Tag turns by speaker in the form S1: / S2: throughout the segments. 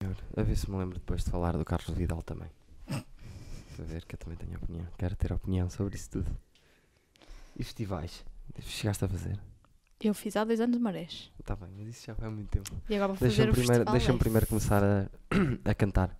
S1: senhor. A ver se me lembro depois de falar do Carlos Vidal também. A ver que eu também tenho opinião. Quero ter opinião sobre isso tudo. E festivais? Chegaste a fazer?
S2: Eu fiz há dois anos marés.
S1: Está bem, mas isso já foi há muito tempo.
S2: E agora vou fazer
S1: Deixa-me
S2: o
S1: primeiro,
S2: festival.
S1: deixa
S2: é.
S1: primeiro começar a, a cantar.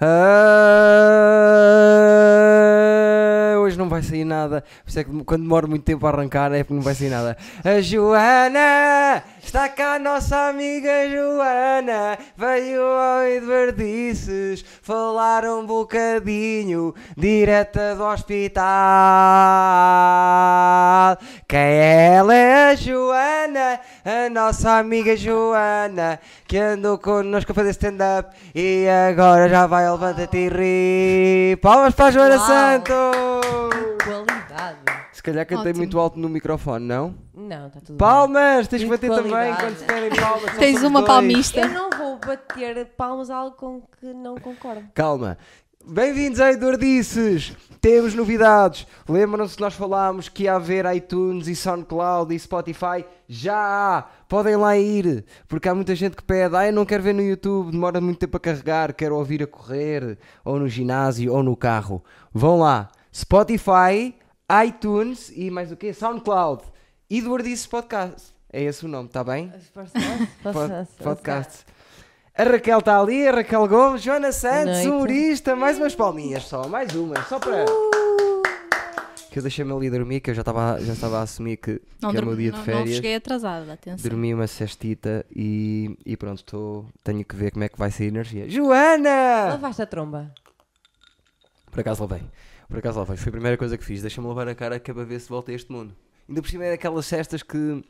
S1: Ah, hoje não vai sair nada. Por isso é que quando demoro muito tempo a arrancar é porque não vai sair nada. A Joana! Está cá a nossa amiga Joana! Veio ao Eduardices falar um bocadinho direta do hospital. Quem é ela? É a Joana, a nossa amiga Joana, que andou connosco a fazer stand-up e agora já vai ao levanta-te e ri. Palmas para a Joana
S3: Uau.
S1: Santos!
S3: Qualidade.
S1: Se calhar cantei
S2: Ótimo.
S1: muito alto no microfone, não?
S3: Não, está tudo
S1: Palmas! Tens que
S3: Muito
S1: bater também
S3: qualidade.
S1: quando se querem palmas. só
S2: Tens
S1: somos
S2: uma
S1: dois.
S2: palmista.
S3: bem. Eu não vou bater palmas a algo com que não concordo.
S1: Calma. Bem-vindos a Eduardices! Temos novidades. Lembram-se que nós falámos que ia haver iTunes e SoundCloud e Spotify? Já há! Podem lá ir, porque há muita gente que pede, ah, eu não quero ver no YouTube, demora muito tempo a carregar, quero ouvir a correr, ou no ginásio, ou no carro. Vão lá. Spotify, iTunes e mais o quê? SoundCloud. Eduardices Podcast. É esse o nome, está bem? Pod- podcast. A Raquel está ali, a Raquel Gomes, Joana Santos,
S3: noite.
S1: humorista, mais umas palminhas só, mais uma, só para. Que eu deixei-me ali dormir, que eu já estava já estava a assumir que,
S2: Não,
S1: que é o meu
S2: dormi-
S1: dia
S2: não,
S1: de
S2: não
S1: férias.
S2: cheguei atrasada, atenção.
S1: Dormi uma cestita e, e pronto, tô, tenho que ver como é que vai ser a energia. Joana!
S3: Lavaste a tromba.
S1: Por acaso levei. Por acaso levei. Foi a primeira coisa que fiz. Deixa-me lavar a cara que é para ver se volta a este mundo. Ainda por cima é daquelas cestas que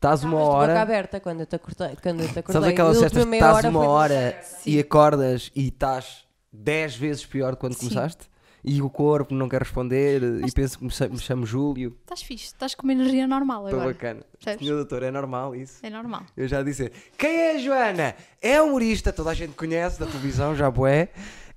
S2: Tá,
S1: estás uma
S3: Estavas de boca
S1: hora.
S3: aberta quando eu te acordei. Quando eu te acordei.
S1: Sabes aquelas
S3: A última
S1: cestas que
S3: meia
S1: estás uma
S3: foi-
S1: hora e acordas e estás 10 vezes pior de quando
S2: Sim.
S1: começaste? E o corpo não quer responder e penso que me chamo, me chamo Júlio.
S2: Estás fixe, estás com uma energia normal
S1: Estou
S2: agora.
S1: bacana.
S2: percebes?
S1: Senhor doutor, é normal isso.
S2: É normal.
S1: Eu já disse, quem é a Joana? É humorista, toda a gente conhece da televisão, já boé.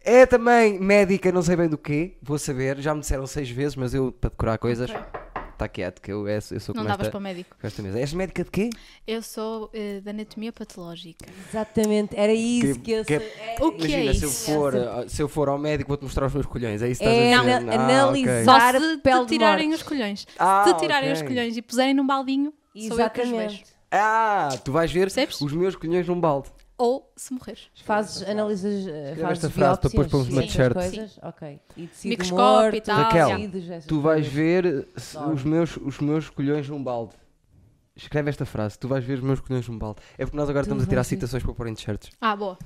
S1: É também médica, não sei bem do quê, vou saber. Já me disseram seis vezes, mas eu, para decorar coisas, está quieto, que eu, eu sou
S2: Não
S1: como
S2: davas para
S1: esta,
S2: o médico.
S1: com esta mesa. És médica de quê?
S2: Eu sou eh, da anatomia patológica.
S3: Exatamente, era
S1: Que-
S3: isso que, eu
S1: que-
S3: sei. É-
S2: O que
S1: Imagina,
S2: é
S1: se, eu
S2: isso?
S1: for, ah, se eu for ao médico, vou-te mostrar os meus colhões. É isso que estás
S3: É
S1: a dizer?
S3: ana-
S1: Ah,
S3: analisar.
S1: ok.
S2: Só
S3: Dar
S2: se
S3: pele
S2: te
S3: de
S2: tirarem
S3: morte.
S2: os colhões.
S1: Ah,
S2: se te tirarem os
S1: ok.
S2: colhões e puserem num baldinho, sou eu que os vejo.
S3: Exatamente.
S1: Ah, tu vais ver
S2: Percebes?
S1: os meus colhões num balde.
S2: Ou se morreres.
S3: Fazes, analisas, eh,
S1: Escreve
S3: fazes
S1: esta frase para depois
S3: biópsias
S1: pôrmos uma
S3: e essas
S1: t-shirt.
S3: coisas? Ok. E decido
S2: Microscópio e
S3: morto,
S2: tal,
S1: Raquel,
S3: decidos, essas
S1: Tu vais
S3: coisas.
S1: ver se-
S3: Adoro.
S1: os meus, os meus colhões num balde. Escreve esta frase: Tu vais ver os meus colhões num balde. É porque nós agora
S3: Tu
S1: estamos a tirar
S3: vais ver.
S1: citações para pôr em t-shirts.
S2: Ah, boa.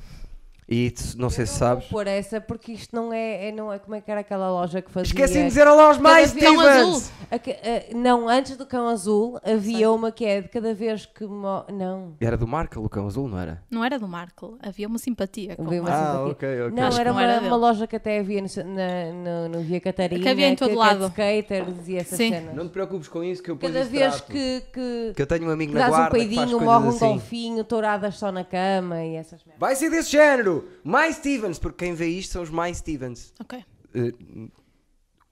S1: E tu- não sei se
S3: Vou
S1: sabes.
S3: pôr essa porque isto não é, é- não é como é que era aquela loja que fazia.
S1: Esqueci de dizer olá aos mais,
S3: é
S2: vez-
S3: um
S2: Cão
S1: Stevens!
S2: azul.
S3: A que- a- não, antes do cão azul havia uma que é de cada vez que. mo- Não.
S1: Era do Marca, o cão azul, não era?
S2: Não era do Marco, havia uma simpatia. Com um
S3: Havia
S2: o
S3: uma
S2: Marco.
S1: Ah,
S3: simpatia.
S1: ok, ok.
S3: Não,
S2: Acho que
S3: era,
S2: não
S3: uma,
S2: era dele.
S3: uma loja que até havia no, na- no, no Via Catarina.
S2: Que havia em todo
S3: que é de
S2: lado.
S3: skaters e essas
S2: Sim.
S3: cenas.
S1: Não te preocupes com isso, que eu pus
S3: Cada
S1: isso
S3: vez
S1: trato.
S3: que, que,
S1: Que eu tenho um amigo na
S3: dás um
S1: guarda que faz
S3: peidinho,
S1: coisas
S3: morre um
S1: assim.
S3: golfinho, touradas só na cama e essas merdas.
S1: Vai ser desse género! Mais Stevens, porque quem vê isto são os mais Stevens.
S2: Ok.
S1: Eh,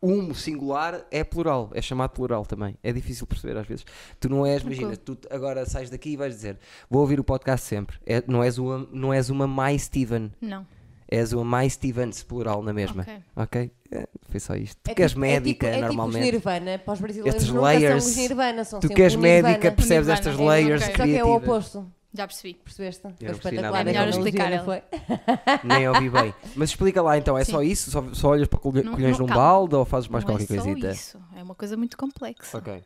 S1: um singular é plural, é chamado plural também. É difícil perceber às vezes. Tu não és, imagina, tu t- agora sais daqui e vais dizer: Vou ouvir o podcast sempre. É- não, és uma, não és uma mais Steven,
S2: Não.
S1: és uma mais Stevens, plural na mesma.
S2: Ok.
S1: Ok? Eh, foi só isto. Tu
S3: É
S1: que és
S3: tipo-
S1: médica
S3: é tipo, É
S1: normalmente.
S3: tipo os Nirvana, para os brasileiros
S1: Estes
S3: nunca
S1: layers.
S3: são os Nirvana, são
S1: tu
S3: sempre
S1: que és
S3: o Nirvana.
S1: médica, percebes
S2: Nirvana,
S1: estas
S2: é,
S1: layers
S2: ok.
S3: Só que é o
S1: criativas.
S3: oposto,
S2: Já percebi.
S3: percebeste? Foi
S1: percebi
S3: espetacular.
S1: nada,
S2: É melhor explicar
S3: Não
S2: ela.
S3: foi?
S1: Nem ouvi bem. Mas explica lá então, é
S2: Sim.
S1: só isso? Só, só olhas para colhe-
S2: Não-
S1: colhões
S2: não,
S1: num
S2: calma.
S1: balde ou fazes mais
S2: não
S1: qualquer
S2: é só
S1: coisita?
S2: isso. É uma coisa muito complexa.
S1: Ok.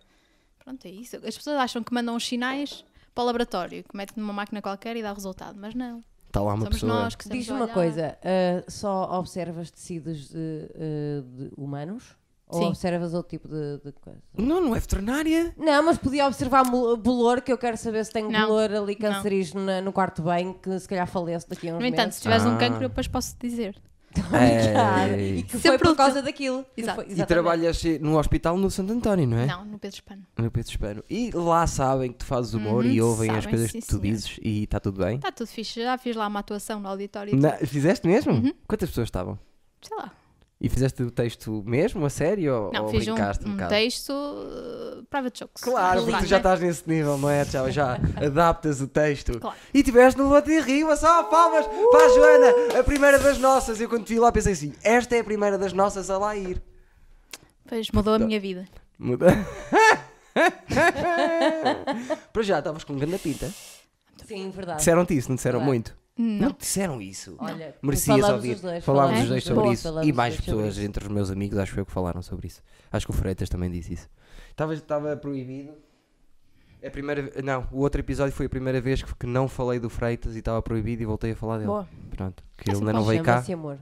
S2: Pronto, é isso. As pessoas acham que mandam os sinais para o laboratório, que metem numa máquina qualquer e dá resultado, mas não.
S1: Está Tá lá uma
S2: Somos
S1: pessoa.
S2: nós que estamos
S3: Diz
S2: a
S3: me uma
S2: olhar.
S3: coisa, ah, só observas tecidos de, ah, de humanos? Ou
S2: Sim.
S3: observas outro tipo de, de coisa?
S1: Não, não é veterinária.
S3: Não, mas podia observar mol- bolor, que eu quero saber se tenho
S2: Não.
S3: bolor ali
S2: Não.
S3: cancerígeno na- no quarto bem, que se calhar faleço daqui a uns
S2: No entanto, se
S3: meses.
S2: tiveres
S1: Ah.
S2: um cancro, eu depois posso dizer.
S3: Obrigada.
S1: Ei.
S3: E que foi
S2: Sempre
S3: por
S2: útil.
S3: causa daquilo. Que
S2: Exato.
S3: foi-
S1: E
S3: exatamente.
S1: trabalhas eh, no hospital no Santo António, não é?
S2: Não, no Pedro Espano.
S1: No Pedro Espano. E lá sabem que tu fazes humor
S2: Uhum,
S1: e ouvem as
S2: sabem,
S1: coisas
S2: sim,
S1: que tu
S2: senhor.
S1: dizes e está tudo bem?
S2: Está tudo Uhum. fixe. Já fiz lá uma atuação no auditório. e
S1: Na- fizeste mesmo? Quantas pessoas estavam?
S2: tudo. Sei lá.
S1: E fizeste o texto mesmo, a sério? Ou,
S2: Não,
S1: ou
S2: fiz um,
S1: brincaste um,
S2: um
S1: bocado?
S2: texto uh, private jokes.
S1: Claro, porque tu já
S2: né?
S1: estás nesse nível, não é? Já, já adaptas o texto.
S2: Claro.
S1: E tiveste no Lote de Rio, uma salva de palmas para a Joana, a primeira das nossas. Eu quando te vi lá pensei assim: esta é a primeira das nossas a lá ir.
S2: Pois mudou a minha vida.
S1: Muda. para já, estavas com grande pinta.
S3: Sim, verdade.
S1: Disseram-te isso, não disseram
S3: Verdade.
S1: muito? Não. te disseram isso.
S3: Olha,
S1: Merecias
S3: falámos
S1: ouvir.
S3: os dois,
S1: falámos
S2: falámos
S1: os dois
S2: os
S1: sobre
S3: dois.
S1: isso.
S3: Falámos
S1: E
S3: os
S1: mais
S3: dois sobre
S1: pessoas
S3: isso.
S1: entre os meus amigos, acho eu, que falaram sobre isso. Acho que o Freitas também disse isso. Estava, estava proibido. É A primeira, não, o outro episódio foi a primeira vez que, que não falei do Freitas e estava proibido e voltei a falar dele.
S2: Boa.
S1: Pronto, que
S2: É
S1: ele
S2: assim
S1: ainda não
S2: que
S1: veio cá.
S3: Chama-se amor.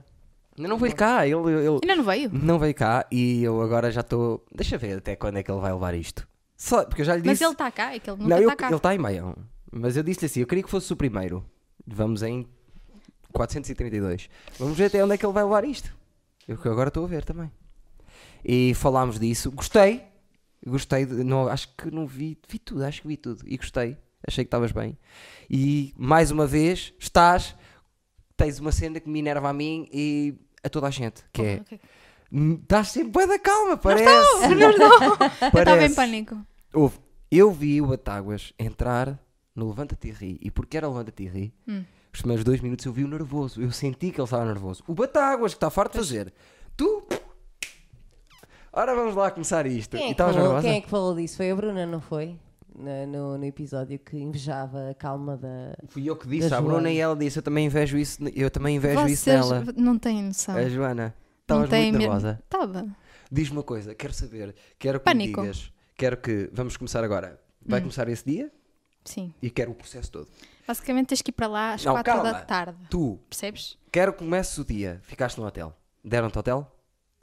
S1: Ainda não veio cá, ele, ele
S2: Ainda não veio?
S1: não veio cá e eu agora já estou. Deixa ver até quando é que ele vai levar isto. Só, porque eu já lhe disse.
S2: Mas ele está cá, é que ele
S1: não,
S2: nunca
S1: eu-
S2: está cá.
S1: ele está em Maião. Mas eu disse-lhe assim: eu queria que fosse o primeiro. Vamos em 432. Vamos ver até onde é que ele vai levar isto. Eu que agora estou a ver também. E falámos disso. Gostei. Gostei. de- não, acho que não vi. Vi tudo, acho que vi tudo. E gostei. Achei que estavas bem. E mais uma vez, estás. Tens uma cena que me enerva a mim e a toda a gente. Que é.
S2: Ok.
S1: "Hum, Estás sempre bem da calma, parece.
S2: Eu estava em
S1: Parece.
S2: pânico.
S1: Houve. Eu vi o Batáguas entrar no Levanta-te e ri. E porque era Levanta-te e ri,
S3: Hum.
S1: os primeiros dois minutos eu vi-o nervoso. Eu senti que ele estava nervoso. O Batáguas, que está farto de fazer. Tu. Ora, vamos lá começar isto.
S3: Quem
S1: e
S3: é, que
S1: estavas
S3: falou,
S1: nervosa?
S3: quem é que falou disso? Foi a Bruna, não foi? Na- No, no, episódio que invejava a calma da.
S1: Fui eu que disse
S3: Da
S1: à Bruna
S3: Joana.
S1: e ela disse: Eu também invejo isso, eu também invejo isso
S2: Vocês
S1: nela.
S2: não têm noção.
S1: A Joana.
S2: Não
S1: Estavas
S2: têm
S1: muito
S2: mesmo.
S1: nervosa.
S2: Estava.
S1: Diz-me uma coisa, quero saber, quero que
S2: Pânico.
S1: me digas. Quero que. Vamos começar agora.
S3: Hum.
S1: Vai começar esse dia
S2: Sim.
S1: e quero o processo todo.
S2: Basicamente tens que ir para lá às
S1: Não,
S2: 4 da
S1: calma.
S2: tarde.
S1: Tu
S2: Percebes?
S1: Quero que comece o dia. Ficaste no hotel. Deram-te hotel?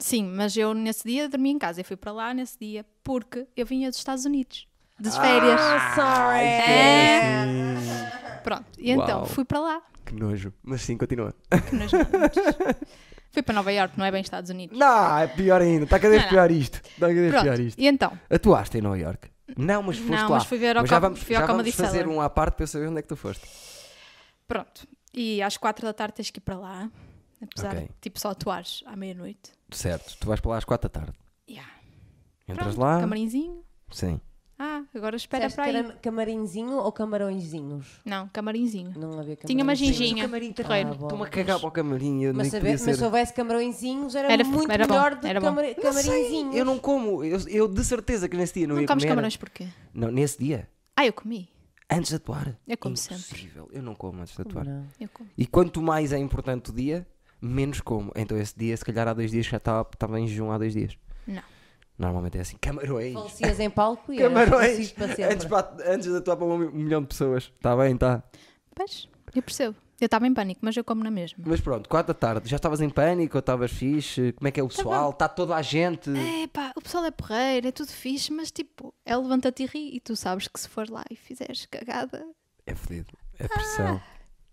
S2: Sim, mas eu nesse dia dormi em casa. Eu fui para lá nesse dia porque eu vinha dos Estados Unidos.
S1: Ah,
S2: Das férias.
S3: sorry!
S1: É.
S2: Pronto. E então
S1: Uau.
S2: fui para lá.
S1: Que nojo. Mas sim, continua.
S2: Que nós não- fui para Nova Iorque, não é bem Estados Unidos.
S1: Não, é pior ainda. Está cada vez
S2: Não, não.
S1: pior isto. Está cada vez pior
S2: Pronto.
S1: isto.
S2: E então,
S1: Atuaste em Nova York? Não, mas foste
S2: Não,
S1: lá.
S2: mas fui ver ao
S1: já
S2: Com-
S1: vamos,
S2: fui ao
S1: já
S2: Comedy
S1: vamos fazer
S2: Cellar.
S1: um à parte para eu saber onde é que tu foste.
S2: pronto. E às 4 da tarde tens que ir para lá. Apesar
S1: Ok.
S2: de tipo só atuares à meia-noite.
S1: Certo. Tu vais para lá às quatro da tarde.
S2: Yeah.
S1: Entras
S2: Pronto,
S1: lá?
S2: Camarinzinho.
S1: Sim.
S2: Ah, agora espera
S3: Disseste
S2: para aí.
S3: caram- Camarinzinho ou camarõezinhos?
S2: Não, camarinzinho.
S3: Não havia camarões.
S2: Tinha uma ginginha.
S1: um camarim
S2: terreiro.
S3: Ah, bom.
S1: Estou-me a cagar para o camarim. Eu
S3: Mas,
S1: nem
S3: saber,
S1: podia
S3: mas
S1: ser.
S3: se houvesse camarõezinhos era,
S2: Era-
S3: muito
S2: era bom,
S3: melhor do que
S2: era bom.
S3: camar-
S1: Não sei,
S3: camaronzinhos.
S1: Eu não como. Eu, eu de certeza que nesse dia não,
S2: Não
S1: ia
S2: comes
S1: comer.
S2: camarões porquê?
S1: Não, nesse dia.
S2: Ah, eu comi.
S1: Antes de atuar.
S2: Eu como sempre.
S1: Impossível. Eu não como antes de atuar.
S3: Não.
S2: Eu comi.
S1: E quanto mais é importante o dia, menos como. Então esse dia, se calhar há dois dias, já estava estava em jejum há dois dias.
S2: Não.
S1: Normalmente é assim. Camarões.
S3: Falecias em palco e eras
S1: Camarões. É
S3: falecido para sempre.
S1: Antes, para- antes de atuar para um milhão de pessoas. Está bem, tá. está.
S2: Pois, eu percebo. Eu estava em pânico, mas eu como na mesma.
S1: Mas pronto, quatro da tarde. Já estavas em pânico ou estavas fixe? Como é que é o pessoal? Está toda a gente.
S2: É pá, o pessoal é porreiro, é tudo fixe, mas tipo, é levanta-te e ri e tu sabes que se for lá e fizeres cagada,
S1: É fedido. É pressão.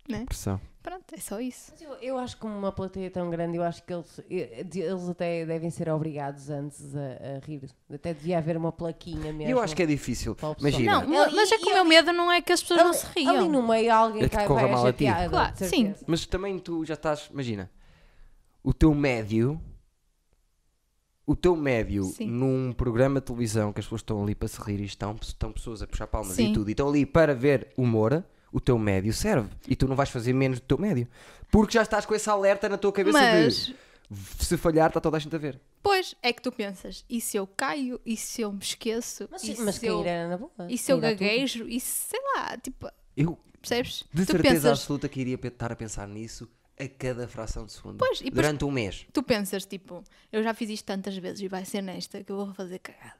S2: né?
S1: Pressão.
S2: pronto, é só isso.
S3: Mas Eu, eu acho que uma plateia é tão grande, eu acho que eles, eh, de- eles até devem ser obrigados antes a, a rir. Até devia haver uma plaquinha mesmo.
S1: Eu acho que é difícil.
S3: Para o pessoal.
S1: Imagina.
S2: Não,
S3: Ela-
S2: mas é que
S3: e
S2: o meu
S3: ali-
S2: medo não é que as pessoas não se riam.
S3: Ali no meio
S1: É
S3: alguém
S1: que
S3: cai
S1: corra
S3: vai
S1: mal a ti.
S3: chateada.
S2: Claro,
S3: de
S2: sim.
S3: certeza.
S1: Mas também tu já estás, imagina, o teu médio, o teu médio
S2: Sim.
S1: num programa de televisão que as pessoas estão ali para se rir e estão, estão pessoas a puxar palmas
S2: Sim.
S1: e tudo, e estão ali para ver humor, o teu médio serve. E tu não vais fazer menos do teu médio. Porque já estás com esse alerta na tua cabeça
S2: Mas,
S1: de se falhar está toda a gente a ver.
S2: pois, é que tu pensas, e se eu caio, e se eu me esqueço,
S3: Mas,
S2: e,
S3: sim, mas
S2: se eu,
S3: cair era na boa.
S2: e se eu
S3: Cair à toa.
S2: gaguejo, e se sei lá, tipo,
S1: Eu
S2: percebes?
S1: de
S2: tu
S1: certeza
S2: pensas,
S1: absoluta que iria pe- estar a pensar nisso a cada fração de segundo.
S2: Pois, e depois-
S1: durante um mês.
S2: tu pensas, tipo, eu já fiz isto tantas vezes e vai ser nesta que eu vou fazer cagada.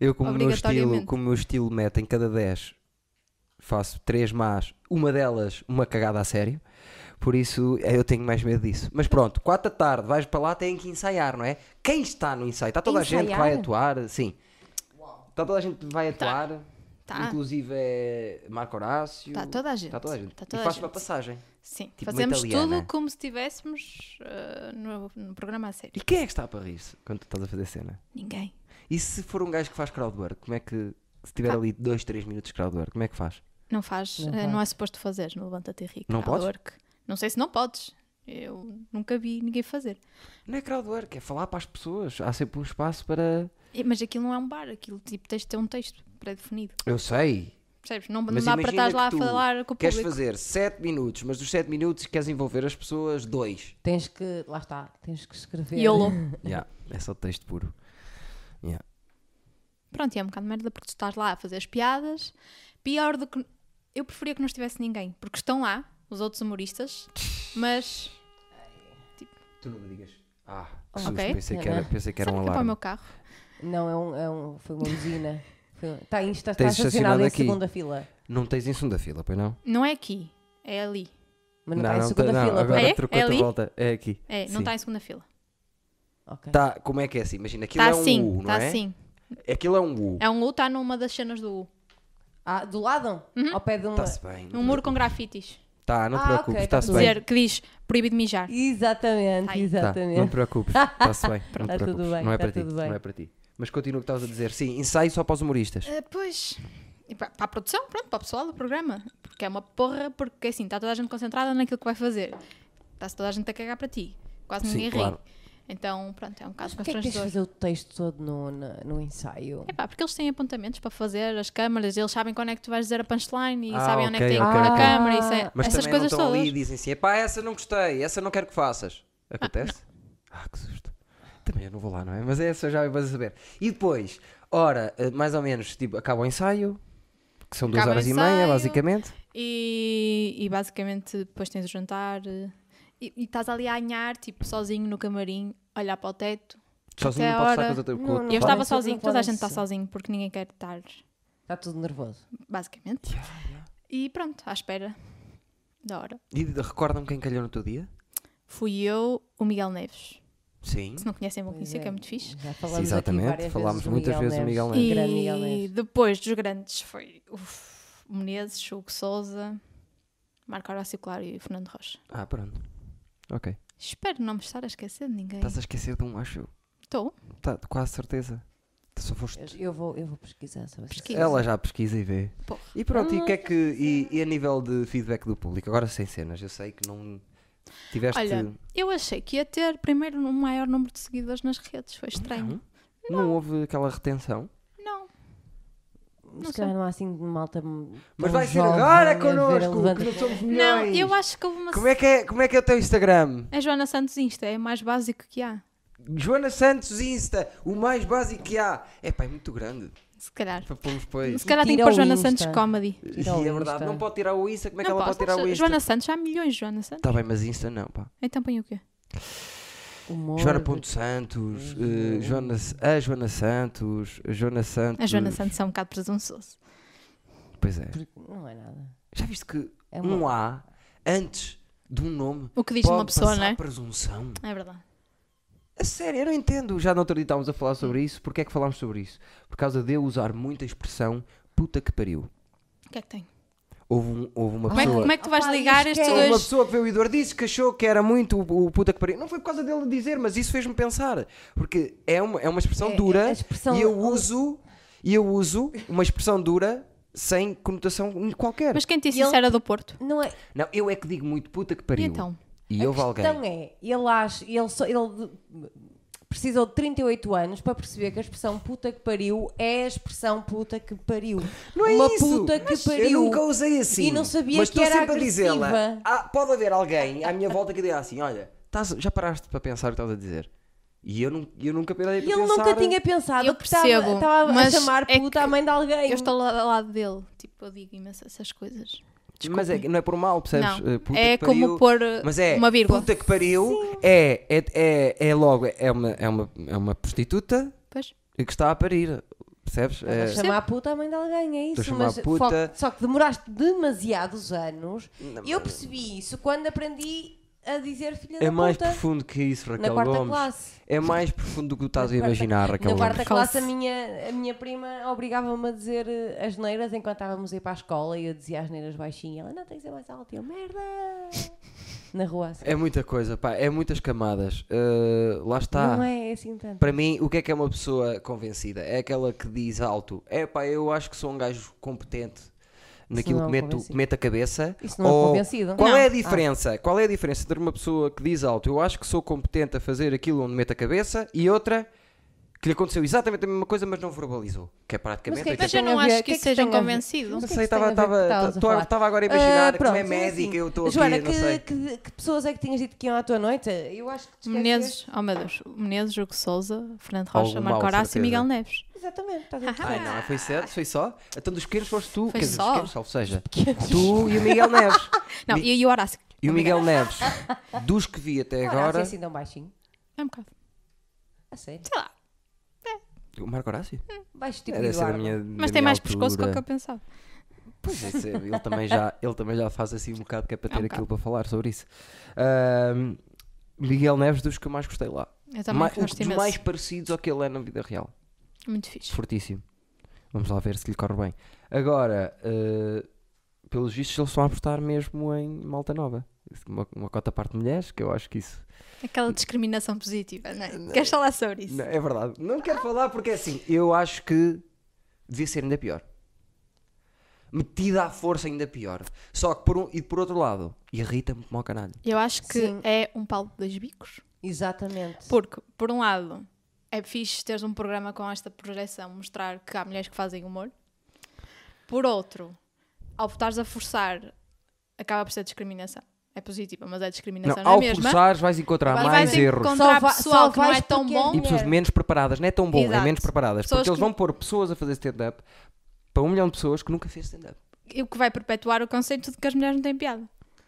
S1: Eu, como o meu estilo,
S2: Obrigatoriamente.
S1: como o meu estilo meta em cada 10, faço 3 más, uma delas uma cagada a sério. Por isso eh, eu tenho mais medo disso. Mas pronto, 4 da tarde, vais para lá, tem que ensaiar, não é? Quem está no ensaio? Está toda a gente que vai
S3: Ensaiar?
S1: atuar? Sim. Está toda a gente que vai atuar.
S2: Tá.
S1: Inclusive é Marco Horácio.
S2: Tá toda a gente.
S1: Está toda a gente.
S2: Tá
S1: e
S2: toda a
S1: faz uma
S2: gente.
S1: passagem.
S2: Sim,
S1: Tipo uma
S2: fazemos
S1: italiana.
S2: tudo como se estivéssemos eh, no, no programa a sério.
S1: E quem é que está para rir-se quando tu estás a fazer cena?
S2: Ninguém.
S1: E se for um gajo que faz crowdwork, como é que. Se
S2: Tá.
S1: tiver ali 2, 3 minutos de crowdwork, como é que faz?
S2: Não faz, eh, não, é
S3: faz.
S2: suposto fazeres no Levanta-te e Rico.
S1: Não podes?
S2: Não sei se não podes. Eu nunca vi ninguém fazer.
S1: Não é crowdwork, é falar para as pessoas. Há sempre um espaço para.
S2: E- Mas aquilo não é um bar, aquilo tipo tens de ter um texto pré-definido.
S1: Eu sei.
S2: Percebes? Não, não
S1: Mas
S2: dá para
S1: imagina
S2: estar lá a
S1: que tu
S2: falar com o
S1: Queres
S2: público.
S1: fazer 7 minutos, mas dos 7 minutos queres envolver as pessoas, 2.
S3: Tens que, lá está, tens que escrever.
S2: YOLO.
S1: Yeah, é só texto puro.
S2: Pronto, e é um bocado de merda porque tu estás lá a fazer as piadas. Pior do que. Eu preferia que não estivesse ninguém, porque estão lá os outros humoristas, mas.
S1: Tu não me digas. Ah, que
S2: susto, Ok.
S1: Pensei, que
S3: Tá
S1: era,
S3: bem.
S1: pensei que era
S2: Sabe
S1: um
S2: que é para o
S1: alarme.
S2: meu carro?
S3: Não, é um, é um, foi uma usina. um- Está aí, está, está
S1: Tens
S3: tá estacionado
S1: estacionado
S3: em
S1: aqui.
S3: segunda fila.
S1: Não tens em segunda fila, pois não?
S2: Não é aqui, é ali.
S3: Mas
S2: tá
S3: não, está em segunda
S1: não,
S3: fila.
S1: agora
S2: É?
S1: trocou
S2: É
S1: outra
S2: ali?
S1: volta. É aqui.
S2: É, não
S1: Sim.
S2: está em segunda fila.
S3: Ok.
S1: Tá, como é que é assim? Imagina, aquilo
S2: Está
S1: é um
S2: assim,
S1: U, não
S2: está
S1: é?
S2: assim.
S1: Aquilo é um U.
S2: É um U, está numa das cenas do U.
S3: Ah, do lado?
S2: Uhum.
S3: Ao pé de um.
S1: Está-se bem. não
S2: Um
S1: te
S2: muro com
S1: preocupes.
S2: grafites.
S1: Tá, não te
S3: Ah, ok,
S1: preocupes,
S3: tá
S1: está-se
S3: tudo
S1: bem.
S2: Dizer, que diz proibido mijar.
S3: Exatamente,
S1: Tá,
S2: Ai.
S1: não te
S3: exatamente.
S1: preocupes, está-se bem. Não
S3: Tá
S1: te
S3: tudo
S1: preocupes.
S3: bem,
S1: não é
S3: tá
S1: para ti.
S3: tudo bem.
S1: Não é para ti. Mas continua o que estás a dizer. Sim, ensaio só para os humoristas.
S2: Ah, pois. E pa- para a produção, pronto, para o pessoal do programa. Porque é uma porra, porque assim, está toda a gente concentrada naquilo que vai fazer. Está-se toda a gente a cagar para ti. Quase
S1: Sim,
S2: ninguém
S1: claro.
S2: ri. Então, pronto, é um
S3: Mas
S2: caso
S3: porquê é que tens de
S2: constrangedor.
S3: fazer o texto todo no, no, no ensaio?
S2: É pá, porque eles têm apontamentos para fazer as câmaras, eles sabem quando é que tu vais dizer a punchline e
S1: Ah,
S2: sabem onde é que
S1: ok,
S2: tem que
S1: ok,
S2: pôr a
S1: ok.
S2: câmera, isso é,
S1: Mas também
S2: essas
S1: não
S2: coisas
S1: estão
S2: todas.
S1: ali e dizem assim: pá, essa não gostei, essa não quero que faças. Acontece? Ah, que susto. Também eu não vou lá, não é? Mas é essa já vais a saber. E depois, ora, eh, mais ou menos, tipo, acaba o ensaio, que são duas
S2: Acaba o
S1: horas e meia,
S2: ensaio.
S1: basicamente.
S2: E, e basicamente depois tens o jantar eh, e, e estás ali a anhar, tipo, sozinho no camarim, olhar para o teto.
S1: Sozinho
S2: Até
S1: não podes
S2: a
S1: estar com
S2: hora-
S1: outra- com
S3: Não,
S1: outro.
S3: não
S2: E eu estava
S3: podem ser- não
S2: sozinho, toda a
S3: podem
S2: gente está
S3: ser.
S2: sozinho porque ninguém quer estar,
S3: Está Tá tudo nervoso.
S2: basicamente. E pronto, à espera da hora.
S1: E recordam quem calhou no teu dia?
S2: Fui eu, o Miguel Neves.
S1: Sim.
S2: Se não conhecem, vão conhecer,
S3: é.
S2: que é muito fixe.
S3: Já falamos
S1: Exatamente,
S3: aqui várias
S1: falámos
S3: vezes do
S1: muitas
S3: Miguel
S1: vezes do
S3: Neves.
S1: Miguel Neves.
S2: E
S3: Grande Miguel Neves.
S2: depois dos grandes foi o F- Menezes, Hugo Souza, Marco Horácio Claro e Fernando Rocha.
S1: Ah, pronto. Ok.
S2: Espero não me estar a esquecer de ninguém.
S1: Estás a esquecer de um, acho eu.
S2: Estou.
S1: Tá, quase certeza. Tu Só foste.
S3: Eu- Eu vou, eu vou pesquisar sobre essa-
S2: Pesquisa.
S1: Ela já pesquisa e vê.
S2: Porra. Ah,
S1: E pronto, e o que é que. E, e a nível de feedback do público? Agora sem cenas, eu sei que não. Tiveste.
S2: Olha, eu achei que ia ter primeiro um maior número de seguidores nas redes. Foi estranho.
S1: não. houve aquela retenção.
S2: Não.
S3: Se calhar não há assim de malta. tão
S1: Mas vai ser
S3: jovem a
S1: agora
S3: ver,
S1: connosco,
S3: levanta-
S1: que não somos
S2: Não,
S1: milhões.
S2: eu acho que houve uma.
S1: Como é que é, como é que é o teu Instagram?
S2: A Joana Santos Insta é mais básico que há.
S1: Joana Santos Insta, o mais básico que há. É pá, é muito grande.
S2: Se calhar.
S1: Para pôrmos pois.
S2: Se calhar tem que
S3: Tira
S2: pôr
S3: o
S2: Joana
S3: Insta.
S2: Santos Comedy.
S1: E
S3: Tira o
S1: é verdade,
S3: Insta.
S1: não pode tirar o Insta, como é que
S2: não
S1: ela
S2: posso,
S1: pode tirar o
S2: mas
S1: Insta?
S2: Joana Santos, há milhões de Joana Santos.
S1: Tá bem, mas Insta não, pá.
S2: Então põe o quê?
S3: Humor,
S1: Joana Ponto Santos, eh, Joana, a Joana Santos, a Joana Santos.
S2: A Joana Santos é um bocado presunçoso.
S1: Pois é.
S3: porque Não é nada.
S1: Já viste que
S3: É
S1: um
S3: uma-
S1: A antes de um nome
S2: O que diz
S1: pode
S2: de uma pessoa,
S1: passar
S2: não é?
S1: presunção?
S2: É verdade.
S1: A sério, eu não entendo. Já na outro dia estávamos a falar
S2: Hum.
S1: sobre isso. Porquê é que falámos sobre isso? Por causa de eu usar muita expressão puta que pariu.
S2: O que é que tem?
S1: Houve, um- houve uma
S2: Como é, que,
S1: pessoa.
S2: como é que tu vais
S3: Opa,
S2: ligar
S3: isto
S2: estes
S3: é
S1: Houve uma
S2: dois?
S1: pessoa que veio o Idor disse que achou que era muito o, o puta que pariu. Não foi por causa dele dizer, mas isso fez-me pensar. Porque é uma, é uma expressão
S3: É,
S1: dura
S3: é a expressão-
S1: e eu uso e eu uso uma expressão dura sem conotação qualquer.
S2: Mas quem te disse
S3: Ele-
S2: isso era do Porto?
S3: Não é.
S1: Não, eu é que digo muito puta que
S2: E
S1: pariu.
S2: então?
S1: E
S3: a
S1: houve alguém.
S3: questão é, ele acha, ele, só, ele precisou de 38 anos para perceber que a expressão puta que pariu é a expressão puta que pariu.
S1: Não é
S3: Uma
S1: isso.
S3: puta que
S1: Mas
S3: pariu.
S1: Eu nunca usei assim.
S3: E não sabia
S1: mas
S3: que
S1: estou
S3: era
S1: sempre a dizê-la.
S3: agressiva.
S1: Ah, pode haver alguém à minha volta que diga assim: olha, estás- já paraste para pensar o que estás a dizer? E eu, nun- eu nunca parei
S3: E
S1: para
S3: ele
S1: pensar.
S3: nunca tinha pensado
S2: Eu
S3: que estava-
S2: percebo,
S3: estava, a
S2: mas
S3: chamar
S2: é
S3: puta
S2: que
S3: à mãe de alguém.
S2: Eu estou lá- ao lado dele. Tipo, eu digo imenso essas coisas.
S1: Mas é, que não é por mal, percebes?
S2: Não.
S1: Eh, puta
S2: É
S1: que
S2: como
S1: pariu.
S2: pôr, eh,
S1: Mas é,
S2: uma vírgula.
S1: Puta que pariu é, é, é, é logo, é uma, é, uma, é uma prostituta
S2: Pois?
S1: que está a parir, percebes?
S3: Estou a
S1: É,
S3: chamar puta à mãe de alguém, é
S1: Estou a
S3: isso.
S1: chamar
S3: Mas
S1: puta.
S3: foco- Só que demoraste demasiados anos.
S1: Não,
S3: eu percebi isso quando aprendi a dizer filha
S1: é
S3: da
S1: mais
S3: puta
S1: profundo que isso,
S3: na
S1: Raquel
S3: quarta
S1: Gomes.
S3: classe.
S1: É mais profundo do que tu estás a
S3: quarta-
S1: imaginar, Raquel
S3: Na quarta
S1: Gomes.
S3: classe, a
S2: Falso.
S3: minha, a minha prima obrigava-me a dizer eh, as neiras enquanto estávamos a ir para a escola e eu dizia as neiras baixinho. Ela, não, tem que ser mais alto. E eu, merda! Na rua assim.
S1: É muita coisa, pá, é muitas camadas. Eh, lá está.
S3: Não é assim tanto.
S1: Para mim, o que é que é uma pessoa convencida? É aquela que diz alto: é pá, eu acho que sou um gajo competente naquilo
S3: não é
S1: que mete, o-
S3: convencido.
S1: que mete a cabeça.
S3: Isso não é
S1: ou-
S3: convencido.
S1: Qual
S3: Não.
S1: é a
S3: Ah.
S1: diferença? Qual é a diferença entre uma pessoa que diz alto, eu acho que sou competente a fazer aquilo onde mete a cabeça, e outra que lhe aconteceu exatamente a mesma coisa, mas não verbalizou? Que é praticamente.
S3: Mas o que é que
S2: Mas
S1: aquilo-
S2: eu
S3: tem a
S2: não
S3: ver?
S2: acho
S3: O
S2: que,
S3: que é que
S2: isso seja
S3: tem
S2: um
S3: a ver?
S2: convencido.
S3: Mas o que é que
S1: sei,
S3: isso tem
S1: estava-
S3: a ver com o
S1: estava-
S3: que estavas a
S1: tô-
S3: falar?
S1: estava agora a imaginar
S3: Ah,
S1: que não é
S3: pronto,
S1: médica, eu estou aqui,
S3: Joana,
S1: não
S3: que,
S1: sei.
S3: Que, que pessoas é que tinhas dito que iam à tua noite? Eu acho que te esqueces.
S2: Menezes, oh meu Deus, Menezes, Hugo Souza, Fernando Rocha,
S1: Algum
S2: Marco
S1: mau,
S2: Horácio
S1: certeza.
S2: e Miguel Neves.
S3: Exatamente, estás
S2: Ahá.
S3: a
S1: Ai, não, foi certo, foi só. Então dos pequenos foste tu,
S2: Tá Foi
S1: quer dizer,
S2: só.
S1: dos pequenos, salvo seja. Tu e o Miguel Neves.
S2: Não,
S1: Mi-
S2: e, e o Horácio.
S1: E o Miguel Neves, dos que vi até
S3: Agora...
S1: agora.
S3: assim tão baixinho.
S2: É um bocado.
S3: A sério.
S2: Sei lá,
S1: O Marco Horácio?
S3: Baixo tipo
S1: Era essa da
S3: Eduardo.
S1: minha.
S2: Hum. mas tem mais pescoço do que o que eu pensava.
S1: Pois esse- ele, também já, ele também já faz assim um bocado que é para ter
S2: É um
S1: aquilo para falar sobre isso. Ahm, Miguel Neves, dos que eu mais gostei lá.
S2: Eu também
S1: Ma- um
S2: gosto
S1: dos
S2: imenso.
S1: mais parecidos ao que ele é na vida real.
S2: Muito fixe.
S1: Fortíssimo. Vamos lá ver se lhe corre bem. Agora, eh, pelos vistos, eles estão a apostar mesmo em Malta Nova. Uma, uma cota à parte de mulheres, que eu acho que isso.
S2: Aquela discriminação positiva, não é? Queres falar sobre isso?
S1: Não, é verdade. Não quero falar porque é assim. Eu acho que devia ser ainda pior. Metida à força ainda pior. Só que por um, e por outro lado, irrita-me como ao canalho.
S2: Eu acho que
S3: Sim.
S2: é um pau de dois bicos.
S3: Exatamente.
S2: Porque, por um lado, é fixe teres um programa com esta projeção, mostrar que há mulheres que fazem humor. Por outro, ao estares a forçar, acaba por ser discriminação. É positiva, mas é discriminação não, é
S1: ao
S2: mesma.
S1: forçares vais encontrar
S3: Vai-
S1: mais
S3: vai
S2: ter
S1: erros.
S2: com-
S3: Só
S2: Contra a
S3: va-
S2: pessoa
S3: só
S2: que não é
S3: vais
S2: tão
S3: porque
S2: bom.
S1: E pessoas menos preparadas. Não é tão bom, é
S2: Exato.
S1: menos preparadas.
S2: Pessoas
S1: porque eles
S2: que-
S1: vão pôr pessoas a fazer stand-up para um milhão de pessoas que nunca fez stand-up.
S2: E o que vai perpetuar o conceito de que as mulheres não têm piada.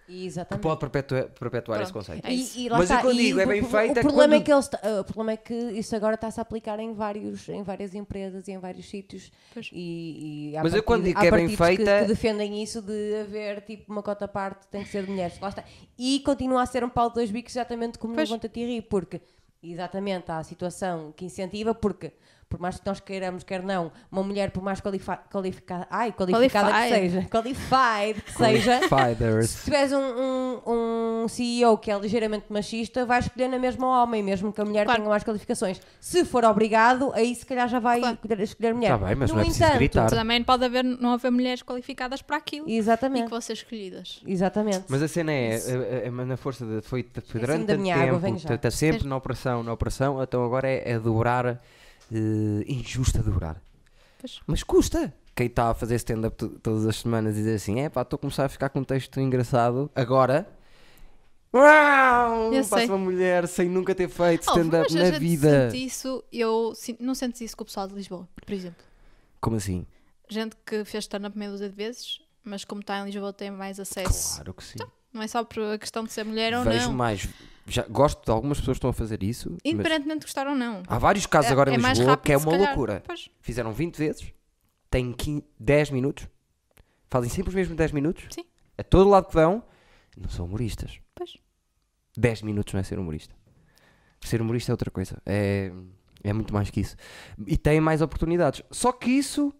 S1: Que
S3: Exatamente.
S1: pode perpetua- perpetuar esse
S2: Pronto.
S1: conceito.
S2: É isso.
S3: E, e lá
S1: Mas
S3: está,
S1: o que eu digo,
S3: e
S1: é bem
S3: o, pro-
S1: feito, é
S3: O problema, é
S1: quando-
S3: que eles, ta- o problema é que isso agora está-se a aplicar em, vários, em várias empresas e em vários sítios.
S2: Pois.
S3: E, e há
S1: Mas eu
S3: partido-
S1: quando digo
S3: há
S1: que é bem
S3: partidos que-
S1: feita-
S3: Que, defendem isso de haver tipo uma cota à parte, tem que ser de mulheres. Lá está. E continua a ser um pau de dois bicos, exatamente como
S2: Pois.
S3: no Gontatiri, porque exatamente há a situação que incentiva, porque. Por mais que nós queiramos, quer não, uma mulher, por mais qualifa- qualificada, ai, qualificada que
S2: Qualified.
S3: seja, qualified que seja,
S1: Fighters.
S3: se tiveres um, um, um CEO que é ligeiramente machista, vai escolher na mesma homem, mesmo que a mulher
S2: Claro.
S3: tenha mais qualificações. Se for obrigado, aí se calhar já vai
S2: Claro.
S3: escolher- escolher mulher.
S1: Tá bem, mas
S3: no
S1: não é preciso
S3: entanto,
S1: gritar. Claro.
S2: Também pode haver, não haver mulheres qualificadas para aquilo e que
S3: Exatamente.
S2: vão ser escolhidas.
S3: Exatamente.
S1: Mas a cena é, é, é- é na força de. Foi, foi durante
S3: da
S1: tanto
S3: minha água,
S1: tempo,
S3: venho já.
S1: está sempre na operação, na operação, então agora é, é dobrar, eh, injusto a dobrar.
S2: Pois.
S1: Mas custa. Quem está a fazer stand-up to- todas as semanas e dizer assim: é pá, estou a começar a ficar com um texto engraçado agora. Uau!
S2: Eu
S1: Passa
S2: sei.
S1: uma mulher sem nunca ter feito
S2: Oh,
S1: stand-up
S2: mas a
S1: na
S2: gente
S1: vida.
S2: sente isso, eu sin- não sentes isso com o pessoal de Lisboa, por exemplo.
S1: Como assim?
S2: gente que fez stand-up meia dúzia de vezes, mas como está em Lisboa tem mais acesso.
S1: Claro que sim.
S2: Não é só por a questão de ser mulher ou
S1: Vejo
S2: não.
S1: mais. Já, gosto de algumas pessoas que estão a fazer isso. mas
S2: Independentemente de gostar ou não.
S1: há vários casos agora
S2: é
S1: em
S2: mais
S1: Lisboa
S2: rápido,
S1: que é
S2: se
S1: uma
S2: calhar.
S1: loucura.
S2: Pois,
S1: fizeram 20 vezes, têm 15, 10 minutos, fazem sempre os mesmos 10 minutos,
S2: Sim.
S1: a todo lado que vão, não são humoristas.
S2: pois.
S1: 10 minutos não é ser humorista. Ser humorista é outra coisa, é, é muito mais que isso. E têm mais oportunidades. Só que isso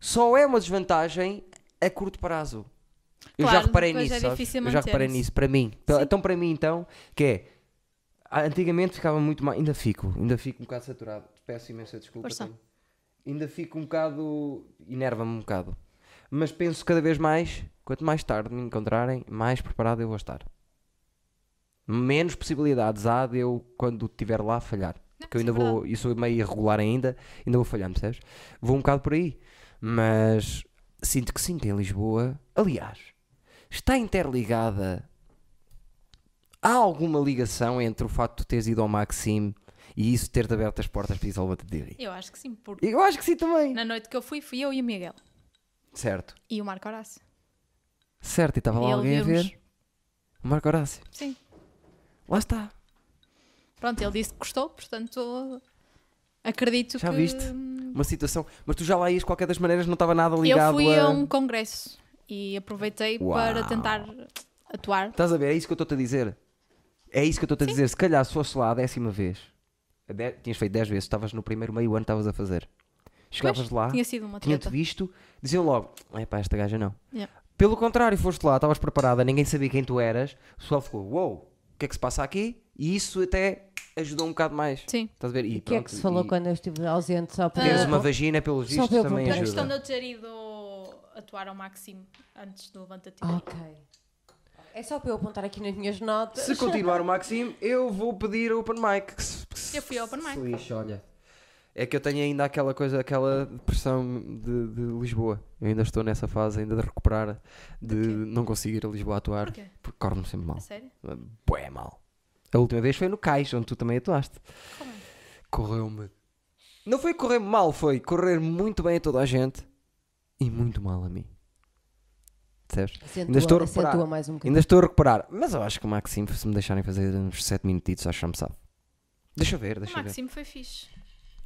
S1: só é uma desvantagem a curto prazo. Eu já
S2: Claro,
S1: reparei
S2: depois
S1: nisso,
S2: é
S1: sabes?
S2: difícil
S1: Eu já reparei
S2: manter-se.
S1: nisso, para mim. Então- Então, para mim, então, que é. Antigamente ficava muito mais. Ainda fico, ainda fico um bocado saturado. Peço imensa desculpa.
S2: Força.
S1: tenho- Ainda fico um bocado. Inerva-me um bocado. Mas penso cada vez mais, quanto mais tarde me encontrarem, mais preparado eu vou estar. Menos possibilidades há de eu, quando estiver lá, falhar. Porque eu
S2: isso
S1: ainda
S2: é
S1: vou. Eu sou meio irregular ainda, ainda vou falhar, percebes? Vou um bocado por aí. Mas sinto que sim, que em Lisboa. Aliás, está interligada. Há alguma ligação entre o facto de tu teres ido ao Maxime e isso ter-te aberto as portas para isso ao outro dia?
S2: Eu acho que sim, porque
S1: Eu acho que sim também.
S2: na noite que eu fui, fui eu e o Miguel.
S1: Certo.
S2: E o Marco Horácio.
S1: Certo, e estava lá
S2: E ele
S1: alguém a
S2: viu-nos.
S1: ver. O Marco Horácio.
S2: Sim.
S1: Lá está.
S2: Pronto, ele disse que gostou, portanto acredito
S1: Já
S2: que.
S1: viste? Uma situação. Mas tu já lá ias, de qualquer das maneiras, não estava nada
S2: Eu
S1: ligado
S2: fui
S1: a.
S2: a um congresso e aproveitei
S1: Uau.
S2: para tentar atuar.
S1: Estás a ver? É isso que eu estou-te a dizer. É isso que eu estou-te a dizer. Se calhar, se fosse lá a décima vez, a de- tinhas feito 10 vezes, estavas no primeiro meio ano, estavas a fazer. Chegavas
S2: Pois,
S1: lá,
S2: Tinha sido uma
S1: tinha-te
S2: treta.
S1: visto, diziam logo: é pá, esta gaja não.
S2: Yeah.
S1: Pelo contrário, foste lá, estavas preparada, ninguém sabia quem tu eras, o pessoal ficou: uou, o que é que se passa aqui? E isso até ajudou um bocado mais.
S2: Sim.
S1: Estás a ver?
S3: o que é que se falou
S1: e
S3: quando eu estive ausente só para.
S1: Teres uma vagina, pelos
S3: só
S1: vistos,
S3: para eu
S1: também
S3: voltar.
S2: A questão de
S1: ajuda.
S2: eu ter ido atuar ao máximo antes do levantativo.
S1: Ah.
S3: Ok. É só para eu apontar aqui nas minhas notas.
S1: Se continuar o Maxime, eu vou pedir open mic. que se- que se-
S2: Eu fui ao open mic.
S1: se lixe, olha. É que eu tenho ainda aquela coisa, aquela pressão de, de Lisboa. Eu ainda estou nessa fase ainda de recuperar, de
S2: De quê?
S1: não conseguir a Lisboa atuar,
S2: Porquê?
S1: porque corre-me sempre mal.
S2: A sério?
S1: Bué mal. A última vez foi no Cais, onde tu também atuaste.
S2: Como é?
S1: Correu-me. Não foi correr mal, foi correr muito bem a toda a gente e muito mal a mim. Percebes? Ainda estou a
S3: Acentua,
S1: reparar.
S3: acentua mais um bocadinho.
S1: Ainda estou a reparar, mas eu acho que o Maxime, se me deixarem fazer uns 7 minutitos, acho que já me sabe. Deixa eu ver,
S2: O
S1: deixa eu ver.
S2: Maximo foi fixe.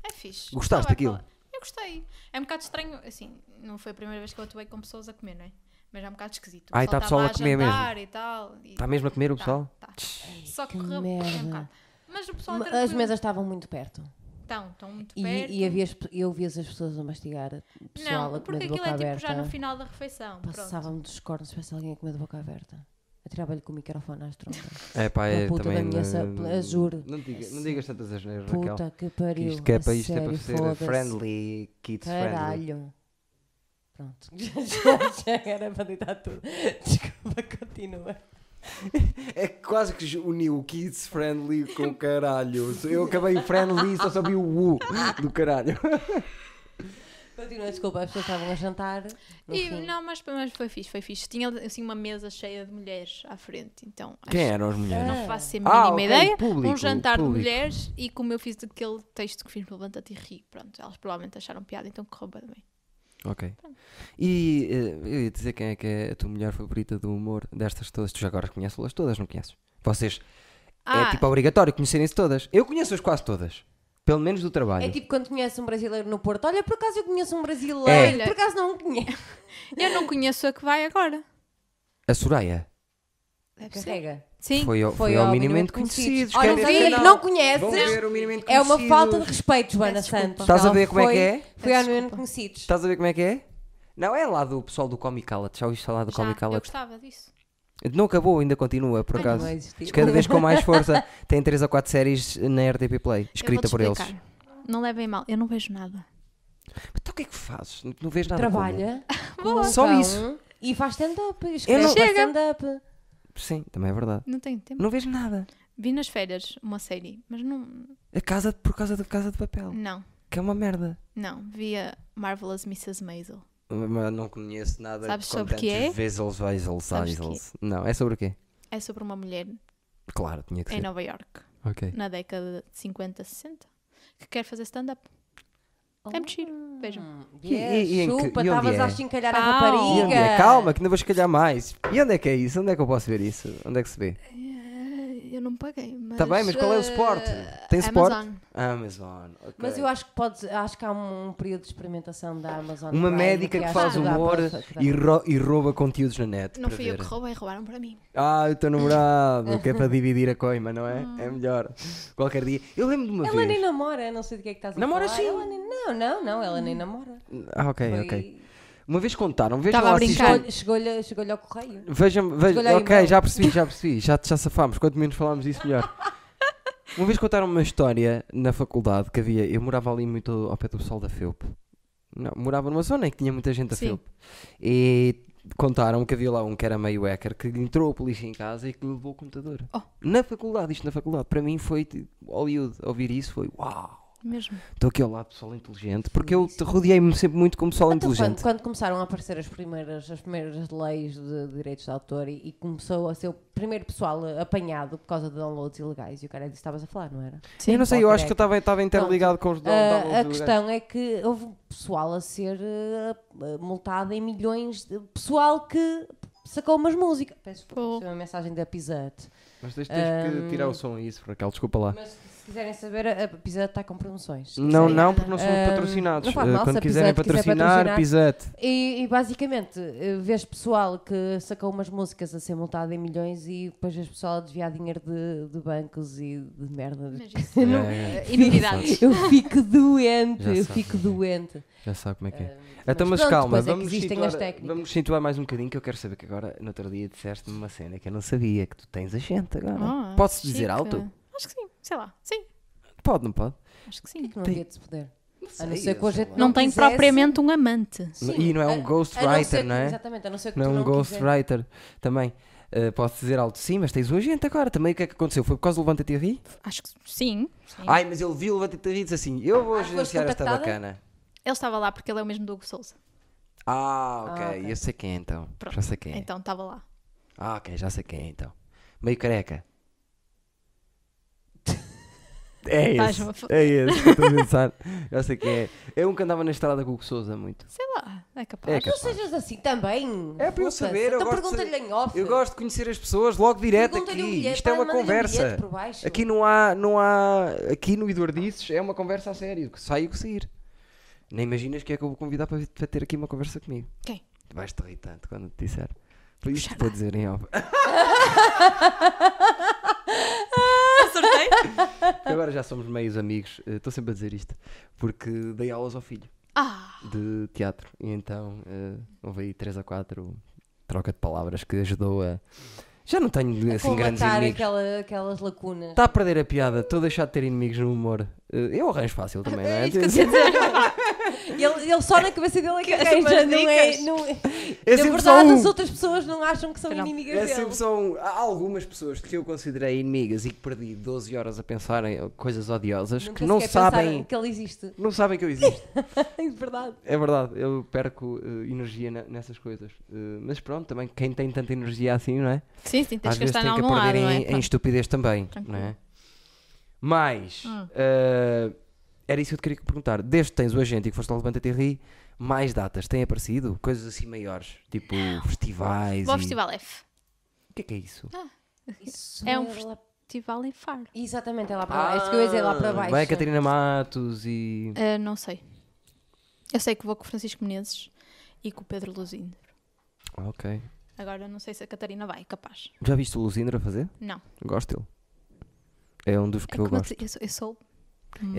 S2: É fixe.
S1: Gostaste
S2: Estava a
S1: daquilo?
S2: falar- Eu gostei. É um bocado estranho, assim, não foi a primeira vez que eu atuei com pessoas a comer, não é? Mas é um bocado esquisito. O
S1: Ah, e tá pessoal a comer mesmo?
S2: jantar E tal, e...
S1: Está mesmo a comer o
S2: Tá,
S1: pessoal?
S2: tá.
S1: Tch,
S2: Só
S3: Que
S2: que correu é
S3: merda.
S2: um bocado. Mas o pessoal é
S3: Ma- As
S2: tranquilo.
S3: mesas estavam muito perto.
S2: Estão, estão muito
S3: E,
S2: perto.
S3: e havia as pe- eu via as pessoas a mastigar, pessoal a
S2: não,
S3: comer
S2: porque
S3: de
S2: aquilo
S3: boca
S2: é
S3: aberta.
S2: tipo já no final da refeição. Pronto.
S3: Passava-me um dos cornos para se alguém a comer de boca aberta. Atirava-lhe com o microfone às trombas.
S1: É pá, é
S3: Pela puta
S1: também.
S3: da minha sa-
S1: não-
S3: pela- juro.
S1: Não, diga, não digas tantas asneiras, Raquel.
S3: Puta que
S1: Que
S3: pariu.
S1: isto que é
S3: a
S1: para isto é para
S3: sério,
S1: ser
S3: foda-se.
S1: friendly, kids friendly.
S3: Caralho. Pronto. Já, já- já era para deitar tudo. Desculpa, continua.
S1: É que quase que uniu o kids friendly com o caralho. Eu acabei o friendly e só soube o u do caralho.
S3: Continua, desculpa, as pessoas estavam a jantar. no
S2: E,
S3: fim.
S2: não, mas, mas foi fixe, foi fixe. Tinha assim uma mesa cheia de mulheres à frente, então acho
S1: Quem eram as mulheres?
S2: Não
S3: Ah.
S2: faço a mínima
S1: Ah, ok,
S2: ideia.
S1: público,
S2: um jantar
S1: público.
S2: de mulheres e como eu fiz aquele texto que fiz no Levanta-te e ri. Pronto, elas provavelmente acharam piada, então correu bem.
S1: Ok. E eh, eu ia dizer quem é que é a tua mulher favorita do humor destas todas. Tu já agora conheces-las todas, não conheces? Vocês. É
S2: Ah.
S1: tipo obrigatório conhecerem-se todas. Eu conheço-as quase todas. Pelo menos do trabalho.
S3: É tipo quando conhece um brasileiro no Porto. Olha, por acaso eu conheço um brasileiro.
S2: É.
S3: Por acaso não o conheço.
S2: Eu não conheço a que vai agora.
S1: A Soraya
S2: Deve ser.
S3: Carrega.
S2: Sim.
S1: foi, ao, foi ao minimamente conhecidos.
S3: Olha,
S1: Quer
S3: não,
S1: dizer
S3: vi,
S1: que
S3: não
S1: Vão
S3: conheces.
S1: ver o minimamente
S3: É uma
S1: Conhecidos.
S3: falta de respeito, Joana
S2: Peço desculpa.
S3: Santos.
S1: Estás a ver
S3: Ela
S1: como é que
S3: foi-
S1: é?
S3: Foi ao
S2: Peço
S3: Nuno
S2: desculpa.
S3: Conhecidos.
S1: Estás a ver como é que é? Não, é lá do pessoal do Comic Outlet. Já ouviste falar do
S2: Já,
S1: Comic
S2: eu
S1: Outlet?
S2: gostava disso.
S1: Não acabou, ainda continua, por
S2: Ai, não é
S1: acaso.
S3: vai existir.
S1: Cada vez com mais força. Tem 3 ou 4 séries na RTP Play,
S2: Eu
S1: escrita
S2: vou-te
S1: por eles.
S2: explicar. Não levem mal, eu não vejo nada.
S1: Então o que é que fazes? Não vês nada como?
S3: Trabalha.
S1: Boa. Só isso.
S3: E faz stand-up.
S1: Eu
S3: Escreve
S1: não-
S3: para
S2: então. Chega.
S3: stand-up.
S1: Sim, também é verdade.
S2: Não tenho tempo.
S1: Não vejo nada.
S2: Vi nas férias uma série, mas não.
S1: A casa por causa da casa de papel,
S2: Não,
S1: que é uma merda.
S2: não. Vi a Marvelous Mrs. Maisel.
S1: Mas não conheço nada
S2: Sabes
S1: com
S2: sobre
S1: tantos
S2: que é?
S1: Vezels, vezels,
S2: Sabes
S1: vezels. Não, é sobre o quê?
S2: É sobre uma mulher
S1: Claro, tinha que
S2: em
S1: ser.
S2: Nova York,
S1: Ok.
S2: na década de 50, 60, que quer fazer stand-up. É muito giro. Vejam.
S1: E- e- e em que-
S3: Chupa,
S1: e onde
S3: estavas
S1: é?
S3: a chincalhar a
S2: Pau.
S3: rapariga.
S1: E onde é? Calma, que ainda vou escalhar mais. E onde é que é isso? Onde é que eu posso ver isso? Onde é que se vê?
S2: Eu não paguei, mas.
S1: Está bem, mas qual é o
S2: eh,
S1: suporte? Tem suporte?
S2: Amazon.
S1: Amazon. ok.
S3: Mas eu acho que podes, acho que há um período de experimentação da Amazon.
S1: Uma
S3: Prime
S1: médica que
S3: acho
S1: faz
S3: dá
S1: humor
S3: para- que dá
S1: e, ro- e rouba conteúdos na net.
S2: Não
S1: para
S2: fui eu
S1: ver.
S2: que roubei, roubaram para mim.
S1: Ah, o teu namorado, que é para dividir a coima, não é?
S2: Hum.
S1: É melhor. Qualquer dia. Eu lembro de uma
S3: Ela nem
S1: vez.
S3: namora, não sei do que é que estás a
S1: Namora
S3: falar.
S1: sim.
S3: Ela nem- Não, não, não, ela nem namora.
S1: Ah, ok,
S3: Foi-
S1: ok. Uma vez contaram, vejam
S2: Estava
S1: lá
S2: a
S1: se isto
S2: brincar.
S3: Chegou-lhe chegou chegou ao correio.
S1: Vejam, vejam,
S3: Escolha aí,
S1: ok,
S3: Mel.
S1: já percebi, já percebi, já, já safámos, quanto menos falámos disso melhor. Uma vez contaram uma história na faculdade que havia, eu morava ali muito ao pé do pessoal da FEUP. Não, morava numa zona em que tinha muita gente da
S2: Sim.
S1: FEUP. E contaram que havia lá um que era meio hacker que lhe entrou a polícia em casa e que lhe levou o computador.
S2: Oh.
S1: Na faculdade, isto na faculdade, para mim foi tipo, Hollywood, ouvir isso foi uau,
S2: Mesmo.
S1: estou aqui ao lado do pessoal inteligente, porque eu te- rodeei-me sempre muito com pessoal
S3: Então, quando,
S1: inteligente.
S3: quando começaram a aparecer as primeiras, as primeiras leis de direitos de autor e, e começou a ser o primeiro pessoal apanhado por causa de downloads ilegais, e o cara disse: estavas a falar, não era?
S2: Sim.
S1: eu não sei, eu acho que eu estava-
S3: qualquer
S1: estava interligado com os
S3: Ah,
S1: downloads
S3: a
S1: do-
S3: questão é que houve pessoal a ser ah, ah, multado em milhões de pessoal que sacou umas músicas. Peço desculpa,
S2: Oh.
S3: recebi uma mensagem da Pizzat.
S1: Mas tens, tens
S3: ah,
S1: que tirar o som a isso, Raquel, desculpa lá.
S3: Mas se quiserem saber, a Pizzat está com promoções. se
S1: Não,
S3: quiserem.
S1: não, porque não somos
S3: Ahm,
S1: patrocinados.
S3: ah, não faz
S1: Eh,
S3: mal, se
S1: Quando
S3: a
S1: quiserem
S3: Pisate quiser
S1: patrocinar,
S3: patrocinar.
S1: pisate.
S3: E, e basicamente, eh, vês pessoal que sacou umas músicas a ser multado em milhões e depois vês pessoal a desviar dinheiro de, de bancos e de merda.
S2: Mas isso.
S1: É,
S3: não-
S1: é, é.
S2: E novidades.
S3: Eu fico doente,
S1: Já
S3: eu
S1: sabe,
S3: fico
S1: né?
S3: doente.
S1: Já sabe como é que é.
S3: Ah,
S1: Então, mas
S3: pronto,
S1: calma,
S3: depois é que
S1: vamos,
S3: existem
S1: situar,
S3: as técnicas.
S1: vamos situar mais um bocadinho que eu quero saber que agora, no outro dia, disseste-me uma cena que eu não sabia, que tu tens a gente agora.
S2: Ah,
S1: Posso dizer
S2: chique.
S1: alto?
S2: Acho que sim, sei lá. Sim,
S1: Pode, não pode?
S2: acho que
S3: Por
S2: sim.
S3: que não
S1: Tem-
S3: havia de se poder?
S1: Não sei,
S3: A não ser
S1: eu
S3: que hoje
S1: sei
S3: não
S1: lá.
S2: Não, tem
S3: quisesse-
S2: propriamente um amante.
S1: E não é um
S3: a- a não
S1: ghostwriter,
S3: ser que-
S1: não é?
S3: Exatamente, a não ser que
S1: Não é
S3: tu
S1: um
S3: não quiseres.
S1: ghostwriter também. Uh, posso dizer algo sim, mas tens um gente agora também. O que é que aconteceu? Foi por causa do Levanta-te e Ri?
S2: Acho que sim. sim.
S1: Ai, mas ele viu o Levanta-te e Ri e disse assim: Eu vou
S3: Ah, foste
S1: agenciar esta
S3: contactada?
S1: bacana.
S2: Ele estava lá porque ele é o mesmo do Hugo Souza.
S1: Ah, ok.
S3: Ah, ok.
S1: Eu sei quem é, então.
S2: Pronto.
S1: Já sei quem. é.
S2: Então estava lá.
S1: Ah, ok. Já sei quem é, então. Meio careca. É esse,
S2: Estás-me a fa-
S1: é esse que eu estou a pensar. Já sei quem é. É um que andava na estrada com o Hugo Sousa muito.
S2: Sei lá, é capaz.
S1: É
S3: Não
S1: capaz.
S3: sejas assim também.
S1: É para eu
S3: Puta-se.
S1: saber, eu
S3: Então
S1: gosto de
S3: pergunta-lhe
S1: saber-
S3: em off.
S1: Eu gosto de conhecer as pessoas logo direto
S3: Pergunta-lhe o
S1: aqui.
S3: bilhete,
S1: Isto é
S3: pá,
S1: uma
S3: manda-lhe o
S1: conversa.
S3: bilhete por baixo.
S1: Aqui não há, não há. Aqui no Eduardices é uma conversa a sério. Que sai o que sair. Nem imaginas que é que eu vou convidar para, vir- para ter aqui uma conversa comigo.
S2: Quem?
S1: Vais-te rir tanto quando te disser. Por isto vou dizer em off.
S2: Acertei?
S1: Agora já somos meios amigos. eh, Estou sempre a dizer isto. Porque dei aulas ao filho
S2: Ah,
S1: de teatro. E então eh, houve aí 3 a 4 troca de palavras que ajudou a. Já não tenho assim grandes
S3: Colmatar
S1: inimigos.
S3: aquela, aquelas lacunas.
S1: Está a perder a piada, estou a deixar de ter inimigos no humor. Eh, Eu arranjo fácil também, não
S3: É
S1: é?
S3: isso que eu sei dizer. ele, ele só na cabeça dele é que
S2: Que
S3: arranja,
S2: umas
S3: não é?
S2: dicas.
S3: Não é.
S1: É
S3: na
S1: sempre só
S3: verdade, as
S1: um.
S3: outras pessoas não acham que são
S2: Não.
S3: inimigas
S1: É
S3: dele.
S1: sempre só um. Há algumas pessoas que eu considerei inimigas e que perdi 12 horas a pensar em coisas odiosas
S3: Nunca
S1: que não
S3: sequer pensaram
S1: sabem.
S3: que ele existe.
S1: Não sabem que eu existo.
S3: É verdade.
S1: É verdade, eu perco eh, energia na- nessas coisas. Eh, mas pronto, também quem tem tanta energia assim, não é?
S2: sim, sim, tens
S1: Às
S2: que
S1: vezes
S2: gastar em
S1: tem que a
S2: algum
S1: perder
S2: lado,
S1: em,
S2: não é?
S1: em
S2: Pronto.
S1: estupidez também,
S2: Tranquilo. Hum.
S1: não é? Mas, eh, era isso que eu te queria perguntar. Desde que tens o agente e que foste ao Levanta-te e Ri, mais datas têm aparecido? Coisas assim maiores, tipo festivais
S2: Vou ao
S1: e-
S2: Festival F.
S1: O que é que é isso?
S3: Isso
S2: É um
S3: é
S2: fest-
S3: lá-
S2: Festival em Faro.
S3: Exatamente, é lá para baixo. Isto que eu ia dizer, lá para baixo.
S1: Ah, Vai a Catarina Matos e...
S2: Ah, não sei. Eu sei que vou com o Francisco Menezes e com o Pedro Luzindo.
S1: Ah, ok.
S2: Agora não sei se a Catarina vai, capaz.
S1: Já viste o Luzindo a fazer?
S2: Não.
S1: Gosto dele. É um dos que
S2: É
S1: eu
S2: como eu
S1: gosto.
S2: te- eu sou. Eu sou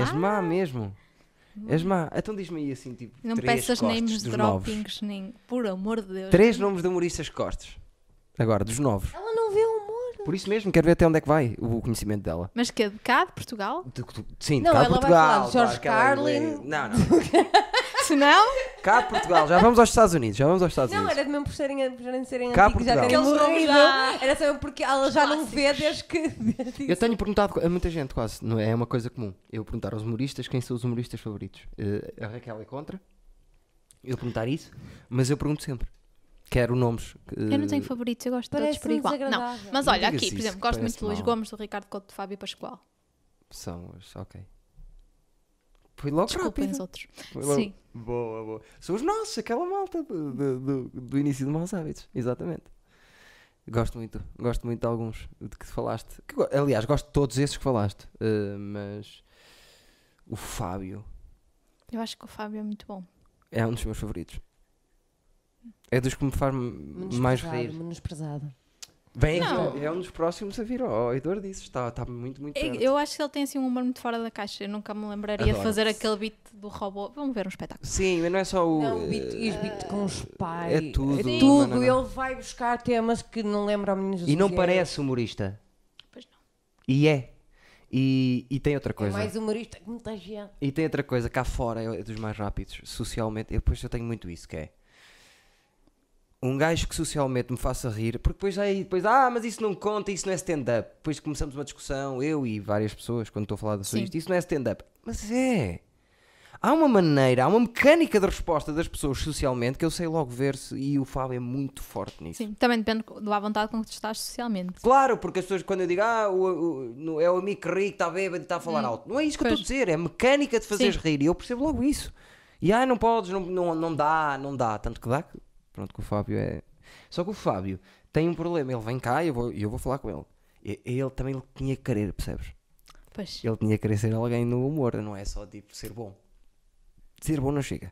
S1: És má
S2: má.
S1: mesmo. És má. Então diz-me aí assim, tipo,
S2: Não
S1: três
S2: peças
S1: costes
S2: nem os
S1: dos novos.
S2: droppings, nem. Por amor de Deus.
S1: Três nomes de humoristas costes. Agora, dos novos.
S3: Ela não vê o humor.
S1: Por isso mesmo, quero ver até onde é que vai o conhecimento dela.
S2: Mas que é de cá, de Portugal?
S1: De- de- sim, de
S3: Não,
S1: cá a
S3: ela vai
S1: Portugal.
S3: falar de
S1: claro,
S3: George
S1: aquela
S3: Carlin.
S1: inglês. Não, não.
S2: Se não,
S1: Cá a Portugal. Já vamos aos Estados Unidos. Já vamos aos Estados
S3: Não,
S1: Unidos.
S3: era mesmo por serem, por serem, serem
S1: Cá,
S3: antigos, já
S1: Portugal.
S3: terem
S2: Eles vão
S3: morrido.
S2: já.
S3: Era só porque ela já não vê desde que. desde
S1: Eu tenho perguntado a muita gente, quase. Não é é uma coisa comum. Eu perguntar aos humoristas quem são os humoristas favoritos. Eh, a Raquel é contra. Eu perguntar isso. Mas eu pergunto sempre. Quero nomes. eh,
S2: eu não tenho favoritos, eu gosto de todos
S3: Parece-me
S2: por igual. Não,
S3: desagradável.
S2: mas
S1: Não
S2: olha,
S1: digas
S2: aqui, por
S1: isso,
S2: exemplo,
S1: que
S2: gosto muito
S1: parece
S2: de Luís
S1: mal.
S2: Gomes, do Ricardo Couto de Fábio e Pascoal.
S1: São os. Ok. Foi logo
S2: Desculpem os
S1: rápido.
S2: outros.
S1: Foi logo-
S2: Sim.
S1: Boa, boa. São os nossos, aquela malta do, do, do- do início de Maus Hábitos. Exatamente. Gosto muito, gosto muito de alguns de que falaste. Que go- aliás, gosto de todos esses que falaste. eh, mas o Fábio
S2: Eu acho que o Fábio é muito bom.
S1: é um dos meus favoritos. É dos que me faz
S3: Menos
S1: mais
S3: pesado,
S1: rir.
S3: menos pesado.
S1: Bem,
S2: Não.
S1: é um dos próximos a vir. Oh, Eduardo disse, está, está muito,
S3: É
S1: muito perto.
S2: Eu acho que ele tem assim um humor muito fora da caixa. Eu nunca me lembraria de
S1: Adoro.
S2: fazer aquele beat do robô. Vamos ver um espetáculo.
S1: Sim, mas não é só o.
S3: Não, o beat,
S1: eh,
S3: e os beat com os pais.
S1: é tudo,
S3: É
S1: Sim.
S3: tudo.
S1: não, não, não.
S3: Ele vai buscar temas que não lembra ao menino José.
S1: e não parece humorista.
S2: Pois não.
S1: E é. E, e tem outra
S3: É
S1: coisa.
S3: mais humorista que muita gente.
S1: E tem outra coisa, cá fora é dos mais rápidos, socialmente, eu, depois eu tenho muito isso, que é um gajo que socialmente me faça rir, porque depois aí, depois, ah, mas isso não conta, isso não é stand-up. Depois começamos uma discussão, eu e várias pessoas, quando estou a falar sobre
S2: Sim.
S1: isto, isso não é stand-up. Mas é. Há uma maneira, há uma mecânica de resposta das pessoas socialmente que eu sei logo ver se, e o Fábio é muito forte nisso.
S2: Sim, também depende do à vontade com que tu estás socialmente.
S1: Claro, porque as pessoas, quando eu digo, ah, o- o- no- é o amigo que ri, que está bêbado e está a falar alto. Não é isso que eu
S2: Hum. Pois.
S1: estou a dizer, é a mecânica de fazeres
S2: Sim.
S1: rir. E eu percebo logo isso. E ah, não podes, não, não, não dá, não dá. Tanto que dá. que- Pronto, que o Fábio é. Só que o Fábio tem um problema. Ele vem cá e eu vou, e eu vou falar com ele. E- e Ele também ele tinha que querer, percebes?
S2: Pois.
S1: Ele tinha que querer ser alguém no humor, não é só tipo ser bom. Ser bom não chega.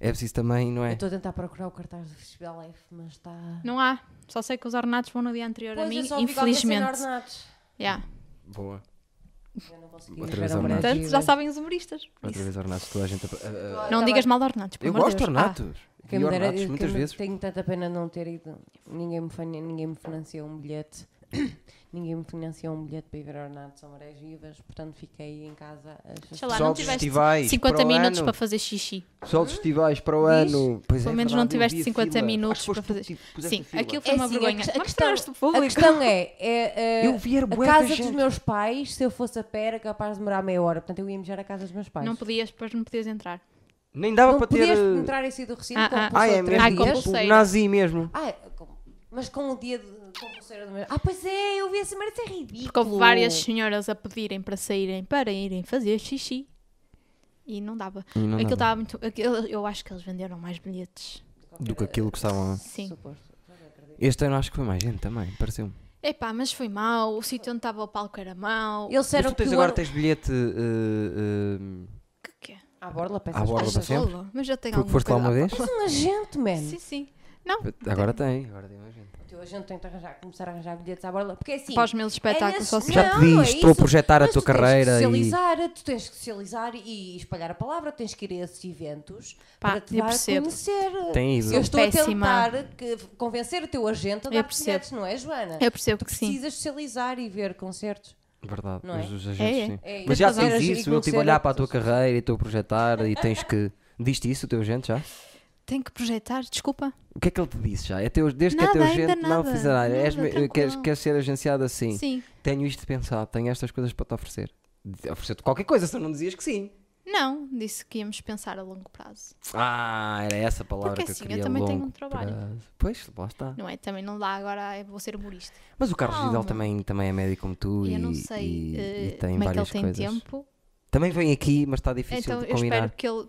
S1: É preciso também, não
S3: Eu
S1: é?
S3: estou a tentar procurar o cartaz do Festival F, mas está.
S2: Não há. Só sei que os ornatos vão no dia anterior a
S3: Pois,
S2: mim,
S3: eu só ouvi qualquer cena
S2: infelizmente.
S3: ordenados.
S2: Yeah.
S1: Boa.
S3: Eu não consegui
S1: Outra
S3: ver
S1: vez
S3: a
S1: ordenados.
S3: mulher
S2: Portanto,
S3: gira.
S2: já sabem os humoristas.
S1: Outra
S2: Isso.
S1: vez Ornatos, toda a gente. a- a- a-
S3: Olha,
S2: Não
S3: tá
S2: digas
S3: bem.
S2: mal de ornatos, pelo
S1: Eu
S2: amor de
S1: gosto de
S2: Deus. Ah,
S1: Ornatos.
S3: Quem
S1: e
S3: me dera,
S1: Ornatos,
S3: quem
S1: muitas
S3: me-
S1: vezes.
S3: Tenho tanta pena de não ter ido. Ninguém me, fan- ninguém me financiou um bilhete. Ninguém me financiou um bilhete para ir ver Ornato São Marés Vivas, portanto fiquei em casa a
S2: Ah, Sei lá,
S1: Só
S2: não
S1: de
S2: tiveste
S1: festivais
S2: 50
S1: para o
S2: minutos
S1: ano.
S2: para fazer xixi.
S1: Só dos festivais para o
S3: Hum. Diz.
S1: ano. Pois
S2: Pelo
S1: é,
S2: menos
S1: verdade,
S2: não
S1: eu
S2: tiveste
S1: vi a
S2: 50
S1: fila.
S2: minutos
S1: Acho que
S2: para
S1: foste
S2: fazer.
S1: tu que puseste
S2: Sim,
S1: a fila.
S2: aquilo foi
S3: É
S2: uma
S3: assim, a
S2: vergonha.
S3: questão- a
S2: Vamos
S3: questão-
S2: mostrar-te ao
S3: A
S2: público.
S3: questão é, é, é,
S1: Eu vi era
S3: a
S1: bué da
S3: casa dos
S1: gente.
S3: meus pais, se eu fosse a pé, era capaz de demorar meia hora. Portanto, eu ia mijar a casa dos meus pais.
S2: Não podias, depois não podias entrar.
S1: Nem dava
S3: Não
S1: para ter.
S3: podias
S1: eh,
S3: entrar em si do recinto
S2: Ah,
S3: com
S2: ah.
S1: Ah, é
S3: compulsão de três
S2: Ah,
S1: mesmo?
S2: com
S3: dias.
S1: Tipo,
S2: pulseira.
S1: nazi mesmo.
S3: Ah, com- mas com um dia de com pulseira do meu. Ah, pois é, eu vi essa merda, isso é ridículo.
S2: Porque houve várias senhoras a pedirem para saírem, para irem fazer xixi. E não dava.
S1: E não
S2: aquilo
S1: dava.
S2: estava muito. aquilo- eu acho que eles venderam mais bilhetes.
S1: Do que aquilo que estavam.
S2: Sim.
S3: Suposto.
S1: Este ano acho que foi mais gente também, pareceu-me.
S2: Epá, mas foi mau. O sítio onde estava o palco era mau.
S3: Eles
S1: Mas
S3: disseram
S1: tu
S3: que.
S1: tens
S3: o
S1: agora
S3: ano-
S1: tens bilhete eh, eh,
S2: Que que é?
S3: À borla, peço
S1: À borla. para
S3: desculpa.
S2: Achas
S1: sempre?
S2: lola? Mas eu tenho
S1: porque
S2: alguma
S1: foste lá
S2: coisa
S1: uma
S2: a-
S1: vez?
S3: És um agente, man.
S2: Sim, sim. Não,
S1: Agora tem, agora tem mais gente.
S3: O teu agente tem que arranjar, começar a arranjar bilhetes à borla. Porque é assim.
S2: para os meus espetáculos
S3: nesse-
S2: só se
S1: Já te
S3: Não, não é
S1: diz, estou a
S3: isso.
S1: projetar
S3: Mas
S1: a tua
S3: tu
S1: carreira
S3: tens que
S1: e.
S3: socializar, tu tens que socializar e espalhar a palavra, tens que ir a esses eventos
S2: Pá,
S3: para te
S2: eu
S3: dar a
S2: percebo.
S3: conhecer.
S1: Tem isso.
S3: Eu estou
S2: péssima.
S3: a tentar que- convencer o teu agente a
S2: Eu
S3: dar
S2: percebo.
S3: bilhetes, não é, Joana?
S2: Eu percebo que sim.
S3: Precisas socializar e ver concertos.
S1: Verdade,
S3: Não
S1: mas
S3: é?
S1: os agentes
S2: É, é.
S1: sim.
S3: É isso.
S1: Mas já
S3: Tens
S1: tens
S3: horas de
S1: isso, eu estive a
S3: conhecer
S1: olhar para a tua
S3: outras
S1: carreira e estou a projetar e tens que. Diste isso o teu agente já?
S2: Tenho que projetar, desculpa.
S1: O que é que ele te disse já? É teu, desde que é
S2: Nada,
S1: teu
S2: ainda
S1: agente, não
S2: nada,
S1: fizerá. És,
S2: nada,
S1: me- queres,
S2: tranquilo.
S1: queres ser agenciado assim?
S2: Sim.
S1: Tenho isto pensado, tenho estas coisas para te oferecer. De- Oferecer-te qualquer coisa, se tu não dizias que sim.
S2: Não, disse que íamos pensar a longo prazo.
S1: Ah, era essa a palavra
S2: Porque
S1: que
S2: assim, eu
S1: eu queria.
S2: também tenho um
S1: longo
S2: trabalho.
S1: prazo. Pois, lá está.
S2: Não é? Também não dá agora, eu vou ser humorista.
S1: Mas o Carlos
S2: Calma.
S1: Vidal também, também é médico como tu
S2: E
S1: e,
S2: eu não sei
S1: e-
S2: eh,
S1: e tem
S2: como é que
S1: várias
S2: ele tem
S1: coisas.
S2: tempo.
S1: Também vem aqui, mas está difícil
S2: Então
S1: de
S2: eu espero
S1: combinar.
S2: que ele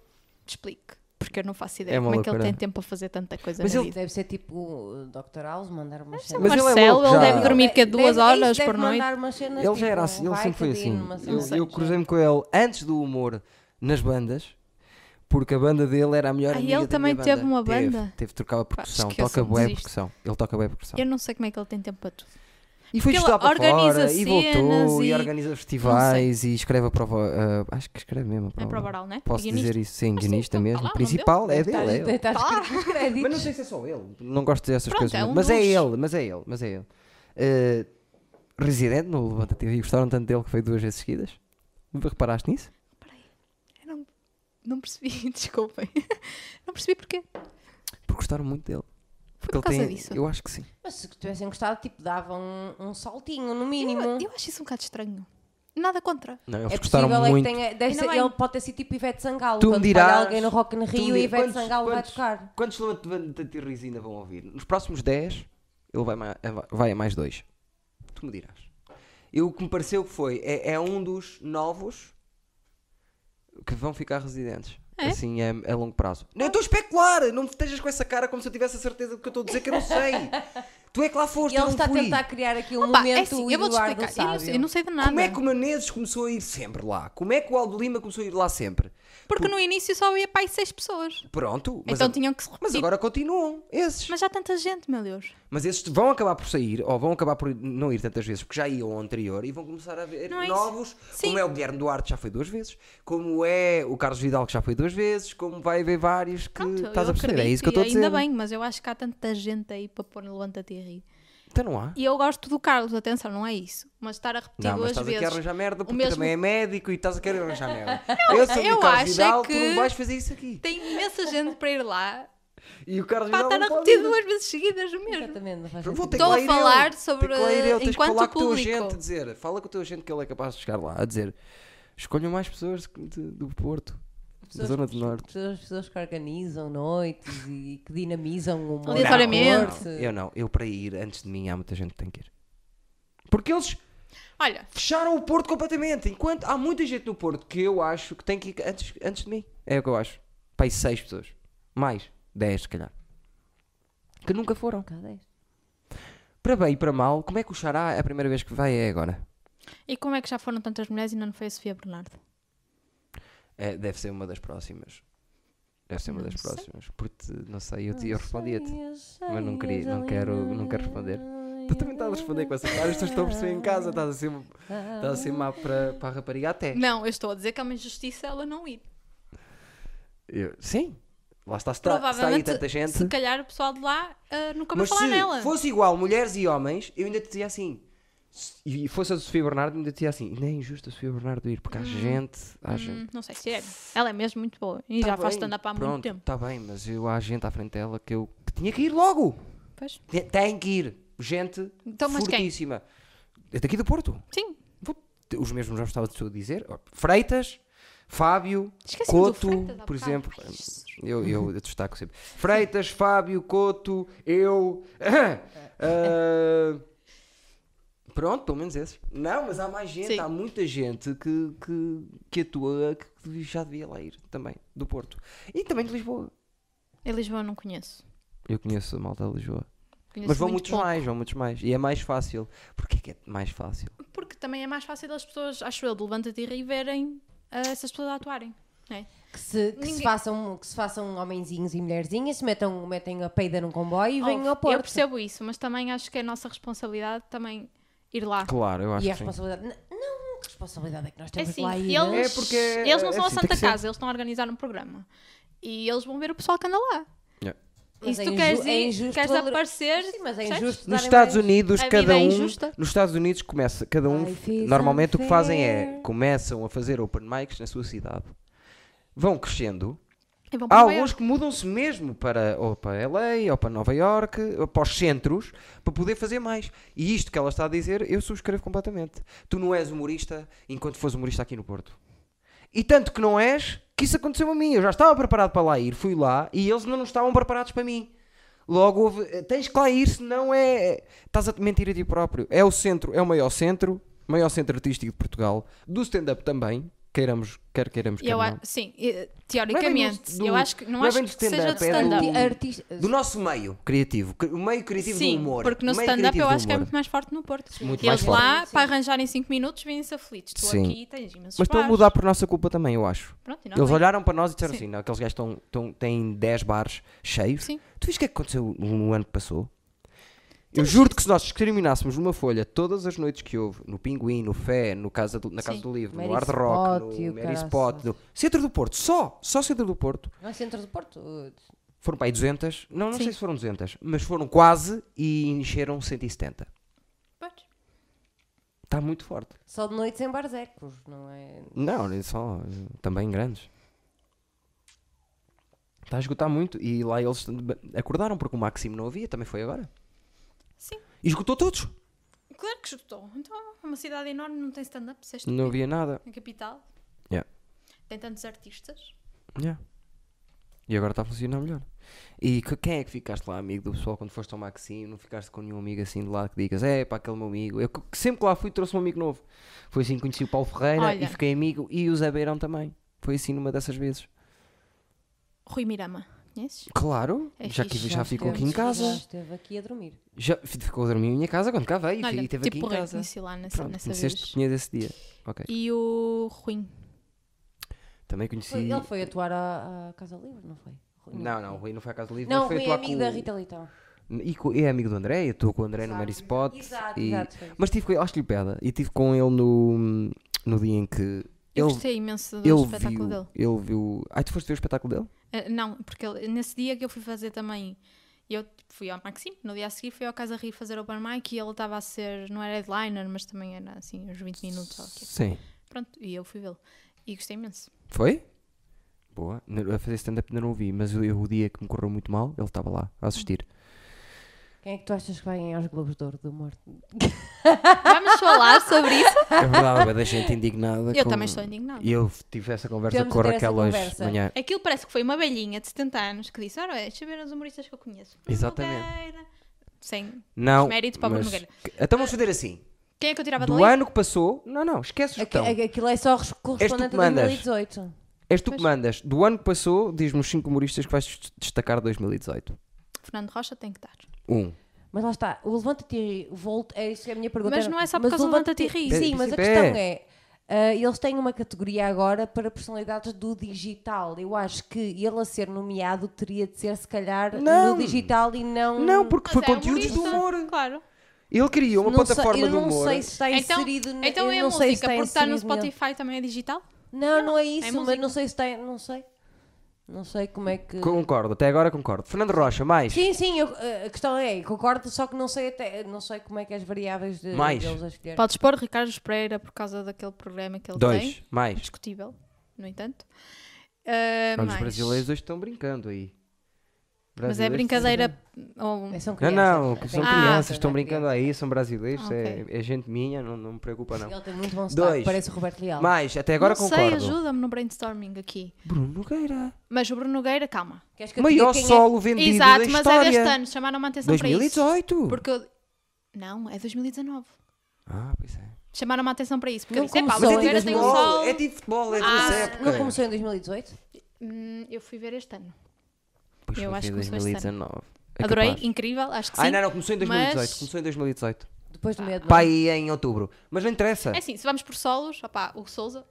S2: te explique. Porque eu não faço ideia
S1: É uma
S2: como é que ele
S1: loucura.
S2: tem tempo para fazer tanta coisa
S1: Mas
S2: na
S1: ele-
S2: vida.
S3: Deve ser tipo o Dr. House, mandar uma
S2: O
S3: cena.
S1: Mas ele é
S2: Marcelo,
S1: louco
S2: ele,
S1: já.
S2: deve dormir cada duas
S3: Deve- é isso,
S2: horas
S3: deve
S2: por noite.
S3: mandar umas cenas,
S1: Ele já era
S2: um
S3: tipo,
S1: assim, ele
S3: vai,
S1: sempre foi
S3: Cadinho,
S1: assim.
S3: uma cena
S1: Eu,
S3: assim,
S1: eu
S3: já.
S1: cruzei-me com ele antes do humor nas bandas, porque a banda dele era a melhor
S2: Ah,
S1: amiga
S2: ele
S1: da
S2: também
S1: minha
S2: teve
S1: banda.
S2: uma
S1: Teve,
S2: banda?
S1: Teve, trocava percussão,
S2: esqueçam
S1: toca bué
S2: disto.
S1: percussão. Ele toca bué percussão.
S2: Eu não sei como é que ele tem tempo para tudo.
S1: E foi
S2: Porque ele
S1: estudar para
S2: organiza
S1: fora, e
S2: cenas
S1: voltou, e,
S2: e-
S1: organiza festivais, e escreve a prova, ah, acho que escreve mesmo a
S2: É
S1: prova.
S2: para o Baral, não é?
S1: Oh, Posso
S2: Guionista.
S1: dizer isso, sim,
S2: Ah, sim,
S1: guionista
S2: tá lá,
S1: mesmo,
S2: o nome
S1: principal, é dele, é ele.
S3: Está escrito nos
S1: Mas não
S3: créditos.
S1: sei se é só ele. Não gosto dessas
S2: Pronto,
S1: coisas.
S2: é um
S1: mas é
S2: dos.
S1: ele, mas é ele, mas é ele. Eh, residente no Levanta TV. Gostaram tanto dele que foi duas vezes seguidas. Reparaste nisso?
S2: Eu não, não percebi, desculpem. Não percebi porquê.
S1: Porque gostaram muito dele.
S2: Foi
S1: Porque
S2: por causa
S1: ele tem,
S2: disso.
S1: Eu acho que sim.
S3: Mas se tivessem gostado, tipo, davam um, um saltinho, no
S2: Eu,
S3: mínimo.
S2: eu acho isso um bocado estranho. Nada contra.
S1: Não, eles
S3: É
S1: gostaram
S3: possível
S1: muito.
S3: é que tenha. Deve
S2: Ainda
S3: ser-
S2: bem.
S3: ele pode ter sido tipo Ivete Sangalo.
S1: Tu me
S3: quando
S1: dirás-
S3: falha alguém no Rock in Rio
S1: Tu
S3: e
S1: me-
S3: Ivete
S1: quantos-
S3: Sangalo vai
S1: quantos-
S3: tocar.
S1: Quantos Levanta TV ainda vão ouvir? Nos próximos 10, ele vai, ma- é vai a mais dois. Tu me dirás. E o que me pareceu que foi, é, é um dos novos que vão ficar residentes.
S2: É?
S1: Assim, a, a longo prazo. Não eu estou a especular! Não me estejas com essa cara como se eu tivesse a certeza do que eu estou a dizer, que eu não sei. tu é que lá foste,
S3: E ele
S1: eu não
S3: está a
S1: fui.
S3: tentar criar aqui um
S2: Pá, é
S3: momento
S2: assim, eu vou-te
S3: Eduardo
S2: explicar. Eu não, sei- eu
S3: Sábio.
S2: não sei de nada.
S1: Como é que o Menezes começou a ir sempre lá? Como é que o Aldo Lima começou a ir lá sempre?
S2: Porque no início só ia para aí seis pessoas.
S1: Pronto, mas,
S2: então
S1: a-
S2: tinham que se
S1: mas
S2: repetir.
S1: agora continuam esses.
S2: Mas já há tanta gente, meu Deus.
S1: Mas esses vão acabar por sair, ou vão acabar por não ir tantas vezes, porque já iam ao anterior, e vão começar a ver
S2: Não é isso?
S1: novos,
S2: Sim.
S1: como é o Guilherme Duarte, que já foi duas vezes, como é o Carlos Vidal, que já foi duas vezes, como vai haver vários que
S2: Pronto,
S1: estás
S2: eu
S1: a perceber. É
S2: acredito
S1: isso que eu
S2: e
S1: estou a dizer.
S2: Ainda bem, mas eu acho que há tanta gente aí para pôr no Levanta-te e ri.
S1: Então não há.
S2: E eu gosto do Carlos, atenção, não é isso. Mas estar a repetir
S1: Não, mas
S2: duas
S1: estás aqui a
S2: vezes.
S1: arranjar merda porque
S2: mesmo-
S1: também é médico e estás a querer arranjar merda. eu sou
S2: eu
S1: o Carlos
S2: acho
S1: Vidal,
S2: é
S1: tu
S2: que-
S1: não vais fazer isso aqui.
S2: Tem imensa gente para ir lá.
S1: E o Carlos
S2: Pá, tá
S1: Vidal
S2: estar a
S1: não pode
S2: repetir
S1: ir.
S2: duas vezes seguidas o mesmo.
S3: Exatamente, tipo, não faz
S1: Vou
S3: sentido.
S1: ter que
S2: Estou a
S1: lá ir eu.
S2: falar
S1: Tenho
S2: sobre,
S1: que lá ir eu. Tens que
S2: enquanto
S1: falar com o teu
S2: público.
S1: agente, dizer, fala com o teu agente que ele é capaz de chegar lá, a dizer, escolham mais pessoas de- de- do Porto, da
S3: Pessoas-
S1: Zona do Norte.
S3: Pessoas, pessoas que organizam noites e que dinamizam um o humor.
S2: Aleatoriamente.
S1: Não, eu não, eu para ir antes de mim há muita gente que tem que ir. Porque eles
S2: Olha,
S1: fecharam o Porto completamente, enquanto há muita gente no Porto que eu acho que tem que ir antes, antes de mim. É o que eu acho. Pai, seis pessoas. Mais, dez se calhar. Que nunca foram.
S3: Cadê?
S1: Para bem e para mal, como é que o Xará a primeira vez que vai é agora?
S2: e como é que já foram tantas mulheres e ainda não foi a Sofia Bernardo?
S1: É, deve ser uma das próximas. Deve ser uma
S2: Não
S1: das
S2: sei.
S1: próximas. Porque, não sei, eu, te- eu
S3: Não
S1: respondia-te.
S3: sei, eu sei,
S1: mas não queria- não
S3: eu
S1: quero-
S3: sei.
S1: não quero responder. Tu também estás a responder com essa cara, estas estão a perceber em casa, estás a ser, estás a ser má para, para a rapariga até.
S2: Não, eu estou a dizer que é uma injustiça ela não ir.
S1: Eu- sim, lá Tá, está, está, está aí
S2: Provavelmente,
S1: tanta gente.
S2: se calhar o pessoal de lá ah, nunca vai
S1: mas
S2: falar
S1: se
S2: nela.
S1: fosse igual mulheres e homens, eu ainda te dizia assim: se- e fosse a Sofia Bernardo, ainda dizia assim: nem é injusto a Sofia Bernardo ir, porque há gente. Há gente.
S2: Hum, não sei se é. Ela é mesmo muito boa.
S1: Tá
S2: E já faz stand-up há muito tempo.
S1: Está tá bem, mas eu, há gente à frente dela que eu que tinha que ir logo.
S2: Pois.
S1: Tem- Tem que ir. Gente
S2: Então, mas quem?
S1: fortíssima. É daqui do Porto.
S2: Sim.
S1: Os mesmos já estava a dizer. Freitas, Fábio,
S2: Esqueci do
S1: Couto,
S2: Freitas, há
S1: por
S2: bocado.
S1: exemplo.
S2: Ai, Jesus.
S1: Eu, eu, eu destaco sempre. Freitas, Fábio, Couto, eu. Ah, pronto, pelo menos esses. Não, mas há mais gente,
S2: Sim.
S1: há muita gente que, que, que atua que já devia lá ir também, do Porto. E também de Lisboa.
S2: Em Lisboa eu não conheço.
S1: Eu conheço a malta de Lisboa.
S2: Conheço
S1: mas vão
S2: muito
S1: muitos
S2: pouco.
S1: mais, vão muitos mais. E é mais fácil. Porquê que é mais fácil?
S2: Porque também é mais fácil as pessoas, acho eu, de levanta-te e rir verem ah, essas pessoas a atuarem. não é?
S3: Que se, que, se
S2: Ninguém-
S3: façam, que se façam homenzinhos e mulherzinhas, se metam, metem a peida num comboio e
S2: Oh,
S3: venham ao Porto.
S2: Eu percebo isso, mas também acho que é a nossa responsabilidade também ir lá.
S1: Claro, eu acho
S3: E a
S1: que sim.
S3: responsabilidade. N- Não, que responsabilidade é que nós
S2: É
S3: temos
S2: assim,
S3: lá ir.
S2: eles,
S1: É porque é-
S2: eles não
S1: é
S2: são
S1: assim,
S2: a
S1: tem que
S2: Santa
S1: ser.
S2: Casa, eles estão a organizar um programa. E eles vão ver o pessoal que anda lá.
S1: Yeah.
S3: Mas
S2: e se
S3: é
S2: tu
S3: inju-
S2: queres,
S3: é
S2: ir,
S3: injusto
S2: queres
S3: valor-
S2: aparecer,
S3: Sim, mas é
S2: percebes?
S3: injusto.
S1: Nos
S3: darem
S1: Estados
S3: mais-
S1: Unidos,
S2: A vida
S1: cada
S2: é
S1: um.
S2: injusta.
S1: Nos Estados Unidos começa, cada um.
S3: Life is
S1: Normalmente o que fazem é
S3: unfair.
S1: começam a fazer open mics na sua cidade. Vão crescendo.
S2: E
S1: Há
S2: vão É Então, para Nova
S1: alguns
S2: Iorque.
S1: que mudam-se mesmo para, ou para LA, ou para Nova York, ou para os centros, para poder fazer mais. E isto que ela está a dizer, eu subscrevo completamente. Tu não és humorista enquanto fores humorista aqui no Porto. E tanto que não és, que isso aconteceu a mim. Eu já estava preparado para lá ir, fui lá e eles ainda não estavam preparados para mim. Logo houve, eh, tens que lá ir, senão é. Estás a te mentir a ti próprio. É o centro, é o maior centro, maior centro artístico de Portugal, do stand-up também, queiramos, quer queiramos,
S2: E
S1: quer
S2: eu a-
S1: não.
S2: Sim, e-
S1: Não é
S2: teoricamente.
S1: bem do-
S2: eu acho que
S1: não
S2: não
S1: é
S2: acho
S1: bem
S2: que
S1: do
S2: seja
S1: stand-up,
S2: de
S1: é do-
S2: stand-up.
S3: Arti- artistas-
S1: Do nosso meio criativo, cre- o meio criativo
S2: Sim,
S1: do humor.
S2: porque no
S1: o meio
S2: stand-up
S1: criativo
S2: eu
S1: do
S2: acho que é
S1: humor.
S2: muito mais forte no Porto.
S1: Muito
S2: e
S1: mais
S2: eles
S1: forte.
S2: lá,
S3: Sim.
S2: para arranjarem 5 minutos, vêm-se aflitos. Tu
S1: Sim.
S2: aqui tens imensos
S1: Mas estão a
S2: bares.
S1: mudar por nossa culpa também, eu acho.
S2: Pronto, e não
S1: Eles
S2: vem.
S1: olharam para nós e disseram
S2: Sim.
S1: assim: não, aqueles gajos tão, tão, têm 10 bares cheios.
S2: Sim.
S1: Tu viste o que é que aconteceu no ano que passou?
S2: Então,
S1: Eu juro-te que se nós discriminássemos numa folha todas as noites que houve, no Pinguim, no Fé, no casa do- na Casa
S2: Sim.
S1: do Livro, no
S3: Mary
S1: Hard Rock,
S3: Spot e
S1: no
S3: o
S1: Mary
S3: caraças.
S1: Spot, no Centro do Porto, só, só Centro do Porto,
S3: Não é centro do Porto? Uh,
S1: foram para aí 200, não, não
S2: Sim.
S1: sei se foram 200, mas foram quase e encheram 170.
S2: Pois.
S1: Está muito forte.
S3: Só de noites em barzecos, não é?
S1: Não, nem só eh, também grandes. Está a esgotar muito. E lá eles acordaram porque o Máximo não havia, também foi agora.
S2: Sim,
S1: E esgotou todos.
S2: claro que estou. Então, é uma cidade enorme, não tem stand-up, disseste?
S1: Não havia nada.
S2: Na capital.
S1: Yeah.
S2: Tem tantos artistas.
S1: Yeah. E agora está a funcionar melhor. E que- quem é que ficaste lá amigo do pessoal quando foste ao Maxime? Não ficaste com nenhum amigo assim de lá que digas, é para aquele meu amigo. Eu que que sempre que lá fui trouxe um amigo novo. Foi assim que conheci o Paulo Ferreira e
S2: Olha.
S1: fiquei amigo e o Zé Beirão também. Foi assim numa dessas vezes.
S2: Rui Mirama, conheces?
S1: Claro,
S2: É
S1: já, que,
S2: fixe,
S1: já
S3: Já
S1: ficou aqui
S3: esteve-
S1: em
S3: Já
S1: casa.
S3: esteve aqui a dormir.
S1: Já fi- ficou a dormir em minha casa quando cá veio
S2: Olha,
S1: e esteve
S2: tipo
S1: aqui em
S2: Rui,
S1: casa.
S2: conheci lá nessa,
S1: Pronto,
S2: nessa
S1: conheceste,
S2: vez.
S1: tinha desse dia. Ok.
S2: E o Ruim.
S1: Também conheci.
S3: Foi- ele foi atuar à, à Casa Livre, não foi? Rui,
S1: Não, não, o Rui não foi à Casa do Livro,
S3: Não,
S1: mas foi
S3: Rui é
S1: atuar
S3: amigo
S1: com...
S3: da Rita Leitão.
S1: E co- é amigo do André, eu estou com o André no
S3: Exato.
S1: Mary Spot.
S3: Exato,
S1: e-
S3: exato, foi isso.
S1: Mas tive com ele, acho que lhe peda, e tive com ele no, no dia em que
S2: Eu
S1: ele,
S2: gostei imenso do
S1: ele
S2: espetáculo
S1: viu.
S2: dele.
S1: Ele viu. Ai, tu foste ver o espetáculo dele?
S2: Ah, não, porque ele- nesse dia que eu fui fazer também, eu tipo, fui ao Maxime, no dia a seguir fui ao Casa Rio fazer open mic e ele estava a ser, não era headliner, mas também era assim, uns 20 minutos. ou o quê.
S1: Sim.
S2: Pronto, e eu fui vê-lo. E gostei imenso.
S1: Foi? Boa. N- A fazer stand-up ainda não o vi, mas eu, o dia que me correu muito mal, ele estava lá a assistir.
S3: Quem é que tu achas que vai ganhar os Globos de Ouro do Morto?
S2: Vamos falar sobre isso.
S1: É verdade, é da gente indignada.
S2: Eu
S1: com-
S2: também estou indignada.
S1: E eu tive essa conversa
S3: Tivemos
S1: com a
S3: a ter essa
S1: Raquel hoje de
S3: conversa.
S1: manhã.
S2: Aquilo parece que foi uma velhinha de 70 anos que disse: Ora, deixa eu ver os humoristas que eu conheço. Bruno
S1: Exatamente.
S2: Nogueira. Sem.
S1: Não.
S2: Mérito para o Bruno
S1: mas-
S2: Nogueira.
S1: que- Então vamos fazer assim.
S2: Quem é que eu tirava da
S1: Do
S2: lei?
S1: ano que passou. Não, não, esquece o
S3: Aqu-
S1: botão.
S3: aqu- Aquilo é só res-
S1: Então, És tu
S3: correspondente
S1: que
S3: a
S1: mandas.
S3: 2018.
S1: És tu que
S2: Pois.
S1: mandas. Do ano que passou, diz-me os 5 humoristas que vais dest- destacar de 2018.
S2: Fernando Rocha tem que estar.
S1: Um.
S3: Mas lá está, o Levanta-te e Ri, o Volta, é isso que é a minha pergunta.
S2: Mas
S3: era-
S2: não é só por
S3: mas
S2: causa
S3: o
S2: do Levanta-te e Ri.
S3: Sim,
S1: Sim,
S3: mas
S1: sim,
S3: a questão
S1: é.
S3: é, ah, eles têm uma categoria agora para personalidades do digital. Eu acho que ele a ser nomeado teria de ser, se calhar,
S1: Não.
S3: no digital e não...
S1: Não, porque foi
S2: Mas é
S1: conteúdos do
S2: humorista,
S1: humor.
S2: Claro.
S1: Ele criou uma
S3: Não sei-
S1: plataforma
S3: eu
S1: de
S3: não
S1: humor.
S3: sei se está
S2: Então,
S3: inserido... ne-
S2: então
S3: eu
S2: é a
S3: não sei se
S2: música, porque está no
S3: inserido nele.
S2: Spotify também é digital?
S3: Não, não é isso, mas
S2: música.
S3: não sei se tem... Não sei. Não sei como é que.
S1: Concordo, até agora concordo. Fernando Rocha, mais.
S3: Sim, sim, eu- a questão é, concordo, só que não sei até, não sei como é que é as variáveis de,
S1: Mais.
S3: deles a escolher.
S2: Podes pôr Ricardo Pereira por causa daquele programa que ele
S1: Dois,
S2: tem.
S1: mais.
S2: Discutível, no entanto. Ah,
S1: Olha, os
S2: mais.
S1: É um brasileiros hoje estão brincando aí.
S2: Mas é
S1: Brasileiros-
S2: brincadeira. ou- um-
S3: É, São
S1: Não,
S3: crianças.
S1: não, que são
S2: Ah,
S1: crianças,
S3: não é
S1: estão brincando aí, são brasileiros,
S2: Ah,
S1: é- é, gente minha, não, não me preocupa não.
S3: Ele tem muito bom
S1: Dois.
S3: sotaque, parece o Roberto Leal.
S1: Mais, até agora
S2: Então, não sei,
S1: concordo.
S2: ajuda-me no brainstorming aqui.
S1: Bruno Nogueira.
S2: Mas o Bruno Nogueira, calma.
S3: Queres que eu te diga
S1: Maior
S3: quem é?
S1: solo vendido da
S2: Exato, mas é
S1: história.
S2: deste ano, chamaram-me a atenção para isso.
S1: 2018.
S2: Porque eu... Não, é 2019.
S1: Ah, pois é.
S2: Chamaram-me a atenção para isso. Porque
S3: Não
S2: eu disse, epá, o
S3: começou
S1: Mas é
S3: Solo em
S2: Bruno
S1: tipo
S2: Nogueira tem um
S1: futebol,
S2: sol.
S1: é tipo futebol, é
S2: Ah,
S1: dessa época.
S3: Não começou em 2018?
S2: Hum, eu fui ver este ano.
S1: Pois
S2: Eu
S1: foi
S2: acho
S1: em
S2: que começou este ano.
S1: 2019. É
S2: Adorei,
S1: capaz.
S2: incrível, acho que sim.
S1: Ai, não, não, começou em 2018.
S2: mas-
S1: Começou em 2018.
S3: Depois do medo.
S1: Pai em outubro. Mas não interessa.
S2: É assim, se vamos por solos, opá, o Souza,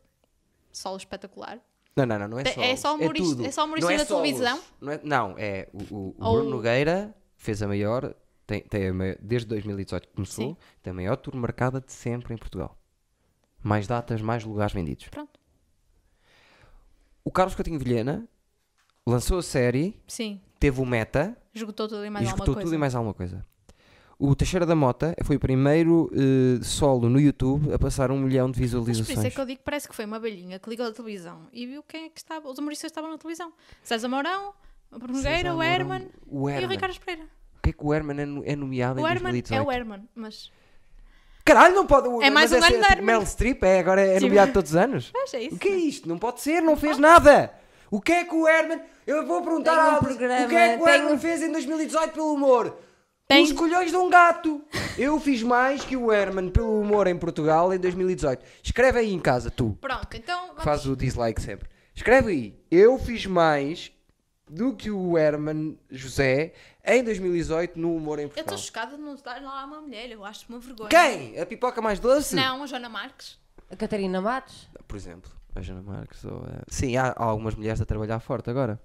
S2: solo espetacular.
S1: Não, não, não, não é
S2: Te-
S1: solo.
S2: é só humorista-
S1: tudo.
S2: é só humorista
S1: não é
S2: da
S1: solos.
S2: televisão?
S1: Não, é, não, é o, o- o
S2: Ou-
S1: Bruno Nogueira fez a maior, tem, tem a maior- desde 2018 que começou,
S2: Sim.
S1: tem a maior tour marcada de sempre em Portugal. Mais datas, mais lugares vendidos.
S2: Pronto.
S1: O Carlos Coutinho Vilhena lançou a série,
S2: Sim,
S1: teve o meta
S2: esgotou tudo e mais
S1: e
S2: alguma
S1: escutou
S2: coisa.
S1: tudo e mais alguma coisa. O Teixeira da Mota foi o primeiro eh, solo no YouTube a passar um milhão de
S2: Mas por
S1: visualizações.
S2: isso é que eu digo que parece que foi uma abelhinha que ligou à televisão e viu quem é que estava. Os humoristas estavam na televisão. César Mourão, o Bruno Nogueira,
S1: César
S2: o
S1: Mourão,
S2: Herman
S1: o
S2: e o
S1: Herman.
S2: Ricardo Pereira.
S1: O que é que o Herman é no- é nomeado
S2: O
S1: em
S2: Herman
S1: 2018?
S2: é o Herman, mas.
S1: Caralho, não pode.
S2: É
S1: mas
S2: mais um ano
S1: essa- tipo
S2: de Herman.
S1: Meryl Streep é agora é
S2: Sim.
S1: nomeado todos os anos?
S2: Mas é isso.
S1: O que é isto? Não pode ser, não fez nada. O que é que o Herman. Eu vou perguntar
S3: Tem um
S1: ao
S3: programa,
S1: O que é que o
S3: tem
S1: Herman
S3: um-
S1: fez em 2018 pelo humor?
S2: Tem-
S1: Os colhões de um gato. Eu fiz mais que o Herman pelo humor em Portugal em 2018. Escreve aí em casa, tu,
S2: Pronto, então
S1: que
S2: vamos.
S1: fazes o dislike sempre. Escreve aí. Eu fiz mais do que o Herman José em 2018 no humor em
S2: Eu estou
S1: Portugal.
S2: chocada de não estar lá uma mulher, eu acho uma vergonha.
S1: Quem? A pipoca mais doce?
S2: Não, a Joana Marques.
S3: A Catarina Matos?
S1: por exemplo, a Jana Marques ou a... Sim, há, há algumas mulheres a trabalhar forte agora.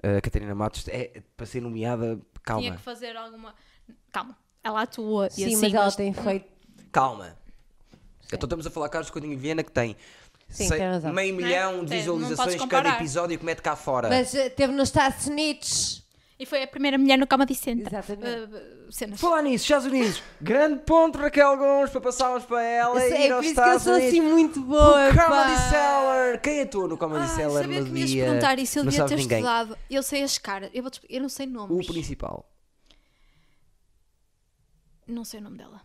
S1: A Catarina Matos é para ser nomeada.
S2: Tinha
S1: Calma,
S2: que fazer alguma. Calma, ela atua e
S3: Sim,
S2: assim.
S3: mas ela tem feito.
S1: calma. Então estamos a falar Carlos Coutinho Viena que tem
S3: Sim,
S1: sei-
S3: tem razão.
S1: meio
S2: Não é?
S1: milhão de
S2: Tem- não podes
S1: visualizações cada
S2: comparar.
S1: episódio que mete cá fora.
S3: Mas eh, teve nos Estados Unidos.
S2: E foi a primeira mulher no Comedy Center.
S3: Exatamente.
S2: Uh, cenas.
S1: Falar nisso, Estados Unidos, grande ponto Raquel Gomes para passarmos para ela
S3: É,
S1: e ir
S3: por
S1: aos
S3: isso que eu
S1: Estados
S3: sou assim
S1: Unidos.
S3: muito boa.
S1: o Comedy
S3: pá.
S1: Seller! Quem atua no Comedy
S2: Ah,
S1: Seller
S2: sabia
S1: no
S2: que me ias
S1: dia?
S2: perguntar isso, eu
S1: é não
S2: devia
S1: sabes
S2: ter
S1: ninguém.
S2: estudado. Eu sei as caras, eu, vou te- eu não sei
S1: O
S2: nomes.
S1: principal.
S2: Não sei o nome dela.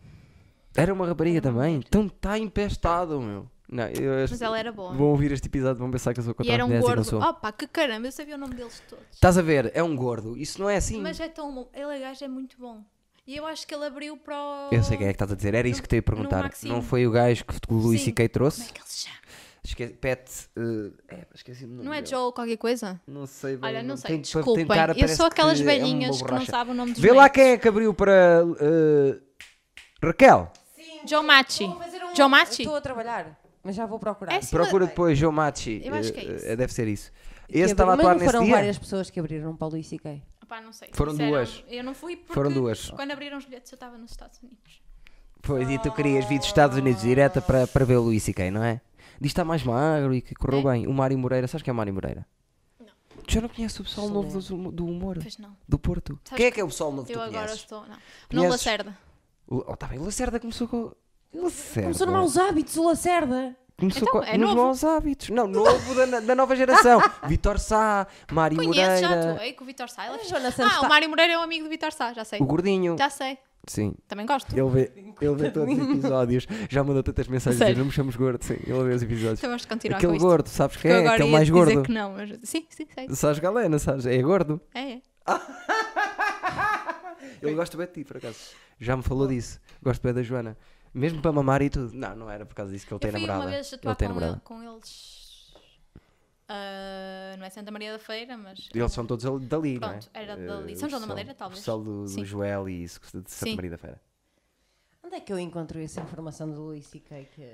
S1: Era uma rapariga também? Então está empestado, meu. Não, eu acho-
S2: Mas ela era boa.
S1: Vão ouvir este episódio, vão pensar que eu sou
S2: E
S1: contra
S2: era
S1: as
S2: um
S1: mulheres e não
S2: gordo.
S1: sou.
S2: Opa, que caramba, eu sabia o nome deles todos.
S1: Estás a ver? É um gordo. Isso não é assim.
S2: Mas é tão bom. Ele, gajo, é muito bom. E eu acho que ele abriu para o.
S1: Eu sei quem é que estás a dizer. Era
S2: um
S1: isso que te ia
S2: no
S1: perguntar.
S2: Maxime.
S1: Não foi o gajo que o Luís
S2: Sim.
S1: C.K.
S2: Como é
S1: trouxe?
S2: que ele se chama?
S1: Esque... Pet... eh, é, esqueci-me o nome
S2: Não é
S1: dele.
S2: Joel qualquer coisa?
S1: Não sei. bem
S2: Olha,
S1: o
S2: não
S1: nome.
S2: sei,
S1: Tem-
S2: desculpem.
S1: tem cara,
S2: Eu
S1: parece
S2: sou
S1: que
S2: aquelas
S1: é uma
S2: velhinhas que não
S1: borracha.
S2: sabem o nome dos
S1: Vê lá
S2: meios.
S1: quem é que abriu para... eh, Raquel,
S2: Joe Machi.
S3: Vou fazer
S1: é-
S3: um-
S2: Joe Machi?
S3: Estou a trabalhar, mas já vou procurar.
S2: É sim.
S1: procura depois Joe Machi.
S2: Eu acho que é
S1: Eh,
S2: isso. é
S1: eh, Deve ser isso.
S3: Que
S1: Esse estava a
S3: abri-
S1: atuar
S3: Mas não
S1: nesse
S3: foram
S1: dia? É
S3: várias pessoas que abriram um para o Luís Siquei.
S2: Opá, não sei.
S1: Foram
S2: Disseram-
S1: duas.
S2: Eu não fui porque
S1: Foram duas.
S2: quando abriram os bilhetes eu estava nos Estados Unidos.
S1: Pois, e tu querias vir dos Estados Unidos direta para, para ver o Luís C.K., não é? Diz que está mais magro e que correu
S2: Né?
S1: bem. O Mário Moreira, sabes quem é o Mário Moreira? Não. Tu já não conheces o pessoal novo do, do humor?
S2: Pois não.
S1: Do Porto?
S2: Sabes
S1: quem é que é o pessoal novo que
S2: Eu
S1: tu
S2: agora
S1: conheces?
S2: estou. Não, não
S1: Conheces?
S2: Lacerda.
S1: O- Oh, tá bem, o Lacerda começou com... Lacerda.
S3: Começou no maus hábitos, o Lacerda.
S1: Começou
S2: Então,
S1: com
S2: é
S1: nos
S2: novo.
S1: maus hábitos. Não, novo da, da nova geração. Vitor Sá, Mário
S2: Conheço, já
S1: Moreira,
S2: atuei com o Vitor Sá. Ele é
S3: Ah,
S2: fixe.
S3: Joana Santos
S2: Ah,
S3: tá-
S2: o Mário Moreira é um amigo do Vitor Sá, já sei.
S1: o Gordinho.
S2: Já sei.
S1: Sim.
S2: Também gosto.
S1: Ele vê, ele vê todos os episódios. Já mandou tantas mensagens a dizer,
S2: Sério?
S1: não me chamas gordo. Sim, ele vê os episódios.
S2: Então vamos continuar
S1: Aquele
S2: com isto.
S1: gordo, sabes
S2: Porque
S1: quem
S2: eu
S1: é?
S2: agora
S1: Aquele
S2: ia
S1: mais
S2: dizer
S1: gordo.
S2: que não, mas... Sim, sim, sei.
S1: Sabes galena, sabes? É gordo.
S2: É, é.
S1: Ele gosta bem de ti, por acaso. Já me falou disso. Gosto bem da Joana. Mesmo para mamar e tudo. Não, não era por causa disso que ele tem
S2: eu fui
S1: namorada.
S2: uma vez
S1: ele
S2: atuar
S1: tem
S2: com,
S1: namorada.
S2: ele- com eles... ah, não é Santa Maria da Feira, mas...
S1: Eles são todos ali- dali, não é?
S2: Pronto, era
S1: Eh,
S2: dali.
S1: o
S2: São João da
S1: pessoal-
S2: Madeira, talvez.
S1: O pessoal do, do
S2: Sim.
S1: Joel e isso, de Santa
S2: Sim.
S1: Maria da Feira.
S3: Onde é que eu encontro essa informação do Luís Siquei? Que...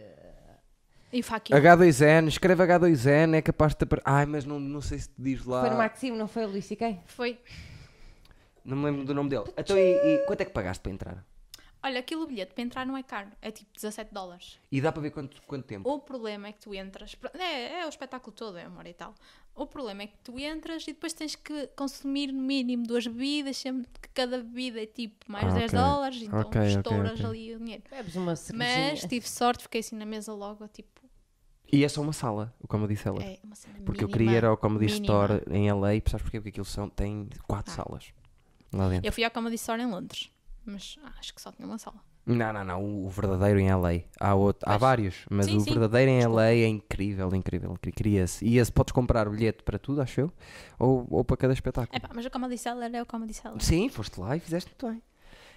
S2: E o Faki.
S1: H2N, escreve H2N, é capaz de te apar- Ai, mas não, não sei se te diz lá.
S3: Foi no Maxime, não foi o Luís Siquei?
S2: Foi.
S1: Não me lembro do nome dele. Então, e, e quanto é que pagaste para entrar?
S2: Olha, aquilo bilhete para entrar não é caro. É tipo 17 dólares.
S1: E dá para ver quanto, quanto tempo?
S2: O problema é que tu entras... É, é o espetáculo todo, é amor e tal. O problema é que tu entras e depois tens que consumir no mínimo duas bebidas, sendo que cada bebida é tipo mais
S1: Ah,
S2: 10
S1: ok.
S2: dólares, então
S1: Ok, ok,
S2: estouras
S1: ok.
S2: ali o dinheiro.
S3: Bebes uma cervejinha.
S2: Mas tive sorte, fiquei assim na mesa logo, tipo,
S1: E é só uma sala, o Comedy Cellar.
S2: é uma cena
S1: Porque eu
S2: mínima,
S1: queria ir ao Comedy
S2: mínima.
S1: Store em LA, sabes porquê? Porque aquilo são, tem quatro
S2: Ah.
S1: salas lá dentro.
S2: Eu fui ao Comedy Store em Londres, mas ah, acho que só tinha uma sala.
S1: Não, não, não, o- o verdadeiro em LA. Há, outro, há
S2: Pois.
S1: vários, mas
S2: Sim,
S1: o
S2: sim.
S1: verdadeiro em
S2: Desculpa.
S1: LA é incrível, incrível. incri- Cria-se. E esse podes comprar o bilhete para tudo, acho eu, ou, ou para cada espetáculo.
S2: Epá, mas o Comedy Cellar é o Comedy Cellar.
S1: Sim, foste lá e fizeste muito bem.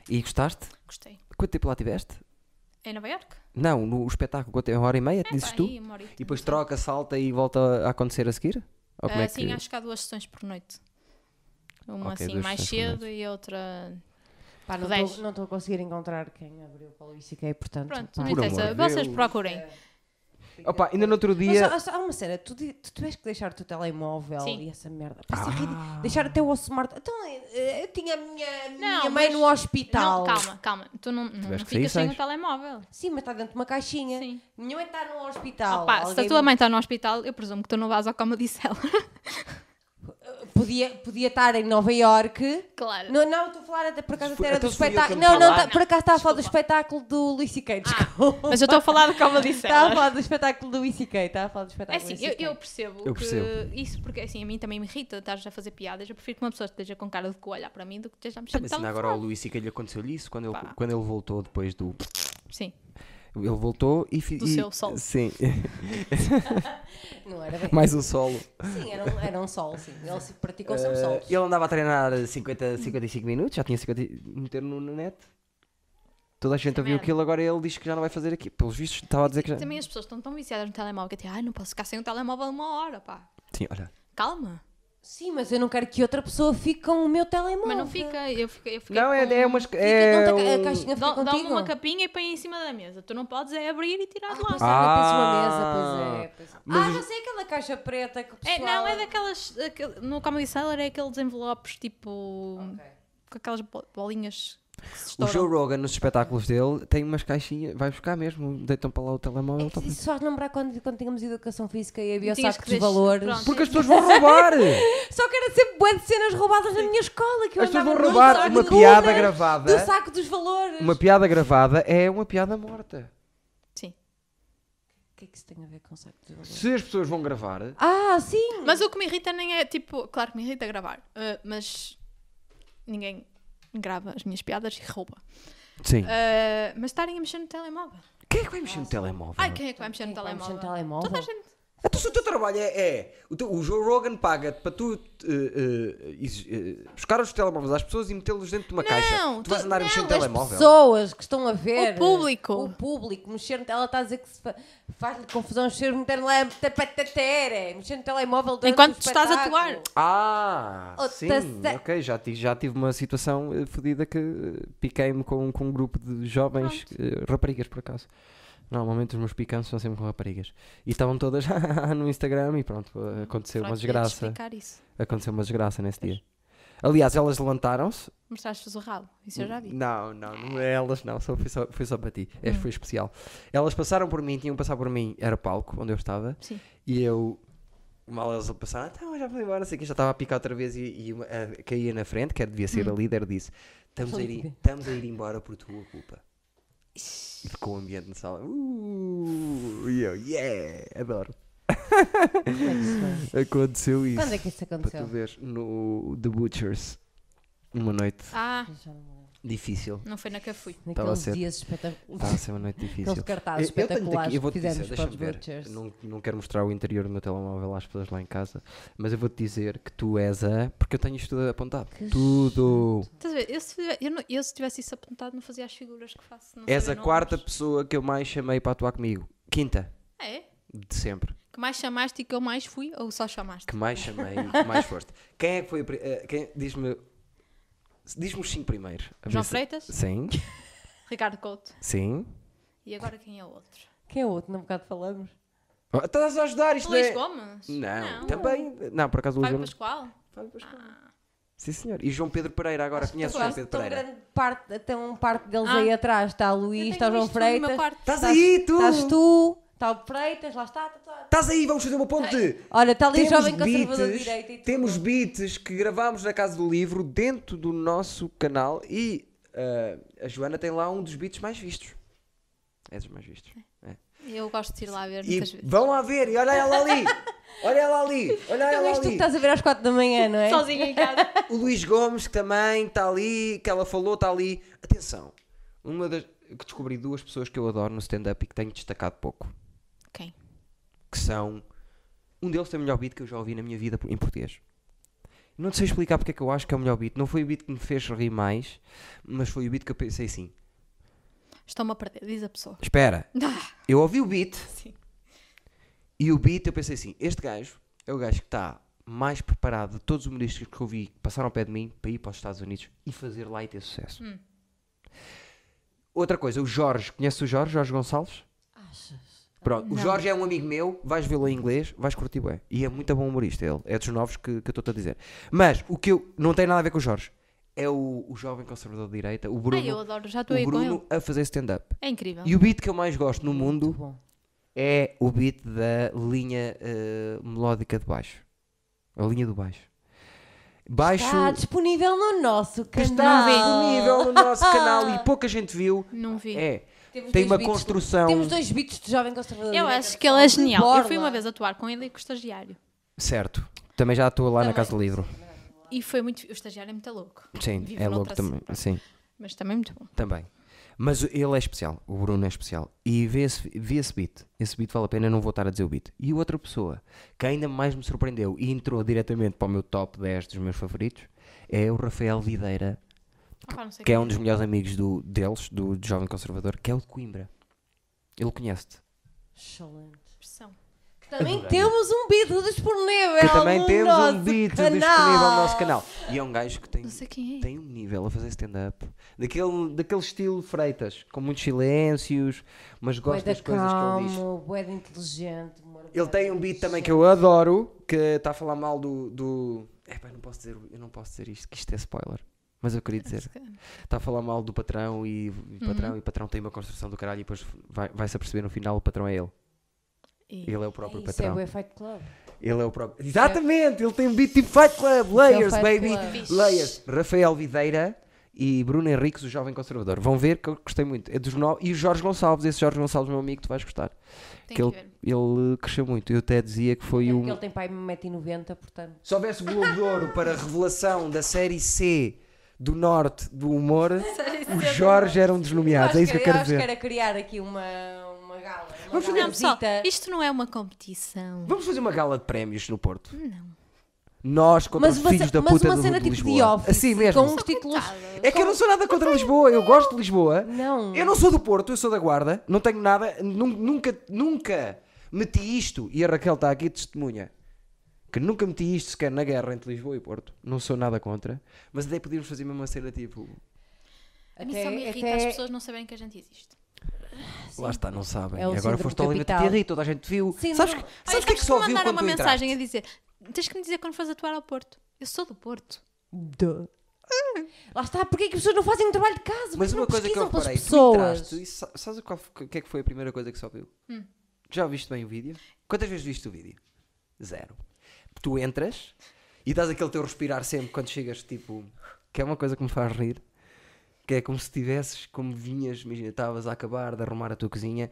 S1: E gostaste?
S2: Gostei.
S1: Quanto tempo lá tiveste?
S2: Em Nova York?
S1: Não, no espetáculo, quanto tempo? Uma hora e meia, dizes tu?
S2: uma horita,
S1: E depois
S2: não sei.
S1: troca, salta e volta a acontecer a seguir? Ou como
S2: Ah,
S1: é que...
S2: Sim, acho que há duas sessões por noite. Uma
S1: Ok,
S2: assim
S1: duas
S2: mais
S1: sessões por
S2: cedo e outra.
S3: Pá, não
S2: Dez.
S3: tô- não estou a conseguir encontrar quem abriu o Paulo e Siquei, portanto. tá.
S2: Pronto,
S3: pá,
S2: não
S1: Por
S2: interessa.
S1: amor de
S2: Vocês
S1: Deus.
S2: procurem.
S1: Opa, ainda no outro
S3: Mas
S1: dia...
S3: há- há, há uma cena, tu, di- tu tens que deixar o teu telemóvel
S2: Sim.
S3: e essa merda. Pá,
S1: Ah.
S3: isso é ridículo. Deixar até o smart. Então, eh, eu tinha a minha, a minha
S2: Não,
S3: mãe
S2: mas-
S3: no hospital.
S2: Não, calma, calma. Tu não, não,
S1: Tiveste que
S2: não
S1: sair
S2: ficas sem o
S1: seis.
S2: telemóvel.
S3: Sim, mas está dentro de uma caixinha.
S2: Sim.
S3: Minha mãe está no hospital.
S2: Opa, se a
S3: Alguém-
S2: tua mãe está no hospital, eu presumo que tu não vás ao Comedy Cellar.
S3: Podia, podia estar em Nova Iorque.
S2: Claro.
S3: Não, não, estou a falar até por acaso
S1: Foi-
S3: até era do
S1: então fui eu que
S3: espetáculo.
S1: me
S3: Não, não,
S1: falaram.
S3: tá- por acaso estava a falar do espetáculo do Luís
S2: Ah,
S3: Siquei. desculpa.
S2: Mas eu estou a falar do Comedy
S3: Estava a
S2: Cellar.
S3: falar do espetáculo do Luís Siquei. Estava a falar do
S2: tá. É
S3: espetáculo
S2: assim,
S3: do
S2: eu,
S3: Luís
S2: eu percebo
S1: Eu
S2: que
S1: percebo.
S2: isso, porque assim, a mim também me irrita estar a fazer piadas. Eu prefiro que uma pessoa esteja com cara de que olhar para mim do que esteja a mexer no
S3: Então
S1: Mas ainda Tipo, é agora ao
S2: telemóvel.
S1: Luís e que lhe aconteceu-lhe isso quando ele,
S2: Pá.
S1: quando ele voltou depois do...
S2: Sim.
S1: Ele voltou e... fi-
S2: Do
S1: e-
S2: seu solo.
S1: Sim,
S3: Siquei. Não era bem.
S1: mais um solo.
S3: Sim, era um, era um sol, sim. Ele se praticou
S1: Eh,
S3: sempre sol.
S1: ele andava a treinar 50, 55 minutos, já tinha 50 e- meter no na net. Toda a gente ouviu
S2: merda.
S1: aquilo, agora ele diz que já não vai fazer aqui. Pelos vistos, estava a dizer que já.
S2: Também as pessoas estão tão viciadas no telemóvel que até, ai, não posso ficar sem o telemóvel uma hora, pá.
S1: Sim, olha.
S2: Calma.
S3: Sim, mas eu não quero que outra pessoa fique com o meu telemóvel.
S2: Mas não fica, eu fiquei. Eu fiquei
S1: Não, é,
S2: com-
S1: é umas.
S3: Fica,
S1: É,
S3: não te- a
S1: um-
S3: caixinha fica
S2: Dá- Dá-me
S3: contigo. Ah,
S2: uma capinha e põe em cima da mesa. Tu não podes é abrir e tirar de lá.
S3: Pois olha, tens uma
S1: Ah.
S3: mesa, pois é. Pois é.
S1: Mas
S3: ah,
S1: os-
S3: não sei aquela caixa preta que o pessoal...
S2: É, não, é daquelas. aquele- no Comedy Cellar é aqueles envelopes tipo.
S3: Ok.
S2: com aquelas bo- bolinhas que se
S1: O
S2: estouram.
S1: Joe Rogan, nos espetáculos dele, tem umas caixinhas. Vai buscar mesmo, deitam para lá o telemóvel.
S3: É que
S1: tá bem.
S3: isso faz lembrar quando, quando tínhamos educação física e havia
S2: Tinhas
S3: sacos
S2: que
S3: de
S2: deixar-
S3: valores.
S2: pronto.
S1: Porque as pessoas vão roubar! As
S3: Só que era sempre bué de cenas roubadas na minha escola. Que eu
S1: pessoas
S3: andava
S1: vão
S3: no
S1: roubar
S3: saco
S1: uma
S3: de
S1: piada
S3: runas Do
S1: gravada.
S3: saco dos valores.
S1: Uma piada gravada é uma piada morta.
S2: Sim.
S3: O que é que isso tem a ver com saco dos valores?
S1: Se as pessoas vão gravar,
S3: Ah, sim.
S2: Mas o que me irrita nem é tipo. Claro que me irrita gravar, eh, mas. ninguém grava as minhas piadas e rouba.
S1: sim.
S2: Eh, mas estarem a mexer no telemóvel.
S1: Quem é que vai mexer no telemóvel?
S2: Ai, quem é que vai mexer no
S3: Quem é que vai mexer
S2: telemóvel?
S3: no telemóvel?
S2: Toda a gente.
S1: Então se o teu trabalho é, é- o, teu, o Joe Rogan paga-te para tu eh, eh, exi- eh, buscar os telemóveis às pessoas e metê-los dentro de uma caixa. Tu
S2: tu-
S1: vais andar a
S2: não,
S1: mexer no
S2: as
S1: telemóvel.
S3: pessoas que estão a ver.
S2: O público.
S3: O público. Mexer no Ela está a dizer que se fa- faz-lhe confusão mexer no telemóvel. Mexer no telemóvel durante
S2: Enquanto
S3: o
S2: tu estás a
S3: espetáculo.
S2: atuar.
S1: Ah,
S3: Oh,
S1: sim,
S3: tá certo.
S1: ok, já tive, já tive uma situação eh, fodida que eh, piquei-me com, com um grupo de jovens, eh, raparigas por acaso. Normalmente os meus picantes são sempre com raparigas. E estavam todas no Instagram e pronto, eh, aconteceu uma
S2: Pronto, ia-te
S1: desgraça.
S2: explicar isso.
S1: Aconteceu uma desgraça nesse dia. Aliás, elas levantaram-se
S2: Mostraste-vos o rabo. Isso eu já vi.
S1: Não, não, não é elas, não. Só foi, só, foi só para ti. Este foi especial. Elas passaram por mim, tinham passado por mim, era o palco onde eu estava,
S2: Sim.
S1: e eu. Mal elas passaram, então já fui embora, não sei o que, já estava a picar outra vez e, e uma- a- caía na frente, que é, devia ser a líder, disse: estamos a, ir, estamos a ir embora por tua culpa. E ficou o ambiente na sala. Uh, e eu, yeah, adoro.
S3: Como é que se faz?
S1: Aconteceu isso.
S3: Quando é que isso
S1: Para tu
S3: aconteceu?
S1: ver, no The Butchers, uma noite
S2: Ah,
S3: Já não me lembro.
S1: difícil.
S2: não foi na que eu fui.
S1: Estava a
S3: Naqueles
S1: ser-
S3: dias espetaculares.
S1: Estava a ser uma noite difícil.
S3: Aqueles cartazes
S1: Eu- eu tenho
S3: espetaculares
S1: daqui- eu
S3: que
S1: vou-te dizer,
S3: fizemos para
S1: deixa-me
S3: os
S1: ver.
S3: Butchers.
S1: Não, não quero mostrar o interior do meu telemóvel às pessoas lá em casa, mas eu vou-te dizer que tu és a. Porque eu tenho isto tudo apontado.
S3: Que
S1: tudo!
S2: Estás a ver? Eu se, tiver- eu, não- eu se tivesse isso apontado, não fazia as figuras que faço. Não
S1: És a
S2: sabia
S1: quarta
S2: nomes.
S1: pessoa que eu mais chamei para atuar comigo. Quinta,
S2: É?
S1: de sempre.
S2: Que mais chamaste e que eu mais fui ou só chamaste?
S1: Que mais chamei e que mais foste. Quem é que foi. a pri- eh, quem, diz-me. Diz-me os cinco primeiros. A
S2: João
S1: ver se-
S2: Freitas,
S1: Sim,
S2: Ricardo Couto.
S1: sim.
S2: E agora quem é o outro?
S3: Quem é o outro? Num bocado falamos.
S1: Oh, Estás a ajudar isto,
S2: Luís
S1: não é?
S2: Gomes?
S1: Não, também. Não, por acaso o Luís
S2: Fábio
S1: Gomes.
S2: Pascoal?
S1: Fábio Pascoal.
S2: Ah.
S1: Sim, senhor. E João Pedro Pereira agora. Conheces João
S3: Quase
S1: Pedro
S3: tão
S1: Pereira?
S3: grande parte, tem um parte deles
S2: Ah.
S3: aí atrás. Está a
S2: Eu
S3: Luís,
S2: tenho
S3: está o João
S2: isto tudo no meu
S3: Freitas.
S2: quarto.
S1: Estás aí, tu!
S3: Estás tu, Está o Freitas, lá está. tá, tá.
S1: Estás aí, vamos fazer uma ponte!
S3: Olha, está ali o
S1: Temos
S3: jovem conservador de
S1: beats,
S3: direita e tudo.
S1: temos beats que gravámos na Casa do Livro dentro do nosso canal e ah, a Joana tem lá um dos beats mais vistos. É dos mais vistos. É.
S2: Eu gosto de ir lá ver
S1: E
S2: muitas vezes.
S1: vão lá ver, e olha ela ali! Olha ela ali! Olha
S3: Então
S1: ela
S3: és tu que
S1: ali!
S3: estás a ver às 4 da manhã, não é?
S2: Sozinha em casa.
S1: O Luís Gomes que também está ali, que ela falou, está ali. Atenção, uma das. que descobri duas pessoas que eu adoro no stand-up e que tenho destacado pouco.
S2: Quem?
S1: que são. Um deles tem o melhor beat que eu já ouvi na minha vida em português. Não te sei explicar porque é que eu acho que é o melhor beat. Não foi o beat que me fez rir mais, mas foi o beat que eu pensei assim:
S2: Estou-me a perder, diz a pessoa.
S1: espera, eu ouvi o beat
S2: Ah. Sim.
S1: e o beat eu pensei assim: este gajo é o gajo que está mais preparado de todos os humoristas que eu vi que passaram ao pé de mim para ir para os Estados Unidos e fazer lá e ter sucesso.
S2: Hum.
S1: Outra coisa, o Jorge, conhece o Jorge, Jorge Gonçalves?
S3: Achas?
S1: Pronto, o
S2: Não.
S1: Jorge é um amigo meu, vais vê-lo em inglês, vais curtir bem. E é muito bom humorista, ele é dos novos que, que eu estou a dizer. Mas o que eu. Não tem nada a ver com o Jorge. É o, o jovem conservador de direita, o Bruno,
S2: Ai, eu adoro, já estou aí
S1: o
S2: com ele.
S1: Bruno a fazer stand-up.
S2: É incrível.
S1: E o beat que eu mais gosto no mundo
S3: Bom.
S1: é o beat da linha eh, melódica de baixo. A linha do baixo. Baixo
S3: Está disponível no nosso
S1: que
S3: canal.
S1: está disponível no nosso canal e pouca gente viu.
S2: Não vi.
S1: É.
S3: Temos
S1: Tem
S3: dois
S1: uma
S3: beats de-
S1: construção.
S3: Temos dois beats de jovem conservador. de
S2: Eu
S3: direita,
S2: acho que ele é
S3: de
S2: genial. Eu fui
S3: borla.
S2: uma vez atuar com ele e com o estagiário.
S1: Certo. Também já estou lá na
S2: Também.
S1: Casa do Livro.
S2: E foi muito. O estagiário é muito louco.
S1: Sim,
S2: Vive
S1: é
S2: noutra
S1: louco também.
S2: cena.
S1: Sim.
S2: Mas também é muito bom.
S1: Também. Mas ele é especial, o Bruno é especial. E vê esse, vê esse beat. Esse beat vale a pena, eu não vou estar a dizer o beat. E outra pessoa que ainda mais me surpreendeu e entrou diretamente para o meu top 10 dos meus favoritos é o Rafael Videira,
S2: Opa, não sei
S1: que é
S2: quem
S1: um dos melhores amigos do, deles, do Jovem Conservador, que é o de Coimbra. Ele conhece-te. um
S3: Excelente.
S2: expressão.
S3: Também temos um beat disponível.
S1: Que também
S3: no
S1: temos
S3: É nosso
S1: um beat
S3: canal.
S1: disponível no nosso canal. E é um gajo que tem,
S2: Não sei quem é.
S1: tem um nível a fazer stand-up. Daquele, daquele estilo Freitas, com muitos silêncios, mas gosto
S3: Bué
S1: das
S3: de
S1: coisas que ele diz.
S3: calmo, bué de inteligente. humor
S1: Ele
S3: bué
S1: tem
S3: de
S1: um beat também que
S3: inteligente.
S1: eu adoro, que está a falar mal do. do... Epá, eu não posso dizer, eu não posso dizer isto, que isto é spoiler. Mas eu queria dizer. Está a falar mal do patrão e,
S3: Uhum.
S1: e patrão e patrão tem uma construção do caralho e depois vai- vai-se a perceber no final o patrão é ele.
S2: E-
S1: Ele é o próprio
S3: É isso, é
S1: patrão.
S3: bué Fight Club.
S1: Ele é o próprio. Exatamente! Ele tem um beat tipo Fight Club, Layers,
S3: é Fight
S1: baby!
S3: Club.
S1: Layers! Rafael Videira e Bruno Henriques, o jovem conservador. Vão ver que eu gostei muito. É dos no... E o Jorge Gonçalves, esse Jorge Gonçalves, meu amigo, tu vais gostar. que
S2: Tem que
S1: ele,
S2: ver.
S1: ele cresceu muito. Eu até dizia que foi
S3: É
S1: um.
S3: porque ele tem pai 1,90m, portanto.
S1: Se houvesse o Globo de Ouro para a revelação da série C do Norte do Humor,
S2: é
S1: o Jorge era um dos nomeados. É isso que eu quero
S3: acho que
S1: dizer.
S3: era criar aqui uma, uma gala. Uma
S1: Vamos fazer-
S2: Não, um pessoal,
S3: galazita.
S2: isto não é uma competição.
S1: Vamos fazer uma gala de prémios no Porto? Não. Nós contra
S3: Mas
S1: os
S3: uma,
S1: filhos
S3: ce-
S1: da
S3: mas
S1: puta
S3: uma
S1: do,
S3: cena
S1: de
S3: tipo
S1: Lisboa.
S3: de office.
S1: assim mesmo.
S3: Com os títulos.
S1: É que eu não sou nada contra Lisboa, eu gosto de Lisboa.
S3: Não.
S1: Eu não sou do Porto, eu sou da Guarda, não tenho nada, nu- nunca, nunca meti isto, e a Raquel está aqui testemunha, que nunca meti isto sequer na guerra entre Lisboa e Porto, não sou nada contra, mas até podíamos fazer mesmo uma cena tipo,
S2: A mim só me irrita as pessoas não saberem que a gente existe.
S1: lá está, não sabem,
S3: É o
S1: agora
S3: síndrome
S1: foste ao limite
S3: capital.
S1: de toda a gente viu,
S3: Síndrome-
S1: sabes, que- sabes o que é que só viu
S2: mandaram
S1: quando
S2: uma
S1: tu
S2: mensagem a
S1: entraste?
S2: dizer: tens que me dizer quando fores atuar ao Porto. Eu sou do Porto.
S3: Duh. Lá está, porque é que as pessoas não fazem o trabalho de casa?
S1: Mas
S3: Porque
S1: uma
S3: não
S1: coisa que eu
S3: pesquisam pelas
S1: reparei, tu
S3: pessoas.
S1: entraste, e sa- sabes o qual f- o que é que foi a primeira coisa que só viu? Já viste bem o vídeo? Quantas vezes viste o vídeo? Zero. Tu entras e dás aquele teu respirar sempre quando chegas, tipo, que é uma coisa que me faz rir, que é como se tivesses, como vinhas, imagina, estavas a acabar de arrumar a tua cozinha,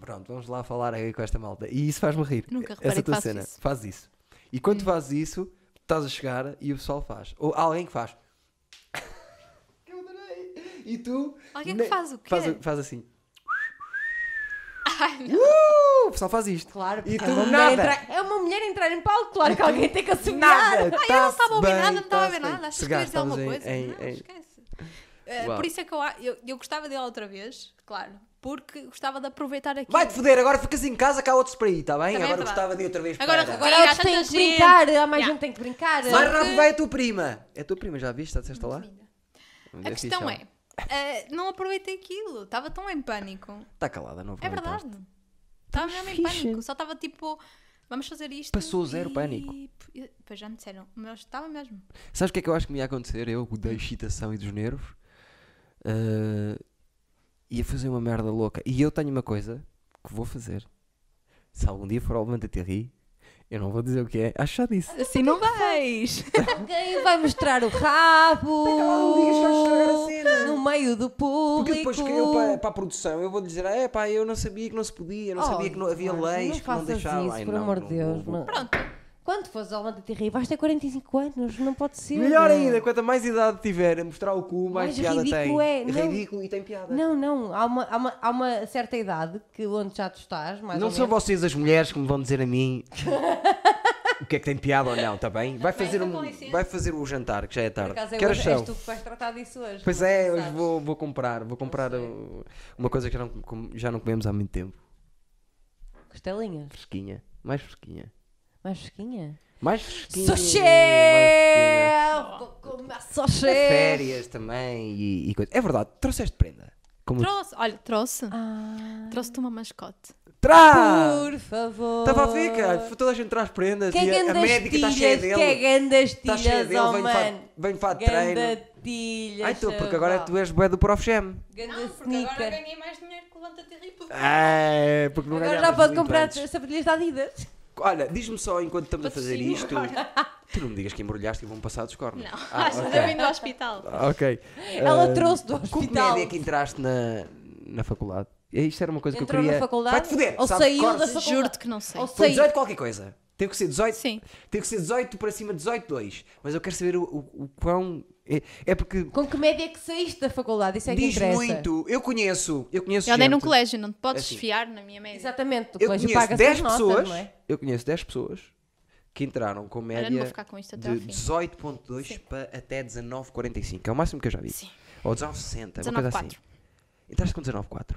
S1: pronto, vamos lá falar aí com esta malta. E isso faz-me rir.
S2: Nunca reparei
S1: Essa
S2: que
S1: tua
S2: faço
S1: cena.
S2: isso.
S1: Faz isso. E quando fazes isso, estás a chegar e o pessoal faz. Ou há alguém que faz. Eu adorei. E tu.
S2: Alguém que
S1: ne-
S2: faz o quê?
S1: Faz, faz assim.
S2: Ai, não.
S1: Uh, o pessoal faz isto.
S3: Claro,
S1: E
S3: porque
S1: tu
S3: é uma, mulher
S1: nada.
S3: entrar, é uma mulher entrar em palco, claro que alguém tem que assumir.
S1: Nada.
S2: Ah, eu não
S1: tá-se
S2: estava a ouvir
S1: Tá bem,
S2: nada, não estava a
S1: tá-se
S2: ver
S1: bem.
S2: nada. Achas
S1: Se
S2: que eu ia dizer
S1: gastamos
S2: alguma
S1: em-
S2: coisa?
S1: em-
S2: não,
S1: em-
S2: esquece. Eh,
S1: Uau.
S2: por isso é que eu, a- eu, eu gostava dele outra vez, claro, porque gostava de aproveitar aqui.
S1: Vai-te foder, agora ficas em casa, cá há outros para aí, está bem?
S2: Também é
S1: agora
S2: verdade.
S1: gostava de ir outra vez
S2: Agora
S1: para.
S2: agora-
S3: Agora eles
S2: há
S3: têm
S2: tanta
S3: que
S2: gente.
S3: brincar, há mais
S2: Yeah.
S3: gente que tem que brincar.
S1: Mais
S2: Só
S1: rápido,
S2: que-
S1: vai a tua prima. É a tua prima, já viste? Está lá?
S2: A questão é, eh, não aproveitei aquilo, estava tão em pânico.
S1: Está Tá calada, não
S2: É verdade. Estava mesmo em
S1: fixe.
S2: pânico, só estava tipo, vamos fazer isto.
S1: Passou zero
S2: e-
S1: pânico.
S2: e- Pois já me disseram, mas estava mesmo.
S1: Sabes o que é que eu acho que me ia acontecer? Eu, da excitação e dos nervos, ah, ia fazer uma merda louca. E eu tenho uma coisa que vou fazer, Se algum dia for ao Mandaterri, eu não vou dizer o que é, acho que já disse.
S2: Assim não vais.
S3: Alguém vai mostrar o rabo.
S1: lá, digas, vais estragar a cena.
S3: No meio do público.
S1: Porque depois que eu é para, para a produção, eu vou dizer, ah, é pá, eu não sabia que não se podia, eu não
S3: Oh,
S1: sabia que não havia
S3: Marcos,
S1: leis
S3: não
S1: que não
S3: faças
S1: deixavam.
S3: Isso,
S1: Ai,
S3: por
S1: não,
S3: amor
S1: não
S3: de Deus.
S1: vou-
S3: não. Quando fores ao Landa Terri, vais ter 45 anos, não pode ser.
S1: Melhor ainda, quanto mais idade tiver a mostrar o cu, mais,
S3: Mais
S1: piada
S3: ridículo
S1: tem.
S3: é, não.
S1: ridículo e tem piada.
S3: Não, não, há uma, há uma, há uma certa idade que onde já tu estás, mais
S1: Não
S3: ou
S1: são
S3: menos.
S1: vocês as mulheres que me vão dizer a mim o que é que tem piada ou não, está bem? Vai fazer,
S2: então,
S1: um,
S2: com licença.
S1: vai fazer o jantar, que já é
S3: Por
S1: tarde.
S3: acaso,
S1: Que
S3: é
S1: horas
S3: hoje, és
S1: são?
S3: tu que vais tratar disso hoje.
S1: Pois
S3: não
S1: é, hoje
S3: sabes.
S1: vou, vou comprar. Vou comprar
S3: sei.
S1: uh, uma coisa que já não, com- já não comemos há muito tempo.
S3: Costelinhas,
S1: Fresquinha. Mais fresquinha.
S3: mais fresquinha.
S1: Mais fresquinha.
S3: Sou
S1: mais fresquinha.
S3: chefe! Vou comer só chefe!
S1: É Férias também e, e coisa. É verdade, trouxeste prenda. Como
S2: Trouxe, olha, trouxe.
S3: Ah,
S2: Trouxe-te uma mascote.
S1: Traz!
S3: por favor!
S1: Estava a ver, cara. Toda a gente traz prendas
S3: Que é
S1: e a- a,
S3: grandas
S1: médica está cheia
S3: tilhas,
S1: dele.
S3: que é grandas
S1: Está cheia
S3: tilhas,
S1: dele,
S3: oh
S1: vem,
S3: mano!
S1: para, vem para treino.
S3: Ganda tilhas,
S1: Ai, tu, porque agora tu é- és bué do Prof Jam.
S3: Ganda sneaker.
S2: ganhei mais dinheiro que levanta-te e
S1: É, porque não
S3: Agora já
S1: ganhavas
S3: pode
S1: muito
S3: comprar
S1: antes.
S3: sapatilhas da Adidas.
S1: Olha, diz-me só enquanto estamos a fazer
S2: Patrocínio
S1: isto. Tu não me digas que embrulhaste e vão passar dos cornos.
S2: Não,
S1: Ah,
S2: acho que
S1: ok.
S2: eu vim do hospital.
S1: Ok.
S3: Ela
S1: Ah,
S3: trouxe do
S1: Com que
S3: hospital.
S1: média que entraste na, na faculdade? Eh, Isto era uma coisa que eu
S3: Entrou
S1: queria.
S3: na faculdade?
S1: Vai-te foder,
S3: Ou
S1: sabe,
S3: saiu da
S1: cortes.
S3: faculdade?
S2: Juro-te que não sei.
S3: Ou
S1: Foi
S3: sei,
S1: 18 qualquer coisa. Teve que ser 18.
S2: Sim.
S1: Teve que ser 18 para cima, 18, 2. Mas eu quero saber o, o, o quão. É, é porque
S3: com que média que saíste da faculdade? Isso é que
S1: diz
S3: interessa.
S1: muito. Eu conheço. Eu conheço.
S2: Eu andei num
S1: gente-
S2: colégio, não te podes
S1: Assim.
S2: fiar na minha média.
S3: Exatamente, o
S1: Eu
S3: colégio
S1: conheço
S3: paga 10
S1: 10
S3: notas,
S1: pessoas.
S3: não é?
S1: Eu conheço 10 pessoas que entraram com média
S2: não vou ficar com isto até ao
S1: de
S2: fim.
S1: 18.2 para até 19.45. É o máximo que eu já vi.
S2: Sim.
S1: Ou 19.60, uma coisa assim.
S2: 19.4.
S1: Entraste com 19.4.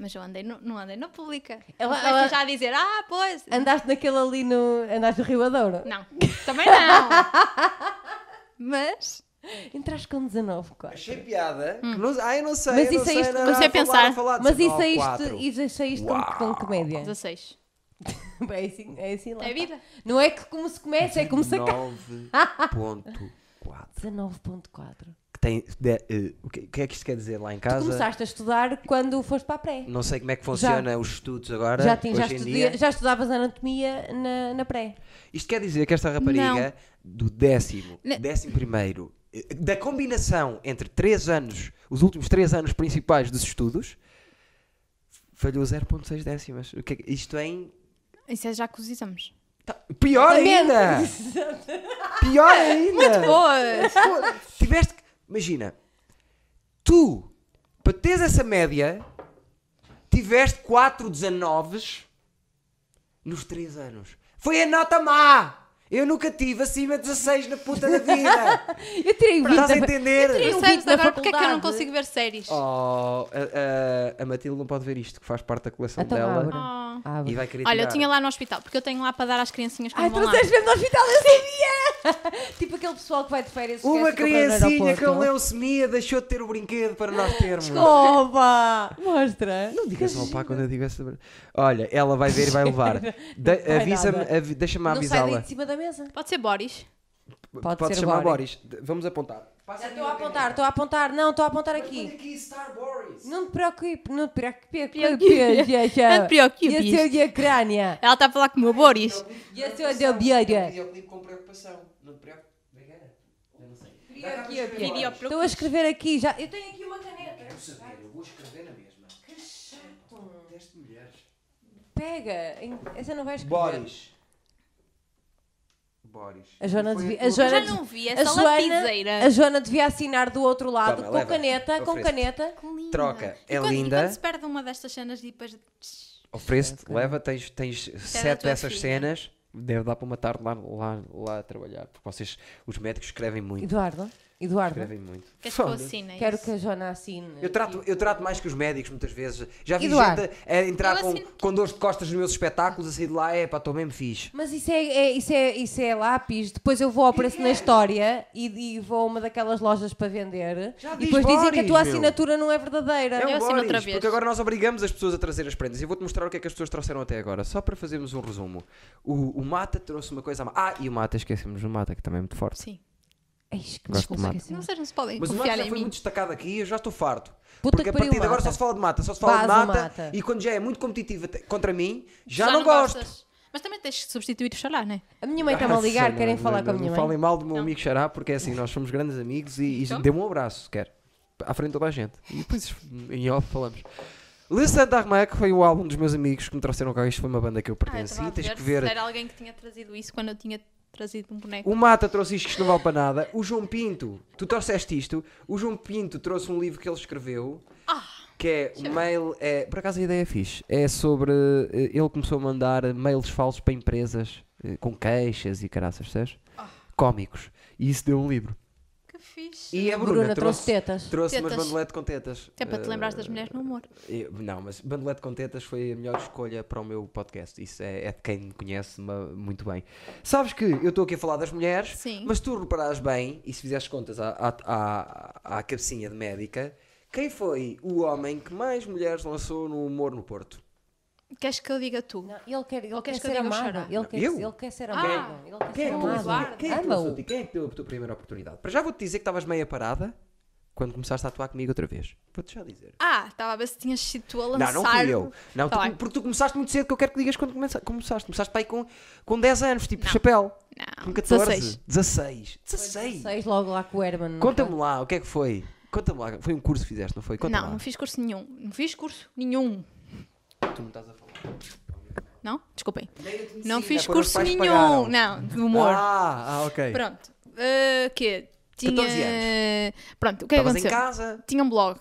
S2: Mas eu andei, no, não andei na pública.
S3: Ela-
S2: Ela,
S3: ela-
S2: já a dizer, ah, pois.
S3: Andaste naquele ali no. Andaste no Rio Adouro.
S2: Não, também não. Mas,
S3: Entraste com 19, quase.
S1: Achei piada.
S2: Hum.
S1: que Não, ah, eu não sei.
S3: Mas é
S1: eu
S3: e
S1: não sei,
S3: saíste-
S1: não,
S2: comecei
S1: não, falar,
S2: a pensar.
S1: falar,
S3: Mas e
S1: 19.4.
S3: saíste, e saíste com, que- com que
S1: É.
S3: média?
S2: 16.
S3: Bem, É assim, é assim lá.
S2: É
S3: está.
S2: vida.
S3: Não é que como se começa, é como se acaba.
S1: 9.4.
S3: 19.4.
S1: Que tem, de- eh, o, que, o que é que isto quer dizer lá em
S3: Tu
S1: casa?
S3: começaste a estudar quando foste para a pré.
S1: Não sei como é que funciona os estudos agora.
S3: Já, tinha- já,
S1: hoje em
S3: estudia-
S1: dia.
S3: já estudavas anatomia na, na pré.
S1: Isto quer dizer que esta rapariga do décimo,
S2: Ne-
S1: décimo primeiro, eh, da combinação entre três anos, os últimos três anos principais dos estudos, falhou 0.6 décimas. O que é que- isto é em...
S2: Isso é já com os exames.
S1: tá- pior
S3: é
S1: ainda! Pior ainda!
S2: Pois.
S1: Pô, Tiveste que. Imagina, tu, para teres essa média, tiveste 4 19 nos 3 anos. Foi a nota má! Eu nunca tive acima de 16 na puta da vida!
S3: Eu tirei 20
S1: Estás a
S3: da-
S1: entender?
S3: Eu
S2: Percebes
S3: vi na
S2: agora porque é que eu não
S3: faculdade.
S2: consigo ver séries?
S1: Oh, a, a- a Matilde não pode ver isto, que faz parte da coleção
S3: Então
S1: dela.
S3: abre.
S2: Oh.
S1: E
S3: abre.
S1: vai querer
S2: Olha, eu
S1: tirar.
S2: tinha lá no hospital, porque eu tenho lá para dar às criancinhas quando
S3: Ai,
S2: vão lá.
S3: trouxeste mesmo no hospital, eu sabia! tipo aquele pessoal que vai de férias e esquece
S1: Uma
S3: de comprar no
S1: criancinha é com
S3: aeroporto.
S1: leucemia deixou de ter o brinquedo para nós termos.
S3: Desculpa! Mostra!
S1: Não digas ao pá quando eu digo essa. Olha, ela vai ver e vai levar. De-
S3: Não vai
S1: avisa-me,
S3: nada.
S1: avi- deixa-me
S3: Não sai daí
S1: avisá-la.
S3: de cima da mesa.
S2: Pode ser Boris.
S3: Pode
S1: Podes
S3: ser
S1: chamar
S3: Boris.
S1: Boris. De- Vamos apontar.
S3: Já estou a apontar, estou a apontar, não, estou a apontar aqui.
S1: Star Boris.
S3: Não te preocupe, não te preocupe.
S2: Preocupe. Não te preocupes.
S3: E a sua de Ucrânia.
S2: Ela está a falar com o meu Boris.
S3: E é a sua de Obiara.
S1: com preocupação. Não te preocupes. Eu não sei.
S2: Idiota.
S3: Estou a escrever aqui já. Eu tenho aqui uma caneta.
S1: Eu vou escrever na mesma.
S3: Que chato.
S1: Teste mulheres.
S3: Pega. em- Essa não vai escrever.
S1: Boris. Boris.
S3: A Joana
S1: E foi
S3: devia-
S1: tua-
S3: a Joana-
S2: Já não vi essa
S3: A
S2: lapiseira.
S3: Joana, a Joana devia assinar do outro lado,
S1: Toma,
S3: com
S1: leva.
S3: caneta, com
S1: Ofereço-te.
S3: caneta.
S2: Que linda.
S1: Troca.
S2: E
S1: É
S2: quando,
S1: linda.
S2: E quando se perde uma destas cenas e depois...
S1: Oferece-te, leva, tens, tens sete
S2: tua
S1: dessas
S2: filha.
S1: cenas. Deve dar para uma tarde lá, lá, lá a trabalhar. Porque vocês, os médicos, escrevem muito.
S3: Eduardo, Eduardo,
S1: Escrevem muito.
S2: Queres que eu
S1: Foda-se.
S2: assine É isso?
S3: quero que a Joana assine.
S1: Eu trato, eu trato mais que os médicos muitas vezes. Já vi
S3: Eduardo.
S1: gente a, a entrar
S2: Eu assim-
S1: com,
S2: assino-
S1: com dores de costas nos meus espetáculos, a sair de lá, é pá, estou mesmo fixe.
S3: Mas isso é, é- isso, é, isso é lápis. Depois eu vou ao preço na história e, e vou a uma daquelas lojas para vender.
S1: Já
S3: e
S1: diz
S3: depois dizem que a
S1: Boris,
S3: tua
S1: meu.
S3: assinatura não é verdadeira.
S1: É
S2: Eu
S1: um
S2: assino
S1: Boris,
S2: outra vez.
S1: porque agora nós obrigamos as pessoas a trazer as prendas. E eu vou-te mostrar o que é que as pessoas trouxeram até agora, só para fazermos um resumo. O, o Mata trouxe uma coisa. a ma- Ah, e o Mata, esquecemos do Mata, que também é muito forte.
S2: Sim.
S3: Eis
S1: Gosto
S3: que
S1: de
S3: desculpa,
S1: mate.
S3: esqueci.
S2: Não vocês não se podem
S1: Mas o mate
S2: confiar
S1: já
S2: em
S1: foi
S2: mim.
S1: muito destacado aqui e eu já estou farto.
S3: Puta
S1: Porque
S3: que
S1: a
S3: pariu,
S1: partir de agora
S3: mata.
S1: só se fala de mata, só se fala de
S3: Vaza,
S1: mata,
S3: mata.
S1: e quando já é muito competitivo até- contra mim, já, não, gosto.
S2: gostas. Mas também tens que substituir o xará, não é?
S3: A minha mãe está-me a ligar, querem
S1: Não,
S3: falar
S1: não,
S3: com a
S1: não
S3: minha mãe.
S1: Falem mal do meu amigo Xará, porque é assim, nós somos grandes amigos e, e
S2: Então?
S1: dê-me um abraço, se quer. À frente de toda a gente. E depois em off falamos. Le Santa Armac foi o álbum dos meus amigos que me trouxeram cá. Isto foi uma banda que Ah, eu pertenci. Tens que então ver.
S2: Se era alguém que tinha trazido isso quando eu tinha trazido um boneco.
S1: O Mata trouxe isto que isto não vale para nada. O João Pinto, tu trouxeste isto. O João Pinto trouxe um livro que ele escreveu.
S2: Ah,
S1: Que é o mail. É, por acaso a ideia é fixe. É sobre. eh, Ele começou a mandar mails falsos para empresas eh, com queixas e caraças, sabes?
S2: Ah.
S1: Cómicos. E isso deu um livro.
S2: Que fixe.
S1: E a
S3: Bruna trouxe tetas.
S1: Trouxe umas
S2: Tetas.
S1: bandelete com tetas.
S2: Até para te
S1: Eh,
S2: lembrares das mulheres no humor.
S1: eu- não, mas Bandelete com Tetas foi a melhor escolha para o meu podcast. Isso é, é de quem me conhece ma- muito bem. Sabes que eu estou aqui a falar das mulheres,
S2: Sim.
S1: mas tu reparares bem, e se fizeres contas à, à, à, à cabecinha de médica, quem foi o homem que mais mulheres lançou no humor no Porto?
S2: Queres que eu diga tu?
S3: Não, ele quer, ele quer
S2: Queres que
S3: ser
S2: eu diga o
S3: amado.
S2: xará?
S3: Ele quer,
S1: Eu?
S3: ele quer ser
S2: Ah,
S3: amado. ele quer
S1: Quem é
S3: ser
S1: que tu lançou?
S3: amado.
S2: Eduardo.
S1: Quem é que tu
S3: Ama-o.
S1: lançou? Quem é que deu a tua primeira oportunidade? Para já vou-te dizer que estavas meia parada quando começaste a atuar comigo outra vez. Vou-te já dizer.
S2: Ah, estava a ver se tinhas sido tu a
S1: Não,
S2: lançar.
S1: não fui eu. Não,
S2: Tá
S1: tu-
S2: bem.
S1: porque tu começaste muito cedo, que eu quero que digas quando começa- começaste. Começaste para aí com, com 10 anos, tipo
S2: Não.
S1: chapéu.
S2: Não,
S1: Com 14?
S2: 16.
S1: 16. 16.
S3: Seis logo lá com o Herman.
S1: Conta-me lá, o que é que foi? Conta-me lá, foi um curso que fizeste, não foi? Conta-me
S2: não,
S1: lá.
S2: não fiz curso nenhum. Não fiz curso nenhum.
S1: Tu não estás a falar.
S2: Não? Desculpem.
S1: Nem
S2: Não fiz
S1: quando é os
S2: curso
S1: pais
S2: nenhum.
S1: pagaram.
S2: Não, de humor.
S1: Ah, ah, ok.
S2: Pronto. Uh, quê? Tinha...
S1: 14
S2: Pronto, o que é que
S1: Estavas em
S2: aconteceu?
S1: casa.
S2: Tinha um blog.